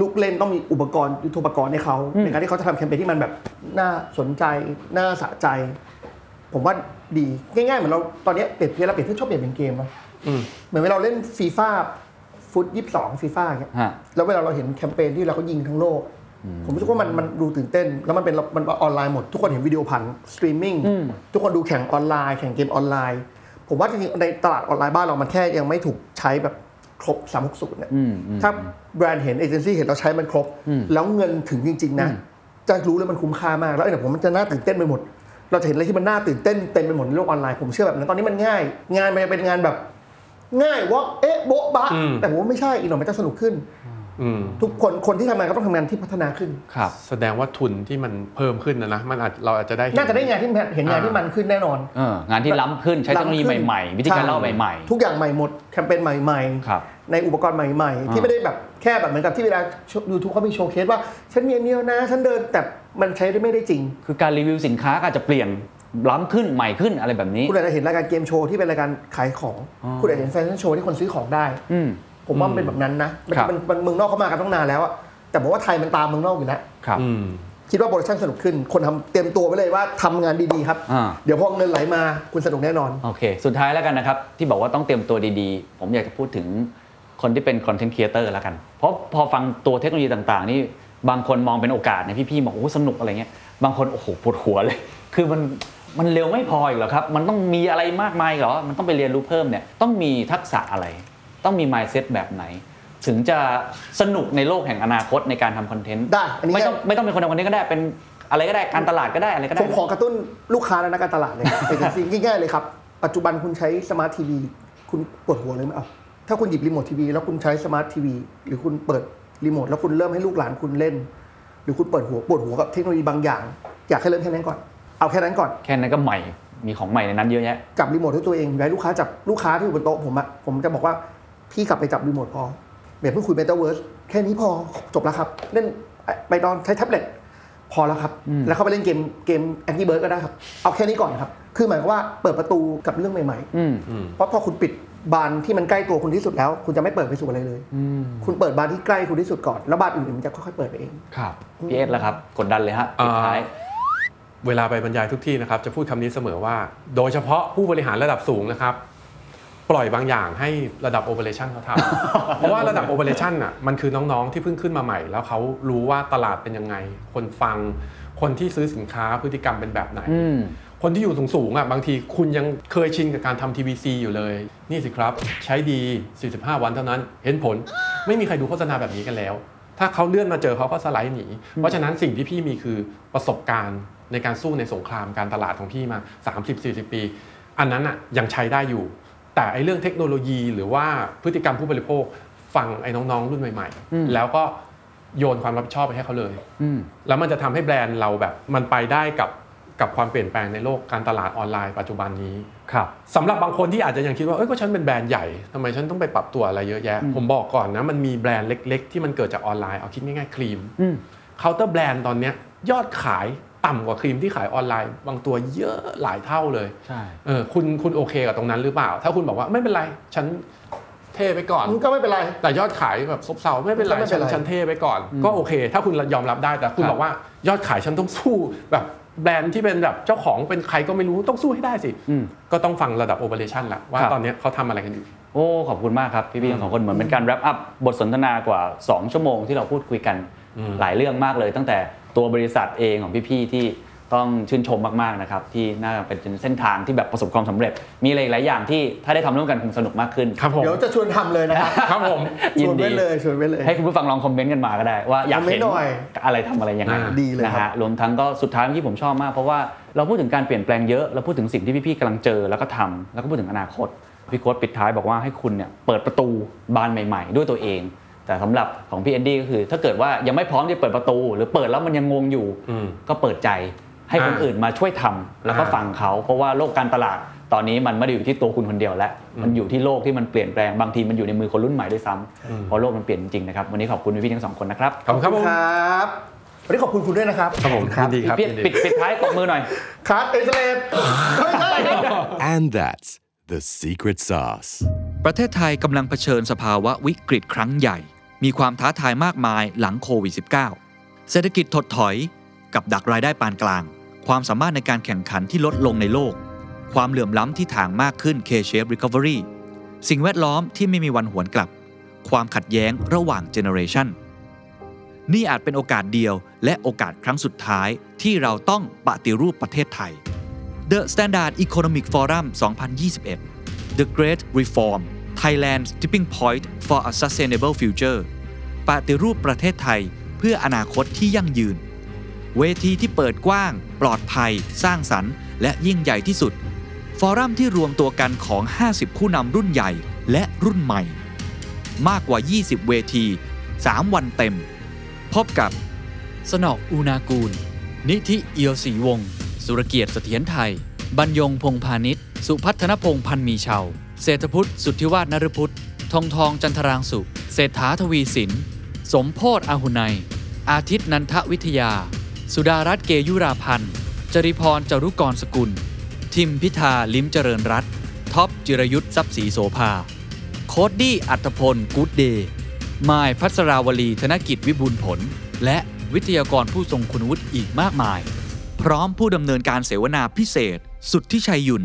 Speaker 1: ลุกเล่นต้องมีอุปกรณ์ยุทโธปกรณ์ให้เขาในการที่เขาจะทำแคมเปญที่มันแบบน่าสนใจน่าสะใจ ผมว่าดีง่ายๆเหมือนเราตอนเนี้ยเปลี่ยนเวลาเปลี่ยนที่ชอบเปลี่ยนเป็นเกมเนอะ
Speaker 2: อืม
Speaker 1: เหมือนเวลาเราเล่นฟีฟ่าฟุตยี่สิบสองฟีฟ่าเงี้ย
Speaker 3: ฮะ
Speaker 1: แล้วเวลาเราเห็นแคมเปญที่เราก็ยิงทั้งโลก ผมรู้สึกว่ามันมันดูตื่นเต้น แล้วมันเป็นมันออนไลน์หมด ทุกคนเห็นวิดีโอผ่านสตรีมมิ่งทุกคนดูแข่งออนไลน์ แข่งเกมออนไลน์ ผมว่าจริงๆในตลาดออนไลน์บ้านเรามันแค่ยังไม่ถูกใช้แบบครบ360เนี่ย
Speaker 3: อืมอืม
Speaker 1: ถ้าแบรนด์เห็นเอเจนซี่เห็นเราใช้มันครบ แล้วเงินถึงจริง ๆ นะ จะรู้เลยมันคุ้มค่ามาก แล้วไอ้เนี่ยผมมันจะน่าตื่นเต้นไปหมด เราจะเห็นอะไรที่มันน่าตื่นเต้นเต็มไปหมดในโลกออนไลน์ผมเชื่อแบบนั้นตอนนี้มันง่าย งานมันจะเป็นงานแบบ ง่ายวะเอ๊ะโบ๊ะบะ
Speaker 2: อืม
Speaker 1: แต่ผมว่าไม่ใช่อีกหน่อยมันจะสนุกขึ้น
Speaker 2: อืม
Speaker 1: ทุกคนคนที่ทำงานก็ต้องทำงานที่พัฒนาขึ้น
Speaker 3: ครับ
Speaker 2: แสดงว่าทุนที่มันเพิ่มขึ้นนะนะมันอาจเราอาจจะได้เห็
Speaker 1: น่าจะได้งานที่เห็นงานที่มันขึ้นแน่นอน
Speaker 3: เอองานที่ล้ำขึ้นใช้เทคโนโลยีใหม่ ๆ วิธีการเล่าใหม่
Speaker 1: ทุกอย่างใหม่หมดแคมเปญใหม่
Speaker 3: ครับ
Speaker 1: ๆ ในอุปกรณ์ใหม่ ๆ ที่ไม่ได้แบบแค่แบบเหมือนกับที่เวลายูทูบเขามีโชว์เคสว่า ฉันมีอันเดียวนะ ฉันเดินแต่มันใช้ได้ไม่ได้จริง
Speaker 3: ๆ คือการรีวิวสินค้าก็อาจจะเปลี่ยนล้ำขึ้นใหม่ขึ้นอะไรแบบนี้
Speaker 1: คุณอาจจะเห็นรายการเกมโชว์ที่เป็นรายการขายของ คุณอาจจะเห็นแฟชั่นโชว์ที่คนซื้อของได้
Speaker 3: อืม
Speaker 1: ผมว่ามันเป็นแบบนั้นนะมัน
Speaker 3: ครับ
Speaker 1: มันมันเมืองนอกเขามากันตั้งนานแล้วอะแต่ผมว่าไทยมันตามเมืองนอกอยู่แล้ว
Speaker 3: ครับ
Speaker 2: อืม
Speaker 1: คิดว่าโปรดักชั่นสนุกขึ้น คนทำเตรียมตัวไว้เลยว่าทำงานดีๆครับ
Speaker 3: อ่า
Speaker 1: เดี๋ยวพอเงินไหลมาคุณสนุกแน่นอน
Speaker 3: โอเค สุดท้ายแล้วกันนะครับ ที่บอกว่าต้องเตรียมตัวดีๆ ผมอยากจะพูดถึงคนที่เป็นคอนเทนต์ครีเอเตอร์แล้วกัน เพราะพอฟังตัวเทคโนโลยีต่างๆ นี่บางคนมองเป็นโอกาสนะพี่ๆบอกโอ้สนุกอะไรเงี้ยบางคนโอ้โหปวดหัวเลย คือมันมันเร็วไม่พออีกเหรอครับ มันต้องมีอะไรมากมายอีกเหรอ มันต้องไปเรียนรู้เพิ่มเนี่ยต้องมีทักษะอะไร ต้องมี mindset แบบไหน ถึงจะสนุกในโลกแห่งอนาคตในการทำคอนเทนต์
Speaker 1: ได้อันนี้
Speaker 3: ไม่ต้องไม่ต้องเป็นคนทำคอนเทนต์ก็ได้เป็นอะไรก็ได้การตลาดก็ได้อะไรก็ได้
Speaker 1: ผมขอกระตุ้นลูกค้าและนักการตลาดเลยเป็นสิ่งง่ายๆเลยครับ ปัจจุบันคุณใช้สมาร์ททีวีคุณปวดหัวเลยไหมเอาถ้าคุณหยิบรีโมททีวีแล้วคุณใช้สมาร์ททีวีหรือคุณเปิดรีโมทแล้วคุณเริ่มให้ลูกหลานคุณเล่น หรือคุณเปิดหัวปวดหัวกับเทคโนโลยีบางอย่าง อยากให้เริ่มแค่นั้นก่อน เอาแค่นั้นก่อน
Speaker 3: แค่นั้นก็ใหม่มีของใหม่ในนั้นเยอะแยะ
Speaker 1: จับรีโมทด้วยตัวเองอย่าให้ลูกค้าจับลูกค้าที่อยู่บนโต๊ะผมอะผมจะบอกว่าพี่กลับไปจับรีโมทพอเดี๋ยวเพิ่งคุยเมตาเวิร์สแค่นี้พอจบแล้วครับ เล่นไปนอนใช้แท็บเล็ตพอแล้วครับ แล้วเข้าไปเล่นเกมเกมแองกี้เบิร์ดก็ได้ครับ เอาแค่นี้ก่อนครับ คือหมายความว่าเปิดประตูกับเรื่องใหม่
Speaker 3: อืม
Speaker 1: ๆ เพราะพอคุณปิดบานที่มันใกล้ตัวคุณที่สุดแล้ว คุณจะไม่เปิดไปสู่อะไรเลยคุณเปิดบานที่ใกล้คุณที่สุดก่อนแล้วบานอื่นๆมันจะค่อยๆเปิดไปเอง
Speaker 3: ครับพี่เอสแล้วครับ กดดันเลยฮะสุดท้าย
Speaker 2: เวลาไปบรรยายทุกที่นะครับ จะพูดคำนี้เสมอว่า โดยเฉพาะผู้บริหารระดับสูงนะครับ ปล่อยบางอย่างให้ระดับโอเปอเรชันเขาท
Speaker 3: [LAUGHS]
Speaker 2: ำ เพราะว่าระดับโอเปอเรชันอ่ะมันคือน้องๆที่เพิ่งขึ้นมาใหม่ แล้วเขารู้ว่าตลาดเป็นยังไง คนฟัง คนที่ซื้อสินค้าพฤติกรรมเป็นแบบไหน
Speaker 3: อืม
Speaker 2: คนที่อยู่สูงๆอ่ะบางทีคุณยังเคยชินกับการทำ TVC อยู่เลย นี่สิครับ ใช้ดี 45 วันเท่านั้น เห็นผลไม่มีใครดูโฆษณาแบบนี้กันแล้ว ถ้าเขาเลื่อนมาเจอเขาก็สไลด์หนี เพราะฉะนั้นสิ่งที่พี่มีคือประสบการณ์ ในการสู้ในสงครามการตลาดของพี่มา 30-40 ปี อันนั้นอ่ะยังใช้ได้อยู่ แต่ไอ้เรื่องเทคโนโลยีหรือว่าพฤติกรรมผู้บริโภคฟังไอ้น้องๆรุ่นใหม่ ๆ แล้วก็โยนความรับผิดชอบไปให้เขาเลย
Speaker 3: อืม
Speaker 2: แล้วมันจะทำให้แบรนด์เราแบบมันไปได้กับกับความเปลี่ยนแปลงในโลกการตลาดออนไลน์ปัจจุบันนี้
Speaker 3: ครับ
Speaker 2: สำหรับบางคนที่อาจจะยังคิดว่า เอ้ย ก็ฉันเป็นแบรนด์ใหญ่ทำไมฉันต้องไปปรับตัวอะไรเยอะแยะ ผมบอกก่อนนะ มันมีแบรนด์เล็ก ๆ ที่มันเกิดจากออนไลน์ เอาคิดง่ายๆ ครีม
Speaker 3: อืม
Speaker 2: เคาน์เตอร์แบรนด์ตอนเนี้ยยอดขายต่ำกว่าครีมที่ขายออนไลน์ บางตัวเยอะหลายเท่าเลย
Speaker 3: ใช่
Speaker 2: เออ คุณ คุณโอเคกับตรงนั้นหรือเปล่า ถ้าคุณบอกว่าไม่เป็นไร ฉันเทไปก่อน
Speaker 1: มันก็ไม่เป็นไร
Speaker 2: แต่ยอดขายแบบซบเซาไม่เป็นไร
Speaker 1: ก็ไม่เป็
Speaker 2: ฉั
Speaker 1: น
Speaker 2: น
Speaker 1: ไร
Speaker 2: ฉันเทไปก่อน ก็โอเค ถ้าคุณยอมรับได้แต่คุณ
Speaker 3: ครับ
Speaker 2: บอกว่ายอดขายฉันต้องสู้แบบแบรนด์ที่เป็นแบบเจ้าของเป็นใครก็ไม่รู้ต้องสู้ให้ได้สิ
Speaker 3: อืม
Speaker 2: ก็ต้องฟังระดับโอเปอเรชันละว่า
Speaker 3: ครับ
Speaker 2: ตอนเนี้ยเขาทำอะไรกันอยู่
Speaker 3: โอ้ ขอบคุณมากครับ พี่พี่ทั้งสองคนเหมือนเป็นการ wrap up บทสนทนากว่า 2 ชั่วโมงที่เราพูดคุยกันหลายเรื่องมากเลย ตั้งแต่ตัวบริษัทเองของพี่พี่ๆที่ต้องชื่นชมมากๆนะครับที่น่าเป็นเส้นทางที่แบบประสบความสำเร็จ มีอะไรอีกหลายอย่างที่ถ้าได้ทำร่วมกันคงสนุกมากขึ้น
Speaker 2: ครับผม
Speaker 1: เดี๋ยวจะชวนทำเลยนะครับ
Speaker 2: ครับผม
Speaker 1: ชวนไว้เลยชวนไว้เลย
Speaker 3: ให้คุณผู้ฟังลองคอมเมนต์กันมาก็ได้ ว่าอยากเห็
Speaker 1: คอมเมน
Speaker 3: น
Speaker 1: ต์หน่อย
Speaker 3: อะไรทำอะไรยังไง
Speaker 2: อ่า
Speaker 1: ดีเลย
Speaker 3: นะครับ ฮะรวมทั้งก็สุดท้ายเมื่อกี้ผมชอบมาก เพราะว่าเราพูดถึงการเปลี่ยนแปลงเยอะ เราพูดถึงสิ่งที่พี่ๆกำลังเจอแล้วก็ทำแล้วก็พูดถึงอนาคต พี่โค้ดปิดท้ายบอกว่าให้คุณเนี่ยเปิดประตูบานใหม่ ๆ ด้วยตัวเอง แต่สำหรับของพี่เอ็ดดี้ก็คือ ถ้าเกิดว่ายังไม่พร้อมที่จะเปิดประตู หรือเปิดแล้วมันยังงงอยู่
Speaker 2: อืม
Speaker 3: ก็เปิดใจให้คน
Speaker 2: อ่า
Speaker 3: อื่นมาช่วยทำแล้วก็
Speaker 2: อ่า
Speaker 3: ฟังเขา เพราะว่าโลกการตลาดตอนนี้มันไม่ได้อยู่ที่ตัวคุณคนเดียวแล้ว มันอยู่ที่โลกที่มันเปลี่ยนแปลงบางทีมันอยู่ในมือคนรุ่นใหม่ด้วยซ้ำเพราะโลกมันเปลี่ยนจริงๆนะครับวันนี้ขอบคุณพี่ๆทั้งสองคนนะครับ
Speaker 2: ขอบคุณครับผม
Speaker 1: ครับวันนี้ขอบคุณคุณด้วยนะครับ
Speaker 2: ครับผมยินดีครับ
Speaker 3: พี่
Speaker 2: ยินดี
Speaker 3: ปิดปิดท้ายตบมือหน่อย
Speaker 1: ครับเอ็กซ์เลนไม่ใช่ครับ
Speaker 4: And that's the secret sauce.
Speaker 6: ประเทศไทยกำลังเผชิญสภาวะวิกฤตครั้งใหญ่ มีความท้าทายมากมายหลังโควิด -19 เศรษฐกิจถดถอย กับดักรายได้ปานกลาง ความสามารถในการแข่งขันที่ลดลงในโลก ความเหลื่อมล้ำที่ถางมากขึ้น K-shape recovery สิ่งแวดล้อมที่ไม่มีวันหวนกลับ ความขัดแย้งระหว่างเจเนอเรชันนี่อาจเป็นโอกาสเดียวและโอกาสครั้งสุดท้ายที่เราต้องปฏิรูปประเทศไทย The Standard Economic Forum 2021 The Great Reform Thailand's Tipping Point for a Sustainable Future ปฏิรูปประเทศไทยเพื่ออนาคตที่ยั่งยืน เวทีที่เปิดกว้าง ปลอดภัย สร้างสรรค์ และยิ่งใหญ่ที่สุด ฟอรัมที่รวมตัวกันของ 50 ผู้นำรุ่นใหญ่และรุ่นใหม่ มากกว่า 20 เวที 3 วันเต็ม พบกับ สนอกอูนากูล นิธิเอียวศรีวงศ์สุรเกียรติเสถียรไทย บรรยงพงษ์พาณิชย์ สุพัฒนพงษ์พันธ์มีเชาวเศรษฐพุทธสุทธิวาฒนรพุทธ ทองทองจันทรางสุ เศรษฐาทวีสิน สมโพธอาหุไนยอาทิตย์นันทวิทยา สุดารัตน์เกยุราพันธ์ จริพรจารุกรสกุล ทิมพิธาลิ้มเจริญรัตน์ท็อปจิรยุทธทรัพย์ศรีโสภา โคดดี้อัตพลกูดเดย์มายพัสราวลีธนกิจวิบูลย์ผล และวิทยากรผู้ทรงคุณวุฒิอีกมากมาย พร้อมผู้ดำเนินการเสวนาพิเศษ สุดที่ชัยยุน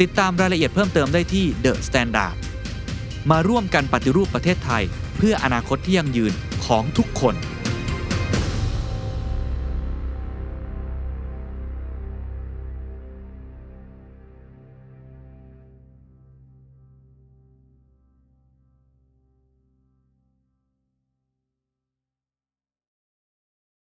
Speaker 6: ติดตามรายละเอียดเพิ่มเติมได้ที่ The Standard มาร่วมกันปฏิรูปประเทศไทย เพื่ออนาคตที่ยั่งยืนของทุกคน